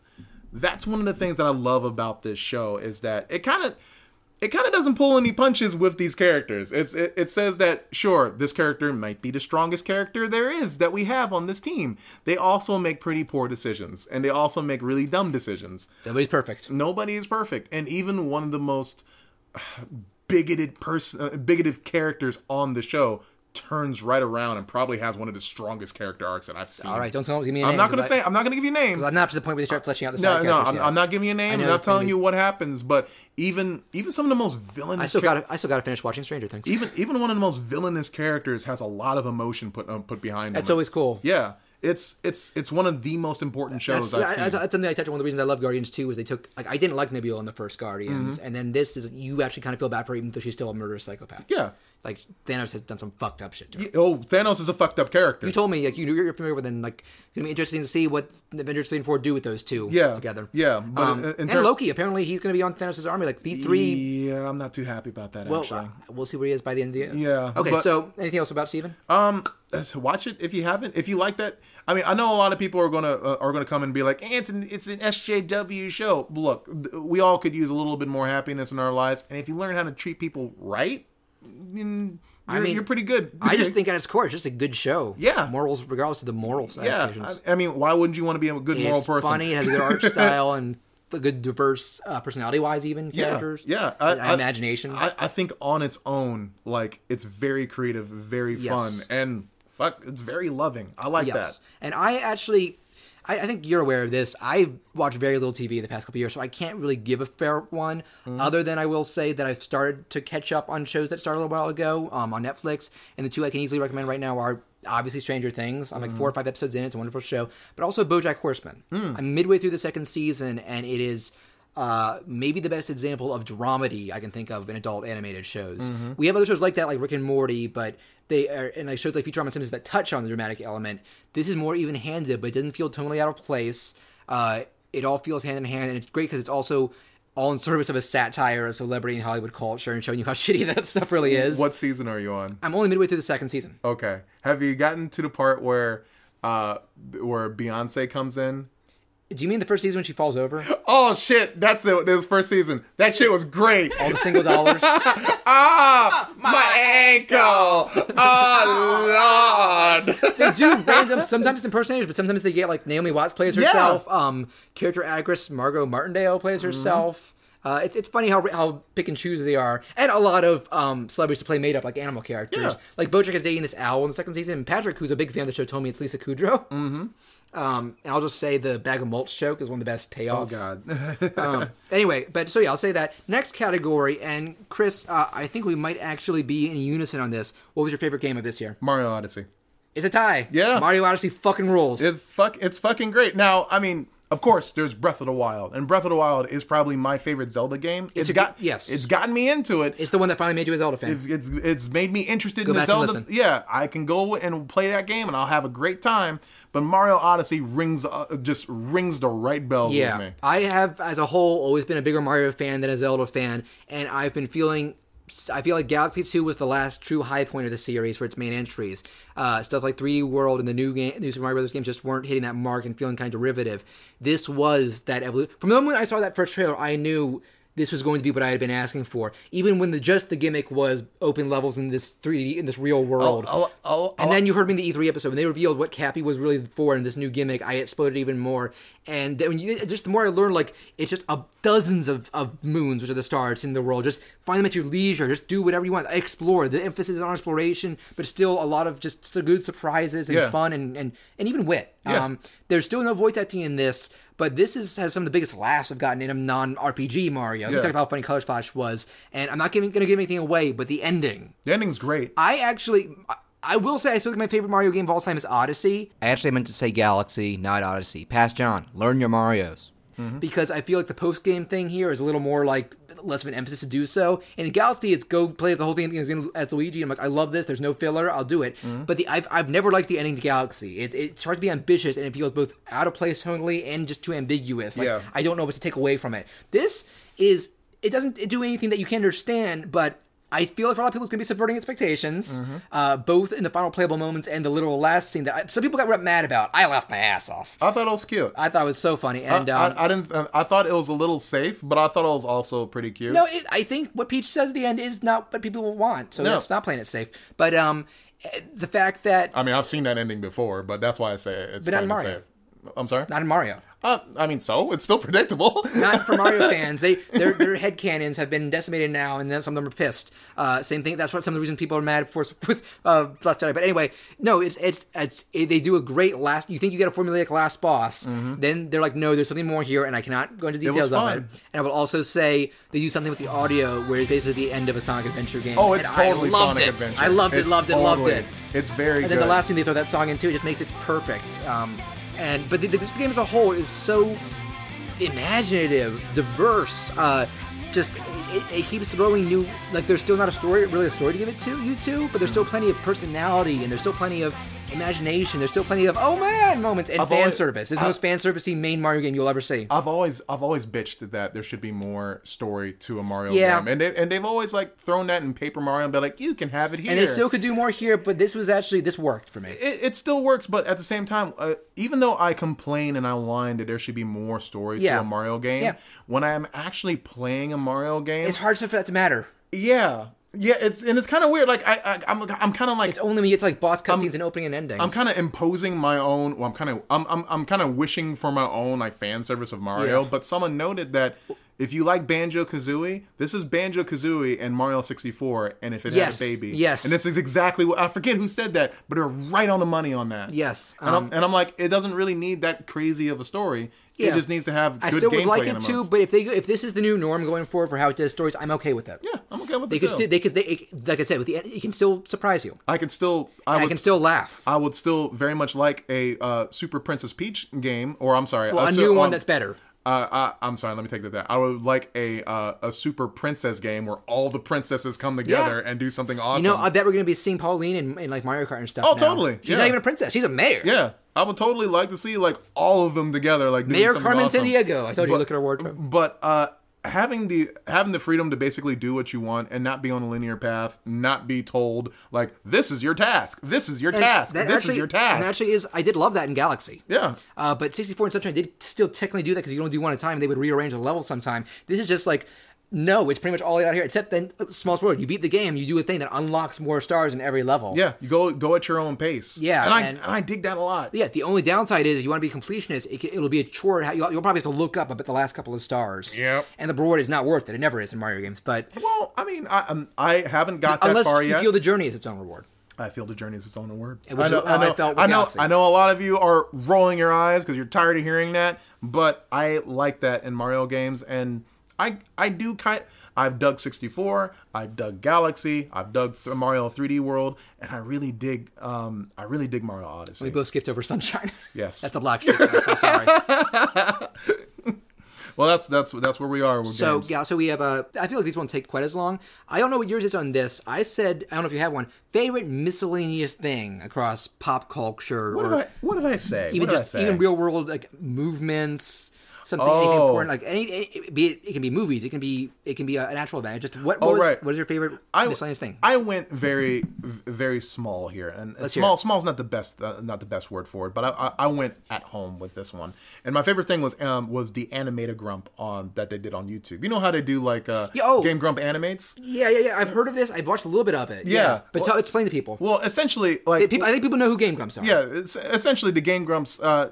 Speaker 2: that's one of the things that i love about this show is that it kind of it kind of doesn't pull any punches with these characters. It's it, it says that sure, this character might be the strongest character there is that we have on this team. They also make pretty poor decisions, and they also make really dumb decisions.
Speaker 1: Nobody's perfect.
Speaker 2: Nobody is perfect, and even one of the most bigoted person, uh, bigoted characters on the show turns right around and probably has one of the strongest character arcs that I've seen.
Speaker 1: All right, don't tell me.
Speaker 2: I'm not gonna say. I'm not gonna give you names.
Speaker 1: I'm not to the point where they start fleshing out the
Speaker 2: No,
Speaker 1: side
Speaker 2: no,
Speaker 1: characters
Speaker 2: I'm,
Speaker 1: yet.
Speaker 2: I'm not giving you a name.
Speaker 1: know the
Speaker 2: I'm not telling
Speaker 1: thing.
Speaker 2: you what happens. But even even some of the most villainous,
Speaker 1: I still
Speaker 2: char-
Speaker 1: got. I still got to finish watching Stranger Things.
Speaker 2: even even one of the most villainous characters has a lot of emotion put um, put behind.
Speaker 1: That's
Speaker 2: him.
Speaker 1: always cool.
Speaker 2: Yeah, it's it's it's one of the most important shows
Speaker 1: That's,
Speaker 2: I've
Speaker 1: I-
Speaker 2: seen.
Speaker 1: that's, that's something I touched on. One of the reasons I love Guardians 2 was they took like I didn't like Nebula in the first Guardians,
Speaker 2: Mm-hmm.
Speaker 1: and then this is you actually kind of feel bad for her, even though she's still a murderous psychopath.
Speaker 2: yeah.
Speaker 1: like Thanos has done some fucked up shit. To her.
Speaker 2: Y- Oh, Thanos is a fucked up character.
Speaker 1: You told me like you, you're familiar with, and like it's gonna be interesting to see what the Avengers three and four do with those two
Speaker 2: yeah,
Speaker 1: together.
Speaker 2: Yeah, but
Speaker 1: Um,
Speaker 2: in, in
Speaker 1: and
Speaker 2: ter-
Speaker 1: Loki apparently he's gonna be on Thanos' army. Like these three.
Speaker 2: Yeah, I'm not too happy about that
Speaker 1: Well,
Speaker 2: actually.
Speaker 1: uh, we'll see where he is by the end of the year.
Speaker 2: Yeah,
Speaker 1: Okay.
Speaker 2: but-
Speaker 1: so anything else about Steven?
Speaker 2: Um, let's watch it if you haven't. If you like that, I mean, I know a lot of people are gonna uh, are gonna come and be like, "Eh, "It's an it's an SJW show." Look, th- we all could use a little bit more happiness in our lives, and if you learn how to treat people right, then
Speaker 1: I
Speaker 2: you're,
Speaker 1: mean,
Speaker 2: you're pretty good.
Speaker 1: I just think at its core, it's just a good show.
Speaker 2: Yeah.
Speaker 1: Morals, regardless of the moral side
Speaker 2: yeah.
Speaker 1: occasions.
Speaker 2: I, I mean, why wouldn't you want to be a good moral
Speaker 1: it's
Speaker 2: person?
Speaker 1: funny. It has a good art style and a good diverse uh, personality-wise, even characters.
Speaker 2: Yeah,
Speaker 1: Uh, imagination.
Speaker 2: I, I think on its own, like it's very creative, very
Speaker 1: Yes.
Speaker 2: fun, and fuck, it's very loving. I like
Speaker 1: yes,
Speaker 2: that.
Speaker 1: and I actually, I, I think you're aware of this. I've watched very little TV in the past couple years, so I can't really give a fair one.
Speaker 2: Mm-hmm.
Speaker 1: Other than I will say that I've started to catch up on shows that started a little while ago um, on Netflix, and the two I can easily recommend right now are. Obviously, Stranger Things. I'm like
Speaker 2: Mm-hmm.
Speaker 1: four or five episodes in. It's a wonderful show, but also BoJack Horseman.
Speaker 2: Hmm.
Speaker 1: I'm midway through the second season, and it is uh, maybe the best example of dramedy I can think of in adult animated shows. We have other shows like that, like Rick and Morty, but they are and like shows like Futurama and Simpsons that touch on the dramatic element. This is more even-handed, but it doesn't feel totally out of place. Uh, it all feels hand in hand, and it's great because it's also all in service of a satire of celebrity and Hollywood culture and showing you how shitty that stuff really is.
Speaker 2: What season are you on?
Speaker 1: I'm only midway through the second season.
Speaker 2: Okay. Have you gotten to the part where uh where Beyonce comes in?
Speaker 1: Do you mean the first season when she falls over?
Speaker 2: Oh shit, that's it. This first season. That shit was great.
Speaker 1: All the single dollars.
Speaker 2: Ah, my, ankle. Oh lord.
Speaker 1: they do random sometimes impersonators, but sometimes they get like Naomi Watts plays
Speaker 2: Yeah.
Speaker 1: herself. Um, character actress Margot Martindale plays herself. Uh, it's it's funny how how pick and choose they are, and a lot of um, celebrities to play made up like animal characters.
Speaker 2: Yeah.
Speaker 1: Like Bojack is dating this owl in the second season, and Patrick, who's a big fan of the show, told me it's Lisa Kudrow. Mm-hmm. Um, and I'll just say the bag of mulch joke is one of the best payoffs. Oh um, anyway, but so yeah, I'll say that next category. And Chris, uh, I think we might actually be in unison on this. What was your favorite game of this year?
Speaker 2: Mario Odyssey.
Speaker 1: It's a tie.
Speaker 2: Yeah.
Speaker 1: Mario Odyssey fucking rules.
Speaker 2: It fuck it's fucking great. Now, I mean, of course, there's Breath of the Wild, and Breath of the Wild is probably my favorite Zelda game. It's
Speaker 1: a-
Speaker 2: got
Speaker 1: yes.
Speaker 2: it's gotten me into it.
Speaker 1: it's the one that finally made you a Zelda fan.
Speaker 2: If it's it's made me interested in the
Speaker 1: back and
Speaker 2: Zelda.
Speaker 1: listen.
Speaker 2: Yeah, I can go and play that game, and I'll have a great time. But Mario Odyssey rings uh, just rings the right bell with
Speaker 1: yeah.
Speaker 2: me.
Speaker 1: I have, as a whole, always been a bigger Mario fan than a Zelda fan, and I've been feeling. I feel like Galaxy 2 was the last true high point of the series for its main entries. Uh, stuff like 3D World and the new game, new Super Mario Brothers games just weren't hitting that mark and feeling kind of derivative. This was that evolution. From the moment I saw that first trailer, I knew this was going to be what I had been asking for. Even when the just the gimmick was open levels in this 3D in this real world.
Speaker 2: Oh, oh,
Speaker 1: And then you heard me in the E3 episode when they revealed what Cappy was really for and this new gimmick. I exploded even more. And then when you, just the more I learned, like it's just a, dozens of, of moons, which are the stars in the world. Just find them at your leisure. Just do whatever you want. Explore. The emphasis is on exploration, but still a lot of just still good surprises and
Speaker 2: Yeah.
Speaker 1: fun and, and, and even wit.
Speaker 2: Yeah.
Speaker 1: Um, there's still no voice acting in this, but this is has some of the biggest laughs I've gotten in a non RPG Mario. We
Speaker 2: Yeah.
Speaker 1: talked about how funny Color Splash was, and I'm not giving, gonna give anything away, but the ending.
Speaker 2: the ending's great.
Speaker 1: I actually, I- I will say, I still think my favorite Mario game of all time is Odyssey. I actually meant to say Galaxy, not Odyssey. Pass John, learn your Mario's.
Speaker 2: Mm-hmm.
Speaker 1: Because I feel like the post game thing here is a little more like less of an emphasis to do so. In Galaxy, it's go play the whole thing as, as Luigi. I'm like, I love this. There's no filler. I'll do it.
Speaker 2: Mm-hmm.
Speaker 1: But the I've, I've never liked the ending to Galaxy. It, it tries to be ambitious and it feels both out of place tonally and just too ambiguous. Like
Speaker 2: Yeah.
Speaker 1: I don't know what to take away from it. This is it doesn't do anything that you can understand, but I feel like for a lot of people, it's going to be subverting expectations,
Speaker 2: Mm-hmm.
Speaker 1: uh, both in the final playable moments and the literal last scene that I, some people got rep mad about. I laughed my ass off.
Speaker 2: I thought it was cute. I,
Speaker 1: I thought it was so funny. And um,
Speaker 2: I, I didn't. um, I thought it was a little safe, but I thought it was also pretty cute.
Speaker 1: No, it, I think what Peach says at the end is not what people want, so
Speaker 2: No.
Speaker 1: that's not playing it safe. But um, eh, the fact that
Speaker 2: I mean, I've seen that ending before, but that's why I say it's
Speaker 1: But not
Speaker 2: plain and
Speaker 1: Mario.
Speaker 2: safe. I'm sorry.
Speaker 1: not in Mario,
Speaker 2: Uh, I mean, so it's still predictable.
Speaker 1: not for Mario fans, they their their head cannons have been decimated now, and then some of them are pissed. Uh, same thing. That's what some of the reason people are mad for with uh, Last Jedi. But anyway, no, it's it's, it's it, they do a great last. You think you get a formulaic last boss, then they're like, no, there's something more here, and I cannot go into
Speaker 2: Mm-hmm. was
Speaker 1: details of it.
Speaker 2: fun.
Speaker 1: And I will also say they do something with the audio where it's basically the end of a Sonic Adventure game.
Speaker 2: oh, it's
Speaker 1: and I
Speaker 2: totally
Speaker 1: loved
Speaker 2: Sonic
Speaker 1: it.
Speaker 2: Adventure.
Speaker 1: I loved it,
Speaker 2: It's
Speaker 1: loved it, loved
Speaker 2: totally-
Speaker 1: it.
Speaker 2: It's very
Speaker 1: And
Speaker 2: good.
Speaker 1: then the last thing they throw that song into, it just makes it perfect. Um, and but the, the, just the game as a whole is so imaginative, diverse. Uh, just it, it keeps throwing new. Like there's still not a story, really a story to give it to you two, but there's
Speaker 2: Mm-hmm.
Speaker 1: still plenty of personality and there's still plenty of imagination. There's still plenty of oh man moments and
Speaker 2: I've
Speaker 1: fan
Speaker 2: always-
Speaker 1: service. There's
Speaker 2: I-
Speaker 1: no fan servicey main Mario game you'll ever see.
Speaker 2: I've always I've always bitched that there should be more story to a Mario
Speaker 1: Yeah.
Speaker 2: game, and they, and they've always like thrown that in Paper Mario and be like, you can have it here.
Speaker 1: and they still could do more here, but this was actually this worked for me.
Speaker 2: it, it still works, but at the same time, uh, even though I complain and I whine that there should be more story
Speaker 1: Yeah.
Speaker 2: to a Mario game,
Speaker 1: Yeah.
Speaker 2: when I am actually playing a Mario game,
Speaker 1: It's hard for that to matter.
Speaker 2: yeah, yeah, it's and it's kind of weird. Like I, I I'm I'm kind of like
Speaker 1: It's only when you get to like boss cutscenes and opening and endings.
Speaker 2: I'm kind of imposing my own. Well, I'm kind of I'm I'm, I'm kind of wishing for my own like fan service of Mario.
Speaker 1: Yeah.
Speaker 2: But someone noted that if you like Banjo Kazooie, this is Banjo Kazooie and Mario 64, and if it
Speaker 1: Yes,
Speaker 2: had a baby,
Speaker 1: yes.
Speaker 2: and this is exactly what I forget who said that, but they're right on the money on that.
Speaker 1: Yes,
Speaker 2: and,
Speaker 1: um,
Speaker 2: I'm, and I'm like, it doesn't really need that crazy of a story.
Speaker 1: Yeah.
Speaker 2: It just needs to have
Speaker 1: I
Speaker 2: good
Speaker 1: still
Speaker 2: gameplay
Speaker 1: would like it
Speaker 2: elements.
Speaker 1: too, but if they if this is the new norm going forward for how it does stories, I'm okay with it.
Speaker 2: yeah, I'm okay with
Speaker 1: They
Speaker 2: it
Speaker 1: could
Speaker 2: too.
Speaker 1: still, they could, they, it- like I said, with the it can still surprise you.
Speaker 2: I can still I,
Speaker 1: I,
Speaker 2: would
Speaker 1: can still laugh.
Speaker 2: I would still very much like a uh, Super Princess Peach game, or I'm sorry,
Speaker 1: Well, a
Speaker 2: su-
Speaker 1: new one
Speaker 2: um,
Speaker 1: that's better.
Speaker 2: Uh, I, I'm sorry. Let me take that back. I would like a uh, a super princess game where all the princesses come together
Speaker 1: Yeah.
Speaker 2: and do something awesome.
Speaker 1: You know, I bet we're gonna be seeing Pauline in, in like Mario Kart and stuff.
Speaker 2: Oh,
Speaker 1: now.
Speaker 2: totally,
Speaker 1: She's not
Speaker 2: yeah.
Speaker 1: even a princess. She's a mayor.
Speaker 2: yeah, I would totally like to see like all of them together, like doing
Speaker 1: Mayor
Speaker 2: something
Speaker 1: Carmen
Speaker 2: awesome.
Speaker 1: Sandiego. I told you, look at her wardrobe.
Speaker 2: But uh, having the having the freedom to basically do what you want and not be on a linear path, not be told like this is your task, this is your task,
Speaker 1: That
Speaker 2: this
Speaker 1: actually-
Speaker 2: is your
Speaker 1: and
Speaker 2: task.
Speaker 1: actually is. I did love that in Galaxy.
Speaker 2: yeah,
Speaker 1: Uh, but 64 and Sunshine did still technically do that because you only do one at a time. They would rearrange the level sometime. This is just like, no, it's pretty much all laid out here. Except then, uh, small spoiler, you beat the game, you do a thing that unlocks more stars in every level.
Speaker 2: yeah. You go go at your own pace.
Speaker 1: Yeah,
Speaker 2: and I
Speaker 1: and-
Speaker 2: and, I dig that a lot.
Speaker 1: Yeah, the only downside is if you want to be completionist, it, ca- it'll be a chore. How- You'll, you'll probably have to look up about the last couple of stars.
Speaker 2: Yep.
Speaker 1: And the reward is not worth it. It never is in Mario games. But
Speaker 2: Well, I mean, I um, I haven't got that
Speaker 1: unless
Speaker 2: far
Speaker 1: you
Speaker 2: yet.
Speaker 1: feel the journey is its own reward.
Speaker 2: I feel the journey is its own word.
Speaker 1: It was
Speaker 2: I know,
Speaker 1: how
Speaker 2: I know,
Speaker 1: I felt with
Speaker 2: I know,
Speaker 1: Galaxy.
Speaker 2: I know. A lot of you are rolling your eyes because you're tired of hearing that, but I like that in Mario games, and I I do kind. I've dug 64, I've dug Galaxy, I've dug th- Mario 3D World, and I really dig. Um, I really dig Mario Odyssey.
Speaker 1: We both skipped over Sunshine.
Speaker 2: Yes.
Speaker 1: That's the block shoot. I'm so sorry.
Speaker 2: well, that's that's that's where we are. With
Speaker 1: So
Speaker 2: games.
Speaker 1: yeah, so we have a. I feel like these won't take quite as long. I don't know what yours is on this. I said I don't know if you have one favorite miscellaneous thing across pop culture
Speaker 2: what
Speaker 1: or
Speaker 2: did I what did I say?
Speaker 1: even
Speaker 2: What did I
Speaker 1: just
Speaker 2: say?
Speaker 1: even real world like movements. Something anything
Speaker 2: Oh.
Speaker 1: important, like any, it, be it, it can be movies, it can be it can be a, an actual event. Just what? what
Speaker 2: Oh,
Speaker 1: was-
Speaker 2: right.
Speaker 1: What is your favorite
Speaker 2: I,
Speaker 1: miscellaneous thing?
Speaker 2: I went very, v- very small here, and and
Speaker 1: Let's hear
Speaker 2: small,
Speaker 1: it.
Speaker 2: small's not the best, uh, not the best word for it. But I, I, I went at home with this one, and my favorite thing was, um, was the animator grump on that they did on YouTube. You know how they do like, uh,
Speaker 1: Yeah, oh.
Speaker 2: Game Grump animates.
Speaker 1: yeah, yeah, yeah. I've heard of this. I've watched a little bit of it.
Speaker 2: Yeah.
Speaker 1: but
Speaker 2: Well-
Speaker 1: tell, explain to people.
Speaker 2: Well, essentially,
Speaker 1: They-
Speaker 2: like,
Speaker 1: people. I think people know who Game Grumps are.
Speaker 2: yeah, it's essentially the Game Grumps. Uh,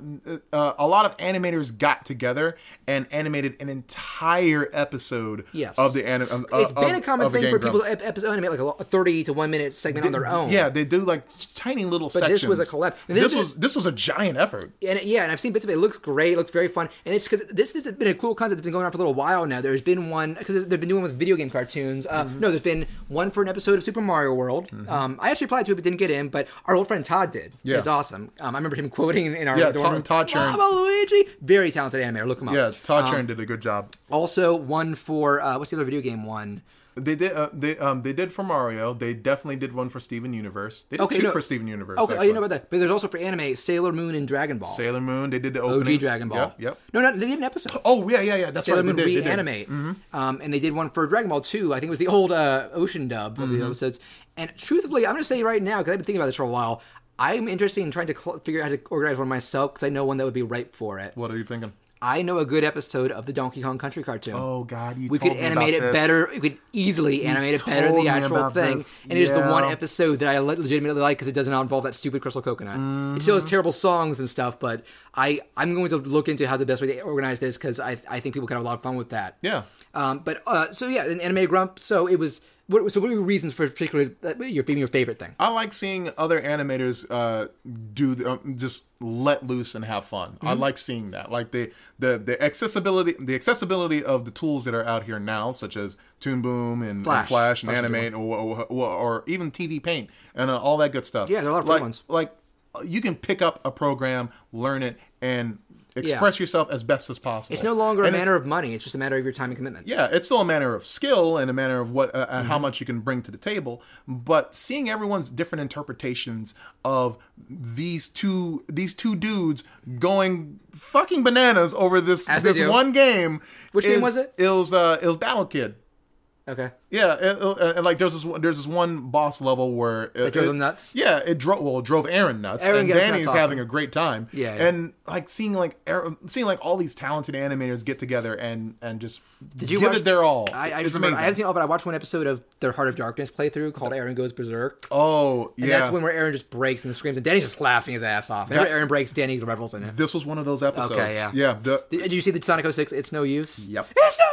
Speaker 2: uh, a lot of animators got together and animated an entire episode
Speaker 1: Yes.
Speaker 2: of the anim. Um,
Speaker 1: it's
Speaker 2: of-
Speaker 1: been a
Speaker 2: of-
Speaker 1: common
Speaker 2: of the
Speaker 1: thing
Speaker 2: Game
Speaker 1: for people
Speaker 2: Grumps.
Speaker 1: to ep- episode animate like a lo- a thirty to one minute segment on their own.
Speaker 2: Yeah, they do like tiny little
Speaker 1: But
Speaker 2: sections.
Speaker 1: this was a collab- and this
Speaker 2: This,
Speaker 1: is-
Speaker 2: was this was a giant effort.
Speaker 1: and it- yeah, and I've seen bits of it. It looks great. It looks very fun. And it's because this, this has been a cool concept that's been going on for a little while now. There's been one because they've been doing one with video game cartoons. Uh,
Speaker 2: Mm-hmm.
Speaker 1: No, there's been one for an episode of Super Mario World. Um, I actually applied to it but didn't get in. But our old friend Todd did.
Speaker 2: Yeah.
Speaker 1: It's awesome. Um, I remember him quoting in our
Speaker 2: Yeah,
Speaker 1: dorm
Speaker 2: Todd-
Speaker 1: room,
Speaker 2: Todd Chern.
Speaker 1: "Mama, Luigi, very talented animator. Look look them up.
Speaker 2: Yeah, Todd Sharon did a good job.
Speaker 1: Also, one for uh, what's the other video game one?
Speaker 2: They did. Uh, they um they did for Mario. They definitely did one for Steven Universe. They did
Speaker 1: Okay,
Speaker 2: two
Speaker 1: no-
Speaker 2: for Steven Universe.
Speaker 1: Okay, oh,
Speaker 2: actually.
Speaker 1: you know about that. But there's also for anime Sailor Moon and Dragon Ball.
Speaker 2: Sailor Moon. They did the
Speaker 1: OG
Speaker 2: openings.
Speaker 1: Dragon Ball.
Speaker 2: Yep. yep.
Speaker 1: No, no, they did an episode.
Speaker 2: Oh yeah, yeah, yeah. That's
Speaker 1: Sailor
Speaker 2: right.
Speaker 1: Moon
Speaker 2: they did, Mm-hmm. they did.
Speaker 1: reanimate, um, and they did one for Dragon Ball 2. I think it was the old uh, Ocean dub of the
Speaker 2: Mm-hmm.
Speaker 1: episodes. And truthfully, I'm going to say right now because I've been thinking about this for a while. I'm interested in trying to cl- figure out how to organize one myself because I know one that would be ripe for it.
Speaker 2: What are you thinking?
Speaker 1: I know a good episode of the Donkey Kong Country cartoon.
Speaker 2: Oh God, you.
Speaker 1: we
Speaker 2: told
Speaker 1: could
Speaker 2: me
Speaker 1: animate it
Speaker 2: about this.
Speaker 1: better. We could easily animate it better
Speaker 2: told
Speaker 1: than
Speaker 2: me
Speaker 1: the actual
Speaker 2: about
Speaker 1: thing.
Speaker 2: this.
Speaker 1: And it's the one
Speaker 2: Yeah.
Speaker 1: episode that I le- legitimately like because it does not involve that stupid Crystal Coconut. It still has
Speaker 2: Mm.
Speaker 1: terrible songs and stuff, but I I'm going to look into how the best way to organize this because I I think people could have a lot of fun with that.
Speaker 2: Yeah.
Speaker 1: Um. But uh. So yeah, an animated grump. So it was. What, so what are your reasons for particularly uh, your being your favorite thing?
Speaker 2: I like seeing other animators uh, do the, um, just let loose and have fun. I
Speaker 1: Mm-hmm.
Speaker 2: like seeing that, like the, the the accessibility the accessibility of the tools that are out here now, such as Toon Boom and and Flash
Speaker 1: Flash.
Speaker 2: and,
Speaker 1: Flash is a good
Speaker 2: Animate, or, or, or- or even TV Paint and uh, all that good stuff.
Speaker 1: Yeah, there are a lot of fun
Speaker 2: like,
Speaker 1: ones.
Speaker 2: Like uh, you can pick up a program, learn it, and express yourself as best as possible.
Speaker 1: It's no longer
Speaker 2: Uh, And
Speaker 1: a
Speaker 2: it's-
Speaker 1: matter of money; it's just a matter of your time and commitment.
Speaker 2: yeah, it's still a matter of skill and a matter of what uh, uh
Speaker 1: Mm-hmm.
Speaker 2: how much you can bring to the table. But seeing everyone's different interpretations of these two these two dudes going fucking bananas over this
Speaker 1: As they
Speaker 2: this
Speaker 1: do.
Speaker 2: one game.
Speaker 1: Which
Speaker 2: is,
Speaker 1: game was it?
Speaker 2: It was uh, it was Battle Kid.
Speaker 1: Okay.
Speaker 2: Yeah, it, it- uh, like there's this one- there's this one boss level where it,
Speaker 1: drove
Speaker 2: it-
Speaker 1: him nuts?
Speaker 2: Yeah, it drove well, it drove Aaron nuts,
Speaker 1: Aaron
Speaker 2: and
Speaker 1: gets nuts
Speaker 2: Danny's
Speaker 1: often.
Speaker 2: having a great time.
Speaker 1: Yeah, yeah.
Speaker 2: and like seeing like Aaron, seeing like all these talented animators get together and and just
Speaker 1: Did you
Speaker 2: give
Speaker 1: watch,
Speaker 2: it their all.
Speaker 1: I, I,
Speaker 2: it's
Speaker 1: just remember, I
Speaker 2: amazing.
Speaker 1: haven't seen all, but I watched one episode of their Heart of Darkness playthrough called Aaron Goes Berserk.
Speaker 2: oh yeah,
Speaker 1: And that's when where Aaron just breaks and screams, and Danny's just laughing his ass off. Whenever Aaron breaks, Danny revels in it.
Speaker 2: this was one of those episodes.
Speaker 1: Okay, yeah.
Speaker 2: yeah. the-
Speaker 1: Did, did you see the Sonic 06? It's no use.
Speaker 2: Yep.
Speaker 1: It's no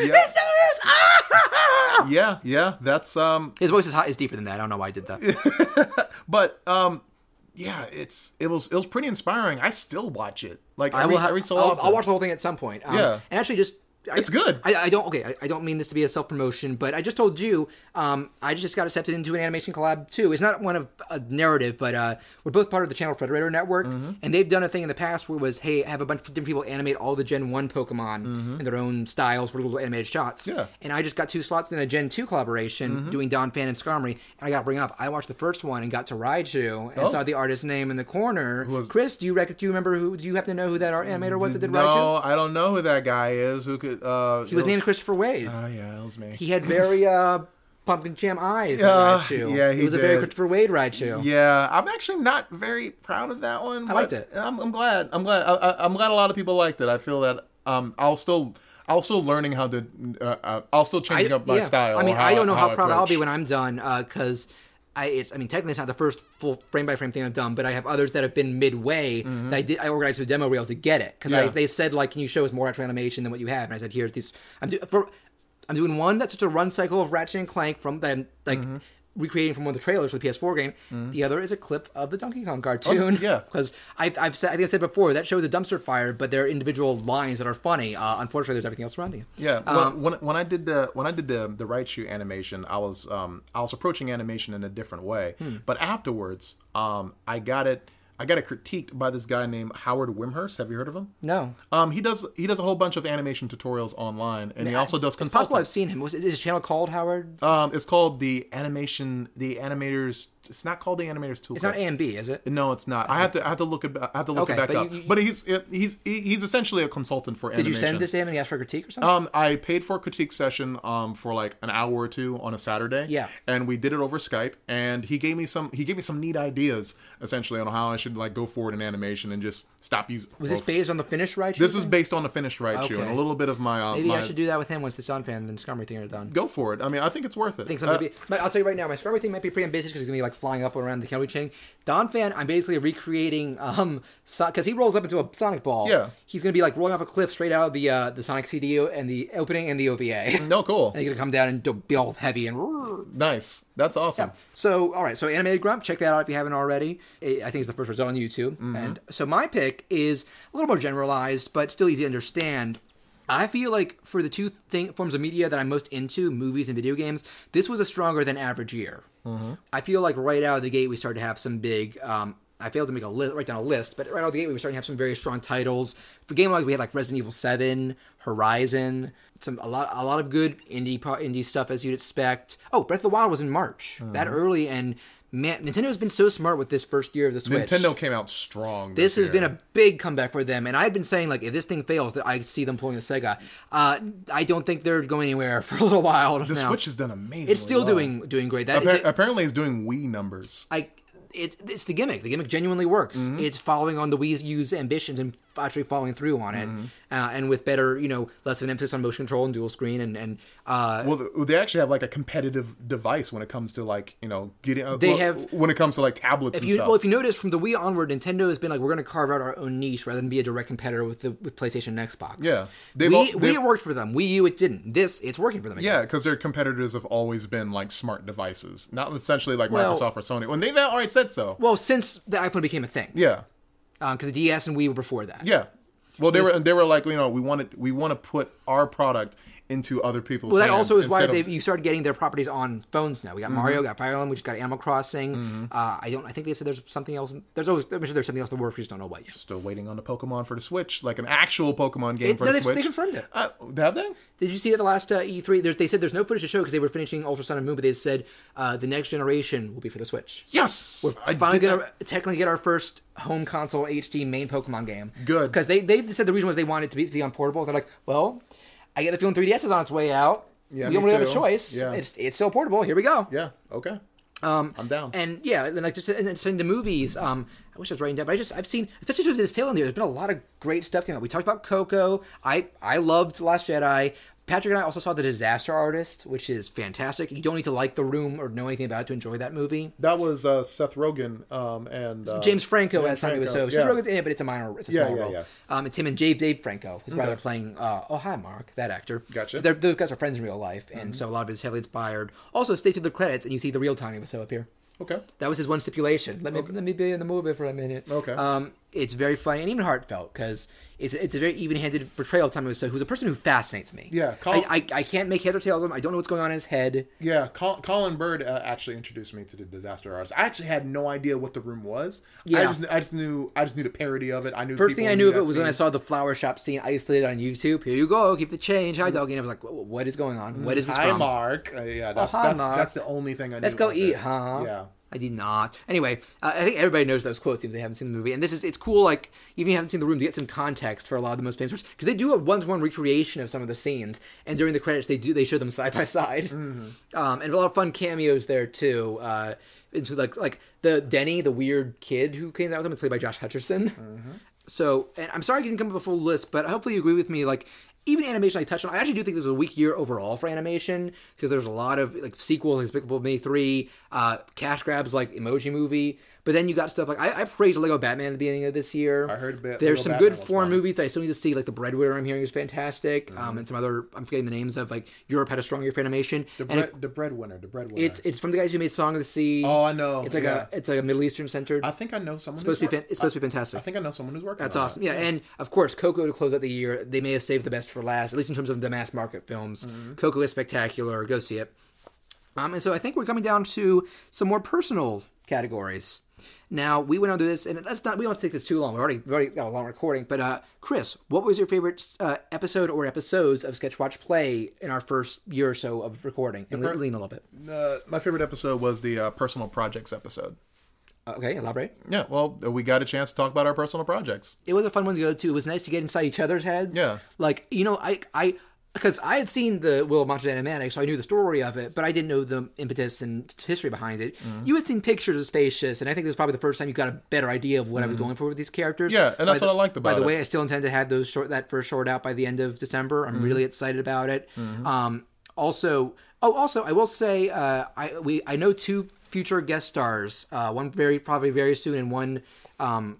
Speaker 1: use.
Speaker 2: Yep.
Speaker 1: It's no use. Ah!
Speaker 2: yeah, yeah. That's um,
Speaker 1: His voice is hot, is deeper than that. I don't know why I did that.
Speaker 2: but um, yeah. It's it was it was pretty inspiring. I still watch it. Like every,
Speaker 1: I will have.
Speaker 2: every so
Speaker 1: I'll,
Speaker 2: often.
Speaker 1: I'll watch the whole thing at some point. Um,
Speaker 2: Yeah.
Speaker 1: And actually, just I,
Speaker 2: It's good.
Speaker 1: I, I don't. Okay, I, I don't mean this to be a self promotion, but I just told you. Um, I just got accepted into an animation collab too. It's not one of a narrative, but uh, we're both part of the Channel Federator Network,
Speaker 2: Mm-hmm.
Speaker 1: and they've done a thing in the past where it was, hey, have a bunch of different people animate all the Gen One Pokemon in their own styles for little animated shots.
Speaker 2: Mm-hmm. Yeah.
Speaker 1: And I just got two slots in a Gen Two collaboration
Speaker 2: Mm-hmm.
Speaker 1: doing Don Fan and Skarmory, and I got to bring up. I watched the first one and got to Raichu and
Speaker 2: Oh.
Speaker 1: saw the artist's name in the corner.
Speaker 2: was-
Speaker 1: Chris, do you rec- do you remember who? Do you happen to know who that art animator was that did
Speaker 2: no,
Speaker 1: Raichu?
Speaker 2: I don't know who that guy is. Who could? Uh,
Speaker 1: He was named Christopher Wade.
Speaker 2: Oh yeah, it was me.
Speaker 1: he had very uh, pumpkin jam eyes. in
Speaker 2: Uh,
Speaker 1: Raichu.
Speaker 2: yeah,
Speaker 1: it
Speaker 2: he
Speaker 1: was a very
Speaker 2: did.
Speaker 1: Christopher Wade Raichu.
Speaker 2: yeah, I'm actually not very proud of that one. I
Speaker 1: liked it.
Speaker 2: I'm, I'm glad. I'm glad. I, I, I'm glad a lot of people liked it. I feel that um, I'll still, I'll still learning how to, uh, uh, I'll still changing up my
Speaker 1: yeah.
Speaker 2: style.
Speaker 1: I mean,
Speaker 2: or how
Speaker 1: I don't know how, proud I'll
Speaker 2: approach.
Speaker 1: be when I'm done because I it's I mean technically it's not the first full frame by frame thing I've done, but I have others that have been midway that I did I organized with demo reels to get it because
Speaker 2: Mm-hmm. Yeah.
Speaker 1: they said like can you show us more actual animation than what you have and I said here's these I'm do, for I'm doing one that's just a run cycle of Ratchet and Clank from them like.
Speaker 2: Mm-hmm.
Speaker 1: Recreating from one of the trailers for the PS4 game, the other is a clip of the Donkey Kong cartoon.
Speaker 2: Oh, yeah.
Speaker 1: because I've, I've said, I think I said before that shows a dumpster fire, but there are individual lines that are funny. Uh, unfortunately, there's everything else surrounding it.
Speaker 2: Yeah, well,
Speaker 1: um,
Speaker 2: when when I did the when I did the the Raichu animation, I was um I was approaching animation in a different way.
Speaker 1: Hmm.
Speaker 2: But afterwards, um I got it I got it critiqued by this guy named Howard Wimhurst. Have you heard of him?
Speaker 1: No,
Speaker 2: Um, he does he does a whole bunch of animation tutorials online, and he also does
Speaker 1: It's possible
Speaker 2: consulting.
Speaker 1: I've seen him. Was it, is his channel called Howard?
Speaker 2: um, it's called the animation the animators. It's not called the animators toolkit.
Speaker 1: it's not AMB, is it?
Speaker 2: no, it's not. I have to. I have to look. It, I have to look
Speaker 1: Okay,
Speaker 2: it back
Speaker 1: but
Speaker 2: up.
Speaker 1: you- you-
Speaker 2: but he's he's he's essentially a consultant for
Speaker 1: Did
Speaker 2: animation.
Speaker 1: you send this to him and he asked for critique or something?
Speaker 2: Um, I paid for a critique session um for like an hour or two on a Saturday.
Speaker 1: Yeah.
Speaker 2: and we did it over Skype, and he gave me some he gave me some neat ideas essentially on how I should like go forward in animation and just stop using.
Speaker 1: was this based on the finished right?
Speaker 2: Oh. This is based on the finished Raichu
Speaker 1: Okay.
Speaker 2: and a little bit of my. Uh,
Speaker 1: Maybe
Speaker 2: my
Speaker 1: I should do that with him once the Sun fan and Skarmory thing are done.
Speaker 2: go for it. I mean, I think it's worth it.
Speaker 1: I think
Speaker 2: Uh,
Speaker 1: something be, but I'll tell you right now, my Skarmory thing might be pretty ambitious because it's gonna be like flying up around the Kelly chain. Don fan, I'm basically recreating um because he rolls up into a Sonic ball.
Speaker 2: Yeah.
Speaker 1: he's gonna be like rolling off a cliff straight out of the uh, the Sonic CD and the opening and the OVA.
Speaker 2: Uh, no, cool,
Speaker 1: And he's gonna come down and do- be all heavy and
Speaker 2: nice. That's awesome.
Speaker 1: So, all right. So, animated grump. Check that out if you haven't already. I I think it's the first result on YouTube. And so, my pick is a little more generalized, but still easy to understand. I feel like for the two thing, forms of media that I'm most into, movies and video games, this was a stronger than average year. I feel like right out of the gate, we started to have some big um, I failed to make a list, write down a list, but right out of the gate, we were starting to have some very strong titles. For game wise, we had like Resident Evil Seven, Horizon, some a lot, a lot of good indie pro- indie stuff as you'd expect. Oh, Breath of the Wild was in March,
Speaker 2: Mm-hmm.
Speaker 1: that early, and man, Nintendo's been so smart with this first year of the Switch.
Speaker 2: Nintendo came out strong.
Speaker 1: This has been
Speaker 2: year.
Speaker 1: a big comeback for them, and I've been saying like, if this thing fails, that I see them pulling a Sega. Uh, I don't think they're going anywhere for a little while.
Speaker 2: The Switch has done amazing.
Speaker 1: It's still doing doing great. That
Speaker 2: Appa-
Speaker 1: it-
Speaker 2: apparently, it's doing Wii numbers.
Speaker 1: like it's it's the gimmick. The gimmick genuinely works.
Speaker 2: Mm-hmm.
Speaker 1: It's following on the Wii U's ambitions and actually following through on
Speaker 2: Mm-hmm.
Speaker 1: it, uh, and with better, you know, less of an emphasis on motion control and dual screen, and and uh,
Speaker 2: Well, th- they actually have like a competitive device when it comes to like you know getting. Uh,
Speaker 1: They
Speaker 2: well,
Speaker 1: have-
Speaker 2: when it comes to like tablets
Speaker 1: if
Speaker 2: and
Speaker 1: you
Speaker 2: stuff.
Speaker 1: well, if you notice from the Wii onward, Nintendo has been like, we're going to carve out our own niche rather than be a direct competitor with the with PlayStation and Xbox.
Speaker 2: Yeah.
Speaker 1: we
Speaker 2: They've all-
Speaker 1: we
Speaker 2: they've-
Speaker 1: worked for them. Wii U, it didn't. This, it's working for them. again.
Speaker 2: yeah, because their competitors have always been like smart devices, not essentially like
Speaker 1: Well-
Speaker 2: Microsoft or Sony. When they've already said so.
Speaker 1: Well, since the iPhone became a thing,
Speaker 2: yeah,
Speaker 1: because the DS and Wii were before that.
Speaker 2: yeah. Well, they were they were like you know we wanted we want to put our product into other people's.
Speaker 1: Well, that
Speaker 2: hands
Speaker 1: also is why
Speaker 2: instead
Speaker 1: they
Speaker 2: of- Mm-hmm.
Speaker 1: you started getting their properties on phones now. We got Mario, got Fire Emblem, we just got Animal Crossing. Uh, I don't. I think they said there's something else. There's always. I'm sure there's something else. in The world we just don't know what yet.
Speaker 2: still waiting on the Pokemon for the Switch, like an actual Pokemon game
Speaker 1: It-
Speaker 2: for
Speaker 1: no,
Speaker 2: the
Speaker 1: they've- they
Speaker 2: Switch.
Speaker 1: confirmed it.
Speaker 2: Uh, have they?
Speaker 1: Did you see at the last uh, E3? There's, they said there's no footage to show because they were finishing Ultra Sun and Moon, but they said uh, the next generation will be for the Switch.
Speaker 2: Yes.
Speaker 1: We're
Speaker 2: I
Speaker 1: finally
Speaker 2: did
Speaker 1: gonna
Speaker 2: not-
Speaker 1: technically get our first home console HD main Pokemon game.
Speaker 2: Good.
Speaker 1: because they, they said the reason was they wanted it to be, to be on portables. They're like, well, I get the feeling 3DS is on its way out.
Speaker 2: Yeah,
Speaker 1: we
Speaker 2: me
Speaker 1: don't really have a
Speaker 2: too.
Speaker 1: choice.
Speaker 2: Yeah.
Speaker 1: It's it's still portable. Here we go.
Speaker 2: Yeah. Okay.
Speaker 1: Um,
Speaker 2: I'm down.
Speaker 1: And yeah, and like just and then send the movies. Um, I wish I was writing down, but I just I've seen especially through this tail end. There's been a lot of great stuff coming out. We talked about Coco. I I loved Last Jedi. Patrick and I also saw The Disaster Artist, which is fantastic. You don't need to like The Room or know anything about it to enjoy that movie.
Speaker 2: That was uh, Seth Rogen um, and uh,
Speaker 1: James Franco
Speaker 2: James
Speaker 1: as Tommy
Speaker 2: Franco,
Speaker 1: Wiseau.
Speaker 2: yeah.
Speaker 1: Seth Rogen's in it, but it's a minor, it's a
Speaker 2: Yeah,
Speaker 1: small
Speaker 2: yeah,
Speaker 1: role.
Speaker 2: yeah.
Speaker 1: Um, it's him and Dave Dave Franco, his brother, playing. Uh, oh, hi, Mark, that actor.
Speaker 2: Gotcha. Mm-hmm.
Speaker 1: They're, those guys are friends in real life, and so a lot of it is heavily inspired. Also, stay through the credits, and you see the real Tommy Wiseau appear.
Speaker 2: Okay.
Speaker 1: That was his one stipulation. Let me let me be in the movie for a minute.
Speaker 2: Okay.
Speaker 1: Um, it's very funny and even heartfelt because it's it's a very even-handed portrayal of Tommy Wiseau, who's a person who fascinates me.
Speaker 2: Yeah, Col-
Speaker 1: I, I I can't make head or tails of him. I don't know what's going on in his head.
Speaker 2: Yeah, Col- Colin Bird uh, actually introduced me to the Disaster Artist. I actually had no idea what the room was.
Speaker 1: Yeah.
Speaker 2: I just, I just knew I just knew the parody of it. I knew
Speaker 1: First
Speaker 2: people
Speaker 1: thing I
Speaker 2: who
Speaker 1: knew of it
Speaker 2: that
Speaker 1: was when I
Speaker 2: scene.
Speaker 1: saw the flower shop scene isolated on YouTube. Here you go, keep the change, hi doggy. And I was like, "Wh- what is going on? What is this
Speaker 2: Mm-hmm. Hi,
Speaker 1: from? Oh,
Speaker 2: Mark. Uh, yeah, that's,
Speaker 1: hi,
Speaker 2: that's,
Speaker 1: Mark.
Speaker 2: that's the only thing I knew.
Speaker 1: Let's go
Speaker 2: of
Speaker 1: eat,
Speaker 2: it.
Speaker 1: huh?
Speaker 2: Yeah.
Speaker 1: I did not. Anyway, uh, I think everybody knows those quotes if they haven't seen the movie. And this is it's cool, like even if you haven't seen the room, to get some context for a lot of the most famous because they do a one-to-one recreation of some of the scenes. And during the credits, they do they show them side by side, um, and a lot of fun cameos there too. Uh, into like like the Denny, the weird kid who came out with him, is played by Josh Hutcherson. So, and I'm sorry I didn't come up with a full list, but hopefully you agree with me. Like, even animation I touched on, I actually do think this was a weak year overall for animation because there's a lot of like sequels, like Despicable Me 3, uh, cash grabs like Emoji Movie. But then you got stuff like I, I praised Lego Batman at the beginning of this year.
Speaker 2: I heard Ba-
Speaker 1: there's
Speaker 2: Lego
Speaker 1: some
Speaker 2: Batman
Speaker 1: good
Speaker 2: was Mm-hmm.
Speaker 1: foreign
Speaker 2: fun.
Speaker 1: movies that I still need to see, like The Breadwinner. I'm hearing is fantastic, um, and some other I'm forgetting the names of. Like Europe had a strong year for animation,
Speaker 2: The,
Speaker 1: and
Speaker 2: bread, the breadwinner. The breadwinner.
Speaker 1: it's it's from the guys who made Song of the Sea.
Speaker 2: oh, I know.
Speaker 1: it's like
Speaker 2: yeah.
Speaker 1: a it's like a Middle Eastern centered.
Speaker 2: I think I know someone.
Speaker 1: supposed to
Speaker 2: who's
Speaker 1: be fan,
Speaker 2: work-
Speaker 1: it's supposed to be
Speaker 2: I,
Speaker 1: fantastic.
Speaker 2: I think I know someone who's working.
Speaker 1: That's
Speaker 2: on
Speaker 1: awesome. Uh, Yeah, and of course, Coco to close out the year. They may have saved the best for last, at least in terms of the mass market films. Coco is spectacular. Go see it. Um, and so I think we're coming down to some more personal categories. Now we went on to this, and let's not. We don't have to take this too long. We already we already got a long recording. But uh, Chris, what was your favorite uh, episode or episodes of Sketchwatch Play in our first year or so of recording? And le- lean a little bit.
Speaker 2: it. Uh, my favorite episode was the uh, personal projects episode.
Speaker 1: Uh, okay, elaborate.
Speaker 2: Yeah. Well, we got a chance to talk about our personal projects.
Speaker 1: it was a fun one to go to. It was nice to get inside each other's heads.
Speaker 2: Yeah.
Speaker 1: Like, you know, I I because I had seen the Will of Monsters Animatic, so I knew the story of it, but I didn't know the impetus and t- history behind it.
Speaker 2: Mm-hmm.
Speaker 1: You had seen pictures of Spacious, and I think this was probably the first time you got a better idea of what I was going for with these characters.
Speaker 2: Mm-hmm. Yeah, and that's
Speaker 1: By the-
Speaker 2: what I liked
Speaker 1: By
Speaker 2: about
Speaker 1: the
Speaker 2: it.
Speaker 1: way, I still intend to have those short that first short out by the end of December.
Speaker 2: Mm-hmm.
Speaker 1: I'm really excited about it. Um, also, oh, also, I will say, uh, I we I know two future guest stars. Uh, one very probably very soon, and one um,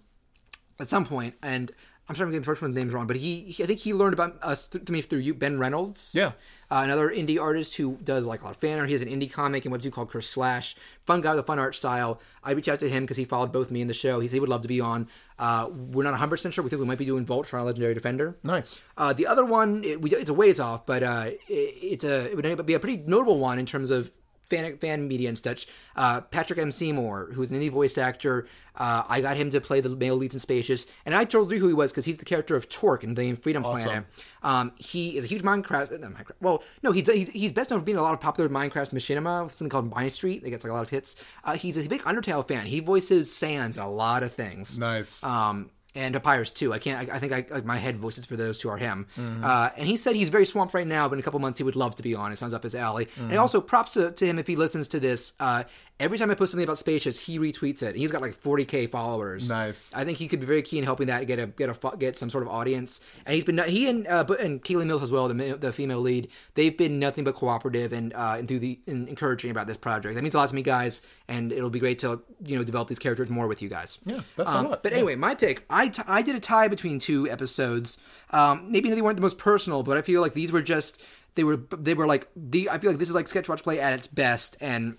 Speaker 1: at some point, and I'm sorry I'm getting the first one's names wrong, but he, he I think he learned about us th- to me through you, Ben Reynolds.
Speaker 2: Yeah.
Speaker 1: Uh, another indie artist who does like a lot of fan art. He has an indie comic and webtoon called Curse Slash. Fun guy with a fun art style. I reached out to him because he followed both me and the show. He said he would love to be on. Uh, we're not 100% sure. We think we might be doing Volt Trial Legendary Defender.
Speaker 2: Nice.
Speaker 1: Uh, the other one, it, we, it's a ways off, but uh, it, it's a it would be a pretty notable one in terms of fan, fan media and such. Uh, Patrick M. Seymour, who's an indie voice actor, uh, I got him to play the male leads in Spacious, and I told you who he was because he's the character of Torque in the game Freedom Planet. Um, he is a huge Minecraft, not Minecraft. Well, no, he's, he's he's best known for being in a lot of popular Minecraft machinima, something called Mine Street. They gets like a lot of hits. Uh, he's a big Undertale fan. He voices Sans in a lot of things.
Speaker 2: Nice.
Speaker 1: Um, and Papyrus too. I can't. I, I think I, like my head voices for those two are him.
Speaker 2: Mm-hmm.
Speaker 1: Uh, and he said he's very swamped right now, but in a couple months he would love to be on. It sounds up his alley. And
Speaker 2: Mm-hmm.
Speaker 1: also props to, to him if he listens to this. Uh, every time I post something about Spacious, he retweets it. He's got like 40k followers.
Speaker 2: Nice.
Speaker 1: I think he could be very key in helping that get a get a fo- get some sort of audience. And he's been he and uh, but and Kaylee Mills as well, the ma- the female lead. They've been nothing but cooperative and uh, and through the and encouraging about this project. That means a lot to me, guys. And it'll be great to you know develop these characters more with you guys.
Speaker 2: Yeah, that's a lot.
Speaker 1: Um, But
Speaker 2: Yeah.
Speaker 1: anyway, my pick. I, t- I did a tie between two episodes. Um, maybe they weren't the most personal, but I feel like these were just they were they were like the I feel like this is like sketch watch play at its best and.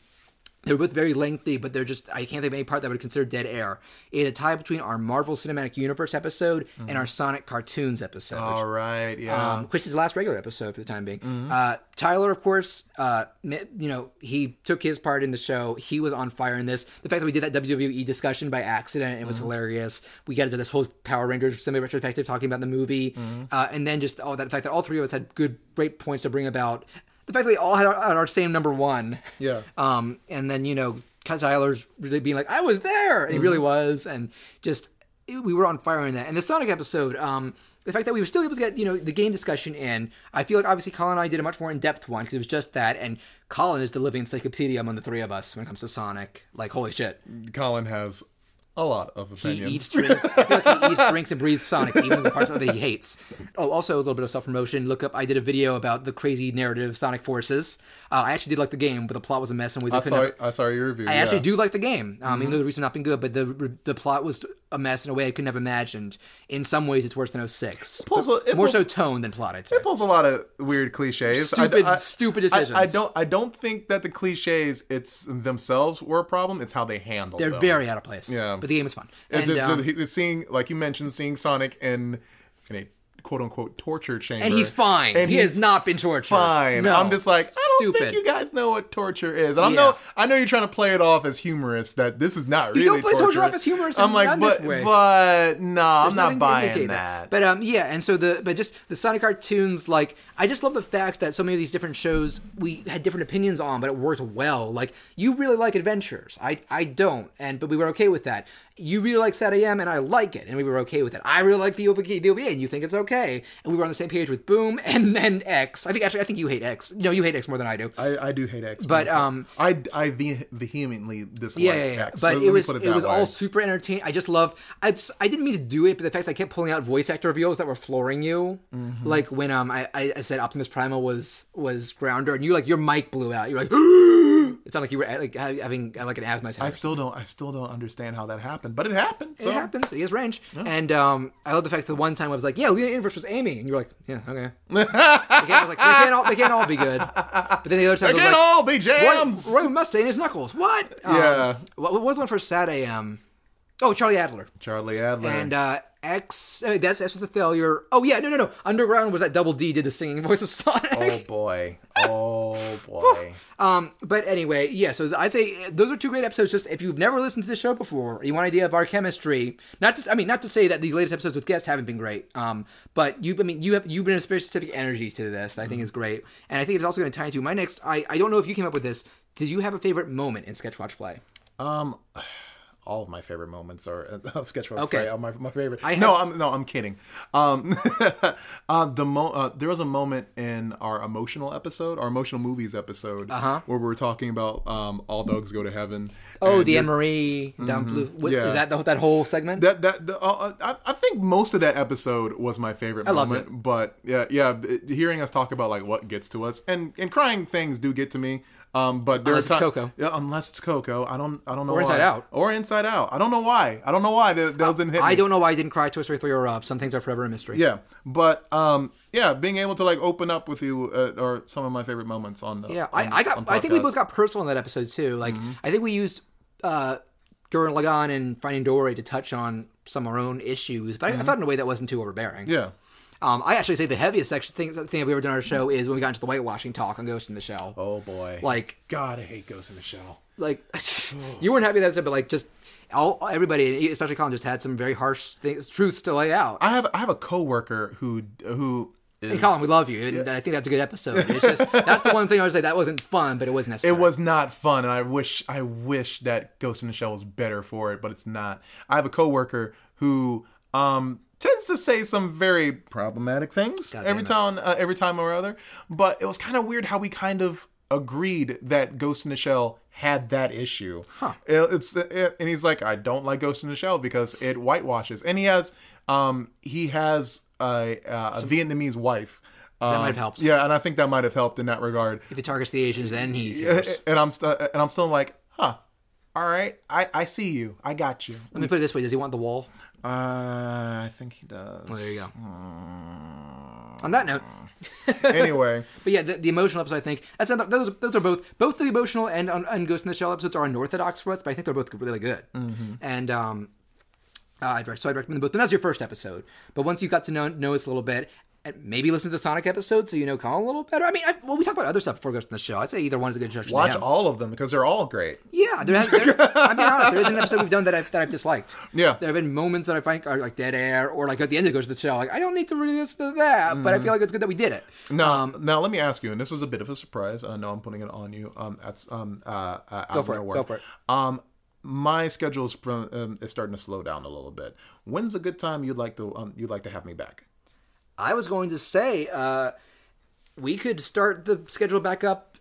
Speaker 1: They're both very lengthy, but they're just, I can't think of any part that I would consider dead air. It a tie between our Marvel Cinematic Universe episode
Speaker 2: Mm.
Speaker 1: and our Sonic Cartoons episode.
Speaker 2: All right. Yeah.
Speaker 1: Um, which is the last regular episode for the time being. Uh, Tyler, of course, uh, me- you know he took his part in the show. He was on fire in this. The fact that we did that WWE discussion by accident it was hilarious. We got into this whole Power Rangers semi retrospective talking about the movie, uh, and then just all that the fact that all three of us had good, great points to bring about. The fact that we all had our, had our same number one.
Speaker 2: yeah.
Speaker 1: Um, and then you know, Kat Tyler's really being like, "I was there," and he
Speaker 2: Mm-hmm.
Speaker 1: really was, and just it- we were on fire in that. And the Sonic episode, um, the fact that we were still able to get you know the game discussion in, I feel like obviously Colin and I did a much more in depth one because it was just that, and Colin is the living encyclopedia among the three of us when it comes to Sonic. Like, holy shit,
Speaker 2: Colin has a lot of
Speaker 1: he
Speaker 2: opinions.
Speaker 1: eats, drinks. I feel like he eats, drinks, and breathes Sonic, even the parts of it he hates. Oh, also a little bit of self promotion. Look up. I did a video about the crazy narrative of Sonic Forces. Uh, I actually did like the game, but the plot was a mess, and we
Speaker 2: I
Speaker 1: I couldn't
Speaker 2: saw. I saw your review.
Speaker 1: I
Speaker 2: yeah. Mm-hmm.
Speaker 1: actually do like the game. Um, Even though the reason not being good, but the the plot was a mess in a way I couldn't have imagined. In some ways, it's worse than 06.
Speaker 2: pulls a- it
Speaker 1: More so
Speaker 2: pulls-
Speaker 1: tone than plot. I'd say.
Speaker 2: It pulls a lot of weird cliches. I-
Speaker 1: Stupid-
Speaker 2: I-
Speaker 1: stupid
Speaker 2: I-
Speaker 1: decisions.
Speaker 2: I, don't. I don't think that the cliches it's themselves were a problem. It's how they handle.
Speaker 1: They're
Speaker 2: them.
Speaker 1: very out of place.
Speaker 2: Yeah.
Speaker 1: but the game is fun.
Speaker 2: It's
Speaker 1: And,
Speaker 2: just-
Speaker 1: um,
Speaker 2: just- it's seeing, like you mentioned, seeing Sonic in in a quote unquote torture chamber,
Speaker 1: and he's fine.
Speaker 2: And
Speaker 1: he
Speaker 2: he's
Speaker 1: has not been tortured.
Speaker 2: Fine.
Speaker 1: No.
Speaker 2: I'm just like I don't
Speaker 1: stupid.
Speaker 2: think you guys know what torture is. And I'm
Speaker 1: Yeah.
Speaker 2: no, I know you're trying to play it off as humorous that this is not really
Speaker 1: You don't play torture off as humorous
Speaker 2: I'm
Speaker 1: in-
Speaker 2: like,
Speaker 1: not in this
Speaker 2: but
Speaker 1: way.
Speaker 2: but no, I'm
Speaker 1: There's
Speaker 2: not
Speaker 1: nothing to
Speaker 2: buying
Speaker 1: indicate
Speaker 2: that.
Speaker 1: But um, yeah, and so the but just the Sonic cartoons, like I just love the fact that so many of these different shows we had different opinions on, but it worked well. Like you really like Adventures, I I don't, and but we were okay with that. You really like Sad AM, and I like it, and we were okay with it. I really like the OVA, the OVA, and you think it's okay, and we were on the same page with Boom, and then X. I think actually I think you hate X. No, you hate X more than I do.
Speaker 2: I, I do hate X,
Speaker 1: But, um,
Speaker 2: I I ve- vehemently dislike
Speaker 1: yeah, yeah, yeah.
Speaker 2: X.
Speaker 1: But
Speaker 2: Let
Speaker 1: it
Speaker 2: me
Speaker 1: was
Speaker 2: put
Speaker 1: it,
Speaker 2: that
Speaker 1: was
Speaker 2: way.
Speaker 1: all super entertaining. I just love. I just, I didn't mean to do it, but the fact that I kept pulling out voice actor reveals that were flooring you,
Speaker 2: Mm-hmm.
Speaker 1: like when um I, I I said Optimus Primal was was Grounder, and you like your mic blew out. You're like, it sounded like you were like ha- having uh, like an asthma attack.
Speaker 2: I
Speaker 1: or
Speaker 2: still don't I still don't understand how that happened, but it happened.
Speaker 1: something.
Speaker 2: so.
Speaker 1: it happens. He has range, and um I love the fact that one time I was like, yeah, Lena Inverse was Amy, and you were like, yeah, okay. they, can't, I was like, they can't all they can't all be good, but then the other time
Speaker 2: They
Speaker 1: I was
Speaker 2: can
Speaker 1: like,
Speaker 2: all be
Speaker 1: Roy,
Speaker 2: jams.
Speaker 1: Roy Mustang is Knuckles. What? Um,
Speaker 2: Yeah.
Speaker 1: what, what was one for Sad AM? Oh, Charlie Adler.
Speaker 2: Charlie Adler.
Speaker 1: And uh, X. Uh, that's that's with the failure. Oh yeah, no no no. Underground was that Double D did the singing voice of
Speaker 2: oh
Speaker 1: Sonic.
Speaker 2: boy. Oh boy.
Speaker 1: Um, but anyway, yeah. So I'd say uh, those are two great episodes. Just if you've never listened to the show before, you want an idea of our chemistry. Not to, I mean, not to say that these latest episodes with guests haven't been great. Um, but you, I mean, you have you've been a very specific energy to this that I think is great, and I think it's also going to tie into my next. I I don't know if you came up with this. Did you have a favorite moment in Sketchwatch Play?
Speaker 2: Um, all of my favorite moments are of sketch okay.
Speaker 1: Okay.
Speaker 2: Play. Are my my favorite.
Speaker 1: I
Speaker 2: no,
Speaker 1: have-
Speaker 2: I'm no, I'm kidding. Um, uh, the mo- uh, there was a moment in our emotional episode, our emotional movies episode, uh-huh. where we were talking about um, all dogs go to heaven.
Speaker 1: Oh,
Speaker 2: and
Speaker 1: the
Speaker 2: you're-
Speaker 1: Anne Marie down blue. What,
Speaker 2: Yeah.
Speaker 1: Is that the, that whole segment?
Speaker 2: That that the, uh, I, I think most of that episode was my favorite.
Speaker 1: I loved
Speaker 2: moment, But yeah, yeah, b- hearing us talk about like what gets to us and and crying things do get to me. Um, but there
Speaker 1: Unless
Speaker 2: are
Speaker 1: it's
Speaker 2: ti-
Speaker 1: Coco.
Speaker 2: Yeah, unless it's Coco, I don't I don't know
Speaker 1: Or Inside
Speaker 2: why.
Speaker 1: Out.
Speaker 2: or Inside Out. I don't know why. I don't know why that, that doesn't hit.
Speaker 1: I
Speaker 2: me.
Speaker 1: don't know why I didn't cry Toy Story 3 or Up. Some things are forever a mystery.
Speaker 2: Yeah, but um, yeah, being able to like open up with you uh, are some of my favorite moments on the.
Speaker 1: Yeah,
Speaker 2: on-
Speaker 1: I, I got.
Speaker 2: on
Speaker 1: I think we
Speaker 2: podcasts. Mm-hmm.
Speaker 1: both got personal in that episode too. Like, I think we used uh, Gurren Lagann and Finding Dory to touch on some of our own issues, but I, I thought in a way that wasn't too overbearing.
Speaker 2: Mm-hmm. Yeah,
Speaker 1: Um, I actually say the heaviest section thing, thing we've ever done on our show is when we got into the whitewashing talk on Ghost in the Shell.
Speaker 2: Oh boy.
Speaker 1: Like,
Speaker 2: God, I hate Ghost in the Shell.
Speaker 1: like you weren't happy with that episode, but like just all everybody, especially Colin, just had some very harsh things, truths to lay out.
Speaker 2: I have I have a coworker who who is
Speaker 1: Hey, Colin, we love you, and I think that's a good episode. It's just that's the one thing I would say that wasn't fun, but it was
Speaker 2: it
Speaker 1: necessary.
Speaker 2: was not fun, and I wish I wish that Ghost in the Shell was better for it, but it's not. I have a coworker who um tends to say some very problematic things every time uh, every time or other, but it was kind of weird how we kind of agreed that Ghost in the Shell had that issue. It- it's it, and he's like, I don't like Ghost in the Shell because it whitewashes, and he has um he has a, uh, a Vietnamese wife. That
Speaker 1: might have helped.
Speaker 2: Yeah, and I think that might have helped in that regard
Speaker 1: If he targets the Asians, then he. Cares.
Speaker 2: and I'm st- and I'm still like, huh. All right, I, I see you. I got you.
Speaker 1: Let me put it this way: Does he want the wall?
Speaker 2: Uh, I think he does.
Speaker 1: Well, there you go.
Speaker 2: Mm.
Speaker 1: On that note,
Speaker 2: anyway,
Speaker 1: but yeah, the, the emotional episode. I think that's another, those. Those are both both the emotional and and Ghost in the Shell episodes are unorthodox for us, but I think they're both really good.
Speaker 2: Mm-hmm.
Speaker 1: And um, uh, I'd, rec- so I'd recommend them both. And that's your first episode. But once you got to know know us a little bit, and maybe listen to the Sonic episode so you know Colin a little better. I mean, I, well, we talk about other stuff before Ghost in the Shell. I'd say either one's a good introduction. to
Speaker 2: watch
Speaker 1: him.
Speaker 2: all of them because they're all great.
Speaker 1: Yeah, there has, there, I'm being honest. There isn't an episode we've done that I've, that I've disliked.
Speaker 2: Yeah.
Speaker 1: there have been moments that I find are like dead air, or like at the end of Ghost in the Shell, like I don't need to really listen to that, but I feel like it's good that we did it.
Speaker 2: Now,
Speaker 1: um,
Speaker 2: now let me ask you, and this is a bit of a surprise. and I know I'm putting it on you. Um, that's um uh, uh out of
Speaker 1: for it,
Speaker 2: nowhere.
Speaker 1: go for it.
Speaker 2: Um, my schedule is from um, is starting to slow down a little bit. When's a good time you'd like to um you'd like to have me back?
Speaker 1: I was going to say uh, we could start the schedule back up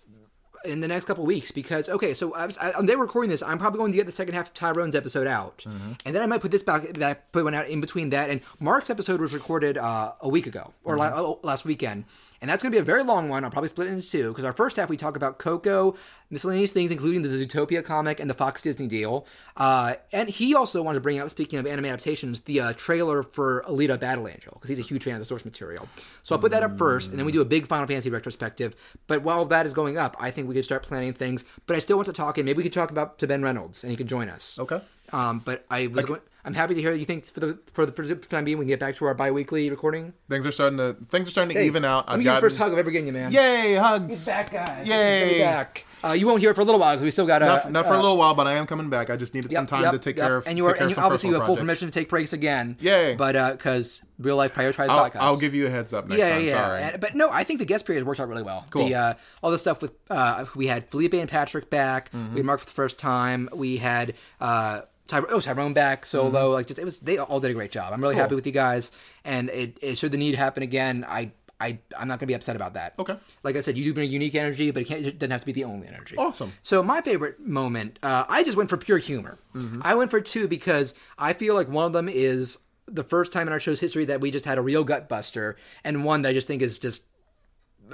Speaker 1: in the next couple weeks because okay, so I was, I, on the day we're recording this, I'm probably going to get the second half of Tyrone's episode out, and then I might put this back, back put one out in between that. And Mark's episode was recorded uh, a week ago or la- oh, last weekend. And that's going to be a very long one. I'll probably split it into two because our first half we talk about Coco, miscellaneous things, including the Zootopia comic and the Fox Disney deal. Uh, and he also wanted to bring out, speaking of anime adaptations, the uh, trailer for Alita Battle Angel because he's a huge fan of the source material. So I'll put that up first, and then we do a big Final Fantasy retrospective. But while that is going up, I think we could start planning things. But I still want to talk, and maybe we could talk about to Ben Reynolds, and he could join us.
Speaker 2: Okay.
Speaker 1: Um, but I was going, I'm happy to hear that you think for the for the, for the time being we can get back to our bi-weekly recording.
Speaker 2: Things are starting to things are starting to even out.
Speaker 1: I'm
Speaker 2: I've
Speaker 1: your
Speaker 2: got
Speaker 1: first hug I've ever given you, man.
Speaker 2: Yay, hugs.
Speaker 6: back, guys.
Speaker 2: Yay.
Speaker 1: back. Uh, you won't hear it for a little while because we still got uh,
Speaker 2: not, not
Speaker 1: uh,
Speaker 2: for a little while, but I am coming back. I just needed some
Speaker 1: yep,
Speaker 2: time
Speaker 1: yep,
Speaker 2: to take
Speaker 1: yep.
Speaker 2: care of.
Speaker 1: And you
Speaker 2: take
Speaker 1: are,
Speaker 2: care
Speaker 1: and you,
Speaker 2: of some
Speaker 1: obviously you have
Speaker 2: personal
Speaker 1: full
Speaker 2: projects.
Speaker 1: permission to take breaks again.
Speaker 2: Yay.
Speaker 1: But because real life prioritizes podcasts.
Speaker 2: I'll, I'll give you a heads up next
Speaker 1: yeah,
Speaker 2: time.
Speaker 1: yeah, yeah.
Speaker 2: Sorry.
Speaker 1: And- but no, I think the guest period worked out really well.
Speaker 2: Cool.
Speaker 1: The, uh, all the stuff with uh, we had Felipe and Patrick back.
Speaker 2: Mm-hmm.
Speaker 1: We had Mark for the first time. We had uh, Ty- oh Tyrone back solo.
Speaker 2: Mm-hmm.
Speaker 1: Like just it was they all did a great job. I'm really happy with you guys. And it, it should the need happen again, I. I, I'm not going to be upset about that.
Speaker 2: Okay.
Speaker 1: Like I said, you do bring unique energy, but it, can't, it doesn't have to be the only energy.
Speaker 2: Awesome.
Speaker 1: So my favorite moment, uh, I just went for pure humor. I went for two because I feel like one of them is the first time in our show's history that we just had a real gut buster, and one that I just think is just.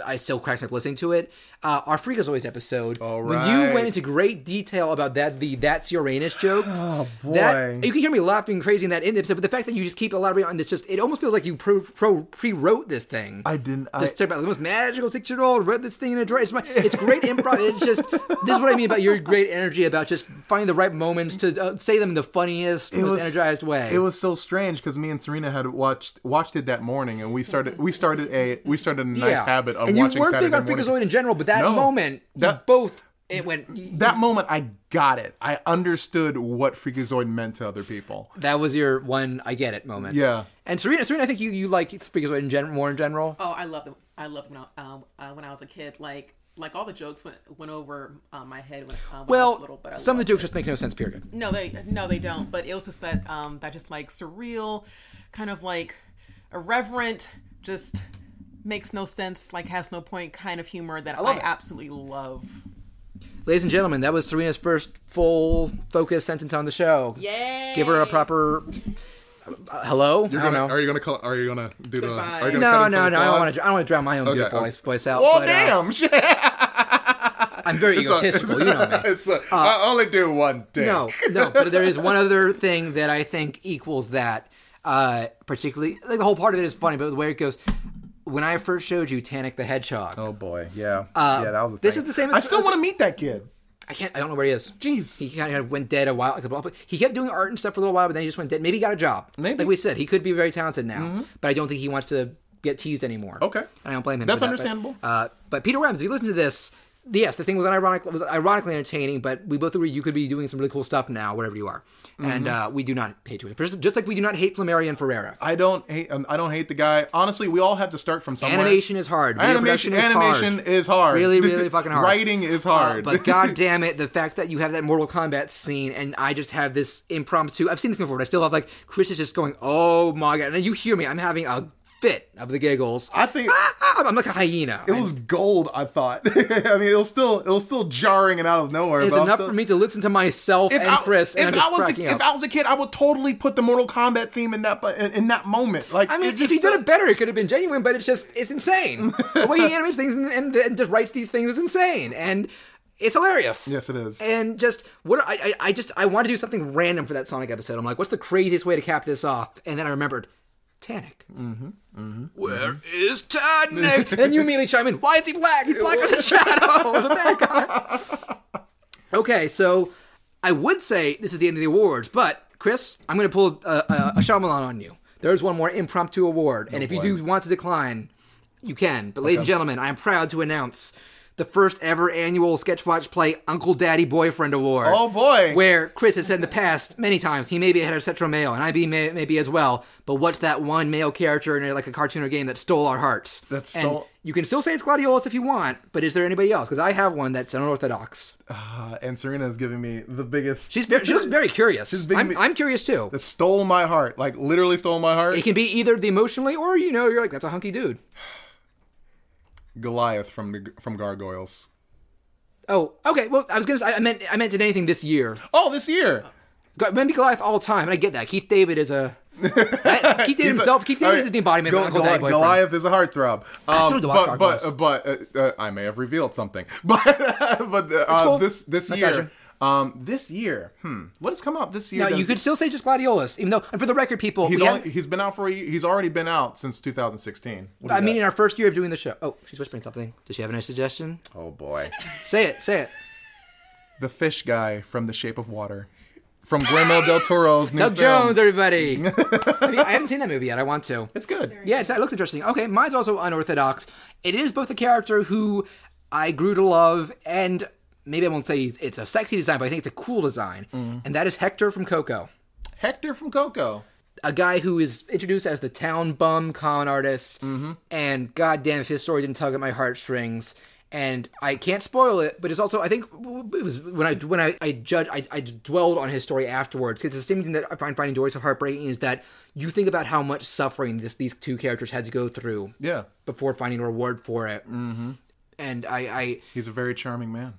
Speaker 1: I still crack me up listening to it. Uh, our Freakazoid episode. All When you
Speaker 2: right.
Speaker 1: went into great detail about that, the that's Uranus joke. Oh boy! you can hear me laughing crazy in that end episode, but the fact that you just keep elaborating on this, just it almost feels like you pro, pro, pre-wrote this thing.
Speaker 2: I didn't. I,
Speaker 1: Just talk about the most magical six year old read this thing in a drawer. It's, my, it's great improv. It's just this is what I mean about your great energy about just finding the right moments to uh, say them in the funniest, most energized way.
Speaker 2: It was so strange because me and Serena had watched watched it that morning, and we started we started a we started a nice habit of
Speaker 1: and
Speaker 2: watching
Speaker 1: you weren't
Speaker 2: Saturday
Speaker 1: big on
Speaker 2: morning.
Speaker 1: Freakazoid in general, but that
Speaker 2: No.
Speaker 1: moment, that
Speaker 2: That-
Speaker 1: both it went. That,
Speaker 2: that moment, I got it. I understood what Freakazoid meant to other people.
Speaker 1: was your one. I get it moment.
Speaker 2: Yeah.
Speaker 1: And Serena, Serena, I think you you like Freakazoid in gen- more in general.
Speaker 7: Oh, I loved it. I loved when I, um, uh, when I was a kid. Like like all the jokes went went over um, my head when, um, when I was little.
Speaker 1: well,
Speaker 7: But I
Speaker 1: some of
Speaker 7: loved
Speaker 1: the jokes just make no sense. Period.
Speaker 7: No, they no, they don't. But it was just that um that just like surreal, kind of like irreverent, just makes no sense, like has no point kind of humor that I,
Speaker 1: love it.
Speaker 7: absolutely love.
Speaker 1: Ladies and gentlemen, that was Serena's first full focus sentence on the show.
Speaker 7: Yay!
Speaker 1: Give her a proper uh, hello. I
Speaker 2: You're
Speaker 1: don't
Speaker 2: gonna,
Speaker 1: know.
Speaker 2: are you gonna call, are you gonna do the
Speaker 7: Goodbye.
Speaker 2: are you gonna cut
Speaker 1: No,
Speaker 2: in some
Speaker 1: no, no. I don't
Speaker 2: applause?
Speaker 1: want to. I don't want to drown my own beautiful
Speaker 2: okay.
Speaker 1: voice, voice out.
Speaker 2: Well,
Speaker 1: but, uh,
Speaker 2: damn! shit.
Speaker 1: I'm very egotistical. You know me.
Speaker 2: It's a- I only do one thing.
Speaker 1: No, no. But there is one other thing that I think equals that. Uh, particularly, like the whole part of it is funny, but the way it goes. When I first showed you Tannic the Hedgehog, uh,
Speaker 2: Oh boy, yeah, yeah. That was the
Speaker 1: this
Speaker 2: thing.
Speaker 1: is the same as-
Speaker 2: I still want to meet that kid.
Speaker 1: I can't. I don't know where he is.
Speaker 2: Jeez.
Speaker 1: he kind of went dead a while. Like, but he kept doing art and stuff for a little while, but then he just went dead. Maybe he got a job.
Speaker 2: Maybe. Mm-hmm.
Speaker 1: like we said, he could be very talented now, but I don't think he wants to get teased anymore.
Speaker 2: Okay.
Speaker 1: And I don't blame him.
Speaker 2: That's
Speaker 1: for that, but-
Speaker 2: understandable.
Speaker 1: uh, but Peter Webb's, if you listen to this, yes, the thing was ironic, was ironically entertaining, but we both agree you could be doing some really cool stuff now, wherever you are.
Speaker 2: Mm-hmm.
Speaker 1: And uh, we do not hate Twitter. Just, just like we do not hate Flammarion and Ferrera.
Speaker 2: I don't hate. Um, I don't hate the guy. Honestly, we all have to start from somewhere.
Speaker 1: Animation is hard. Video
Speaker 2: Animation,
Speaker 1: production is hard.
Speaker 2: animation is hard.
Speaker 1: Really, really fucking hard.
Speaker 2: Writing is
Speaker 1: Uh,
Speaker 2: hard.
Speaker 1: but god damn it, the fact that you have that Mortal Kombat scene and I just have this impromptu I've seen this before, but I still have like Chris is just going, Oh my god and then you hear me, I'm having a fit of the giggles. Ah,
Speaker 2: I think
Speaker 1: I'm, I'm like a hyena.
Speaker 2: it was gold. I thought. I mean, it was still it was still jarring and out of nowhere.
Speaker 1: it's
Speaker 2: but I'm
Speaker 1: enough
Speaker 2: still-
Speaker 1: for me to listen to myself and Chris
Speaker 2: if
Speaker 1: and I'm just
Speaker 2: I was a,
Speaker 1: cracking up.
Speaker 2: if I was a kid, I would totally put the Mortal Kombat theme in that bu- in, in that moment. Like
Speaker 1: I mean,
Speaker 2: it just,
Speaker 1: if he did it better, it could have been genuine, but it's just, it's insane. the way he animates things and, and, and just writes these things is insane. And it's hilarious.
Speaker 2: Yes, it is.
Speaker 1: And just, what, are- I, I, I just, I want to do something random for that Sonic episode. I'm like, what's the craziest way to cap this off? And then I remembered, Tanic. Mm-hmm. Where is Tanic? and then you immediately chime in, why is he black? He's black as a shadow. The bad guy. Okay, so I would say this is the end of the awards, but Chris, I'm going to pull a, a, a Shyamalan on you. There's one more impromptu award,
Speaker 2: Oh,
Speaker 1: and if you do want to decline, you can. But, ladies and gentlemen, I am proud to announce the first ever annual Sketchwatch Play Uncle Daddy Boyfriend Award.
Speaker 2: Oh, boy.
Speaker 1: Where Chris has said in the past many times he may be ahead of Cetro Mayo, and I be may, may be as well. But what's that one male character in a, like a cartoon or game that stole our hearts?
Speaker 2: That
Speaker 1: And
Speaker 2: stole-
Speaker 1: you can still say it's Gladiolus if you want, but is there anybody else? Because I have one that's unorthodox.
Speaker 2: and Serena is giving me the biggest.
Speaker 1: She's very, she looks very curious.
Speaker 2: being
Speaker 1: I'm,
Speaker 2: me-
Speaker 1: I'm curious too.
Speaker 2: that stole my heart. Like literally stole my heart.
Speaker 1: It can be either the emotionally or you know you're like that's a hunky dude.
Speaker 2: Goliath from the, from Gargoyles.
Speaker 1: Oh, okay. Well, I was gonna. Say, I I meant I meant did anything this year.
Speaker 2: Oh, this year.
Speaker 1: Go- Maybe Goliath all time, and I get that. Keith David is a that- Keith David
Speaker 2: He's a-
Speaker 1: himself. Keith
Speaker 2: all
Speaker 1: David
Speaker 2: right,
Speaker 1: is the embodiment
Speaker 2: Go-
Speaker 1: of Uncle
Speaker 2: Goli-
Speaker 1: Daddy boyfriend.
Speaker 2: Goliath is a heartthrob. Um,
Speaker 1: sort of
Speaker 2: but
Speaker 1: watched
Speaker 2: but uh, but uh, uh, I may have revealed something. But but uh, uh,
Speaker 1: cool.
Speaker 2: this this
Speaker 1: Not
Speaker 2: year,
Speaker 1: judging.
Speaker 2: um, this year, hmm, what has come out this year?
Speaker 1: No,
Speaker 2: that-
Speaker 1: you could still say just Gladiolus, even though, and for the record, people,
Speaker 2: He's
Speaker 1: we
Speaker 2: only,
Speaker 1: haven't-
Speaker 2: he's been out for a year. He's already been out since 2016. What do
Speaker 1: I
Speaker 2: you
Speaker 1: mean,
Speaker 2: got?
Speaker 1: in our first year of doing the show. Oh, she's whispering something. Does she have any suggestion?
Speaker 2: oh boy,
Speaker 1: Say it. Say it.
Speaker 2: the fish guy from The Shape of Water, from Guillermo del Toro's new
Speaker 1: Doug
Speaker 2: film.
Speaker 1: Jones, everybody. I haven't seen that movie yet. I want to.
Speaker 2: It's good.
Speaker 1: Yeah, it's, it looks interesting. Okay, mine's also unorthodox. It is both a character who I grew to love, and maybe I won't say it's a sexy design, but I think it's a cool design. And that is Hector from Coco,
Speaker 2: Hector from Coco.
Speaker 1: a guy who is introduced as the town bum con artist. And goddamn, if his story didn't tug at my heartstrings. And I can't spoil it, but it's also I think it was when I when I I judge I, I dwelled on his story afterwards because the same thing that I find finding Dory so heartbreaking is that you think about how much suffering this these two characters had to go through
Speaker 2: Yeah,
Speaker 1: before finding a reward for it. Mm-hmm. And I, I,
Speaker 2: he's a very charming man.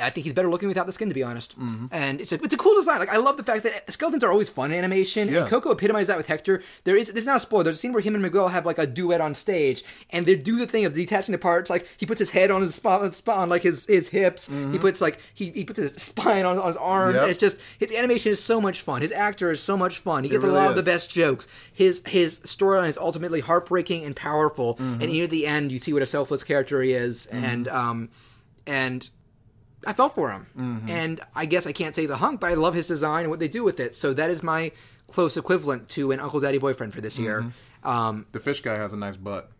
Speaker 1: I think he's better looking without the skin, to be honest.
Speaker 2: Mm-hmm.
Speaker 1: And it's a, it's a cool design. Like I love the fact that skeletons are always fun in animation.
Speaker 2: Yeah.
Speaker 1: And Coco epitomized that with Hector. There is, this is not a spoiler. There's a scene where him and Miguel have like a duet on stage, and they do the thing of detaching the parts. Like he puts his head on his spot, spot on like his his hips. He puts like he, he puts his spine on, on his arm.
Speaker 2: Mm-hmm. Yep.
Speaker 1: And it's just his animation is so much fun. His actor is so much fun. He gets
Speaker 2: really
Speaker 1: a lot of the
Speaker 2: is.
Speaker 1: best jokes. His his storyline is ultimately heartbreaking and powerful.
Speaker 2: Mm-hmm.
Speaker 1: And near the end, you see what a selfless character he is, and um, and I fell for him.
Speaker 2: Mm-hmm.
Speaker 1: And I guess I can't say he's a hunk, but I love his design and what they do with it. So that is my close equivalent to an Uncle Daddy boyfriend for this year.
Speaker 2: Mm-hmm.
Speaker 1: Um,
Speaker 2: The fish guy has a nice butt.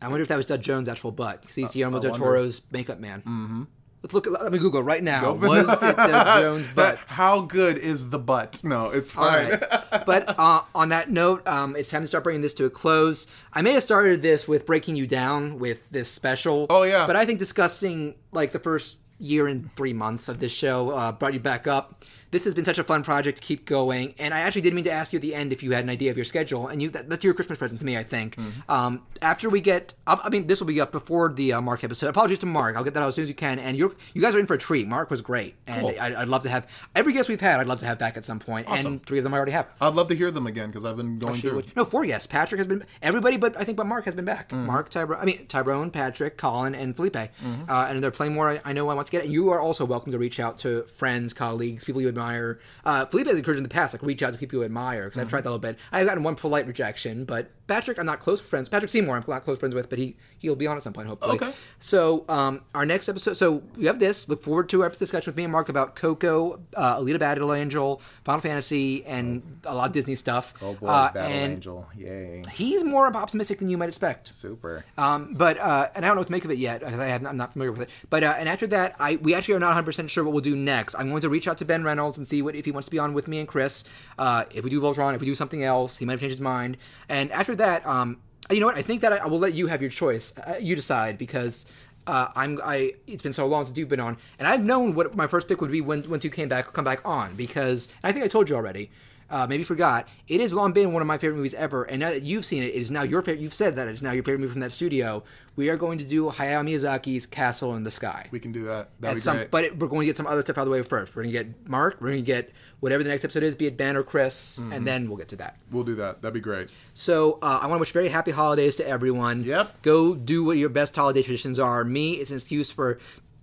Speaker 1: I wonder if that was Doug Jones' actual butt because he's Guillermo
Speaker 2: Uh, I
Speaker 1: del
Speaker 2: wonder.
Speaker 1: Toro's makeup man. Mm-hmm. Let's look. Let me Google right now. Was it Doug Jones' butt?
Speaker 2: How good is the butt? No, it's
Speaker 1: All
Speaker 2: fine.
Speaker 1: right. but uh, on that note, um, it's time to start bringing this to a close. I may have started this with breaking you down with this special.
Speaker 2: Oh, yeah.
Speaker 1: But I think discussing like the first year and three months of this show uh, brought you back up. This has been such a fun project to keep going, and I actually did mean to ask you at the end if you had an idea of your schedule, and you that, that's your Christmas present to me, I think. Um, after we get, I, I mean, this will be up before the uh, Mark episode. Apologies to Mark, I'll get that out as soon as you can. And you are you guys are in for a treat. Mark was great, and I, I'd love to have every guest we've had. I'd love to have back at some point, and three of them I already have.
Speaker 2: I'd love to hear them again because I've been going through. Mm-hmm.
Speaker 1: No, four guests. Patrick has been everybody, but I think but Mark has been back. Mark Tyrone, I mean Tyrone, Patrick, Colin, and Felipe, uh, and there are plenty more. I, I know I want to to get. And you are also welcome to reach out to friends, colleagues, people you admire. Uh, Felipe has encouraged in the past, like reach out to people you admire. Because
Speaker 2: Mm-hmm.
Speaker 1: I've tried that a little bit. I've gotten one polite rejection, but Patrick, I'm not close friends. Patrick Seymour, I'm not close friends with, but he he'll be on at some point, hopefully.
Speaker 2: Okay.
Speaker 1: So um, our next episode. So we have this. Look forward to our discussion with me and Mark about Coco, uh, Alita: Battle Angel, Final Fantasy, and a lot of Disney stuff.
Speaker 9: Oh boy,
Speaker 1: Uh,
Speaker 9: Battle
Speaker 1: and
Speaker 9: Angel. Yay.
Speaker 1: He's more optimistic than you might expect.
Speaker 9: Super.
Speaker 1: Um, but uh, and I don't know what to make of it yet. 'cause I have I'm not familiar with it. But uh, and after that, I we actually are not 100 percent sure what we'll do next. I'm going to reach out to Ben Reynolds and see what if he wants to be on with me and Chris. Uh, if we do Voltron, if we do something else, he might have changed his mind. And after that, um, you know what? I think that I, I will let you have your choice. Uh, you decide because. Uh, I'm. I. It's been so long since you've been on, and I've known what my first pick would be when once you came back, come back on because and I think I told you already uh, maybe forgot, it has long been one of my favorite movies ever. And now that you've seen it, it is now your favorite. You've said that it is now your favorite movie from that studio. We are going to do Hayao Miyazaki's Castle in the Sky.
Speaker 2: We can do that. That'd be
Speaker 1: At some-
Speaker 2: great.
Speaker 1: but it, we're going to get some other stuff out of the way first. We're going to get Mark. We're going to get whatever the next episode is, be it Ben or Chris,
Speaker 2: Mm-hmm.
Speaker 1: and then we'll get to that.
Speaker 2: we'll do that. That'd be great.
Speaker 1: So uh, I want to wish very happy holidays to everyone.
Speaker 2: Yep.
Speaker 1: Go do what your best holiday traditions are. Me, it's an excuse for,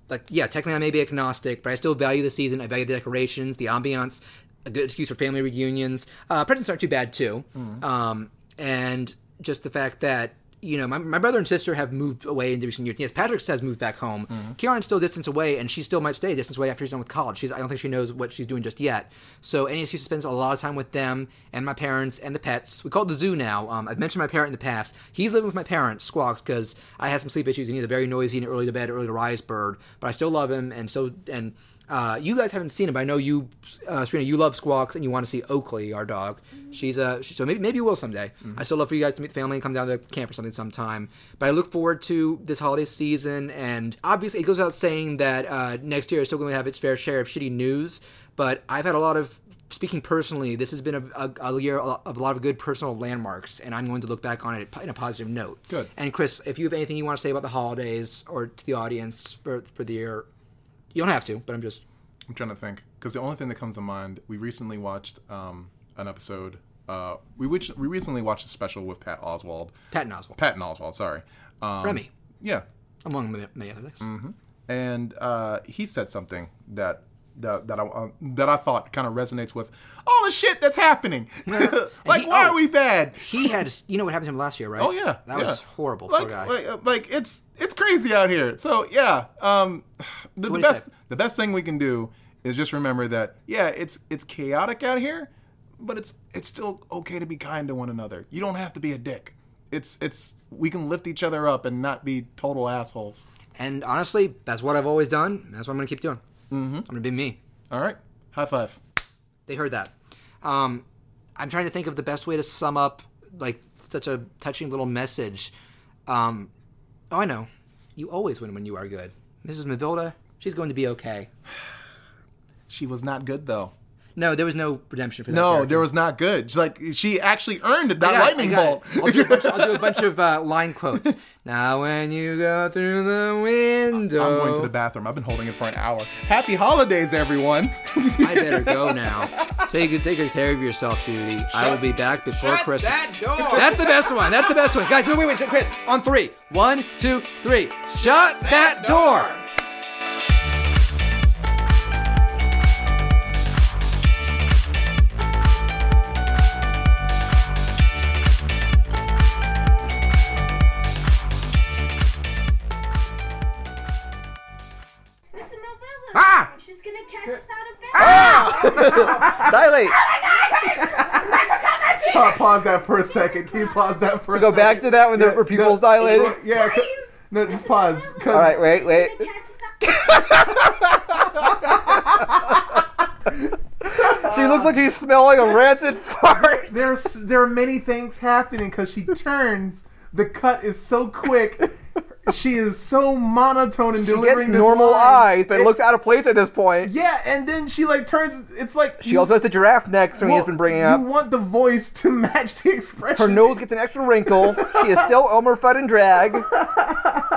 Speaker 1: like, yeah, technically I may be agnostic, but I still value the season. I value the decorations, the ambiance. A good excuse for family reunions. Uh, presents aren't too bad too, um, and just the fact that you know my, my brother and sister have moved away in the recent years. Yes, Patrick has moved back home. Kieran's still distance away, and she still might stay distance away after she's done with college. She's I don't think she knows what she's doing just yet. So any excuse to spend a lot of time with them and my parents and the pets. We call it the zoo now. Um, I've mentioned my parent in the past. He's living with my parents, Squawks, because I have some sleep issues and he's a very noisy and early to bed, early to rise bird. But I still love him, and so and. Uh, you guys haven't seen him, but I know you, uh, Serena. You love Squawks, and you want to see Oakley, our dog. She's a she, so maybe maybe you will someday. I still love for you guys to meet the family and come down to camp or something sometime. But I look forward to this holiday season, and obviously it goes without saying that uh, next year is still going to have its fair share of shitty news. But I've had a lot of speaking personally. This has been a, a, a year of a lot of good personal landmarks, and I'm going to look back on it in a positive note.
Speaker 2: Good.
Speaker 1: And Chris, if you have anything you want to say about the holidays or to the audience for for the year, you don't have to, but I'm just.
Speaker 2: I'm trying to think because the only thing that comes to mind. We recently watched um, an episode. Uh, we which, we recently watched a special with Pat Oswald.
Speaker 1: Patton Oswald.
Speaker 2: Patton Oswald. Sorry. Um,
Speaker 1: Remy,
Speaker 2: Yeah,
Speaker 1: among ma- many other things.
Speaker 2: Mm. and uh, he said something that. That, that I um, that I thought kind of resonates with all the shit that's happening. like,
Speaker 1: he-
Speaker 2: why
Speaker 1: oh.
Speaker 2: are we bad?
Speaker 1: He had, you know what happened to him last year, right?
Speaker 2: Oh yeah,
Speaker 1: that
Speaker 2: yeah.
Speaker 1: was horrible.
Speaker 2: Like,
Speaker 1: poor guy.
Speaker 2: like, uh, like it's it's crazy out here. So yeah, um, the, the
Speaker 1: do you
Speaker 2: best
Speaker 1: say?
Speaker 2: the best thing we can do is just remember that yeah, it's it's chaotic out here, but it's it's still okay to be kind to one another. You don't have to be a dick. It's it's we can lift each other up and not be total assholes.
Speaker 1: and honestly, that's what I've always done. and That's what I'm going to keep doing. Mm-hmm. I'm going to be me.
Speaker 2: All right, high five.
Speaker 1: They heard that. Um, I'm trying to think of the best way to sum up like such a touching little message. Um, oh, I know. You always win when you are good. Mrs. Mavilda, she's going to be okay.
Speaker 2: She was not good though.
Speaker 1: No, there was no redemption for that.
Speaker 2: No,
Speaker 1: character.
Speaker 2: there was not good. She's Like she actually earned that
Speaker 1: I got it,
Speaker 2: lightning
Speaker 1: I got
Speaker 2: bolt.
Speaker 1: it. I'll do a bunch, I'll do a bunch of uh, line quotes. now, when you go through the window,
Speaker 2: I'm going to the bathroom. I've been holding it for an hour. Happy holidays, everyone.
Speaker 1: I better go now. Take good, take good care of yourself, Judy. I will be back before Christmas. That's the best one. That's the best one, guys. Wait, wait, wait, Chris. On three. One, two, three. Shut that door.
Speaker 10: Mrs. Melville,
Speaker 1: Ah!
Speaker 10: she's gonna catch us out of bed.
Speaker 1: Dilate.
Speaker 9: Stop, pause that for a second. Can you pause that for a
Speaker 1: Go
Speaker 9: second?
Speaker 1: back to that when the pupils dilated.
Speaker 9: Yeah, 'cause- no, just pause. 'cause-
Speaker 1: All right, wait, wait.
Speaker 10: Catch us out.
Speaker 1: She looks like she's smelling a rancid fart.
Speaker 9: There's there are many things happening because she turns. The cut is so quick. She is so monotone in
Speaker 1: She gets
Speaker 9: delivering this
Speaker 1: normal
Speaker 9: line.
Speaker 1: eyes, but it looks out of place at this point.
Speaker 9: Yeah, and then she like turns. It's like
Speaker 1: She also has the giraffe neck string he's
Speaker 9: well,
Speaker 1: been bringing up.
Speaker 9: You want the voice to match the
Speaker 1: Her
Speaker 9: expression.
Speaker 1: nose gets an extra wrinkle. She is still Elmer Fudd and drag.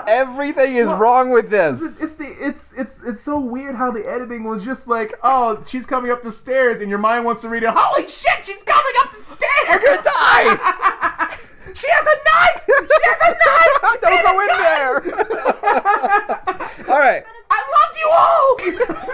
Speaker 1: Everything is wrong with this.
Speaker 9: It's, it's the it's it's it's so weird how the editing was just like, oh, she's coming up the stairs, and your mind wants to read it. Holy shit, she's coming up the stairs! We're gonna die! she has a knife! She has a knife!
Speaker 1: Don't go in there. All right.
Speaker 9: I loved you you all.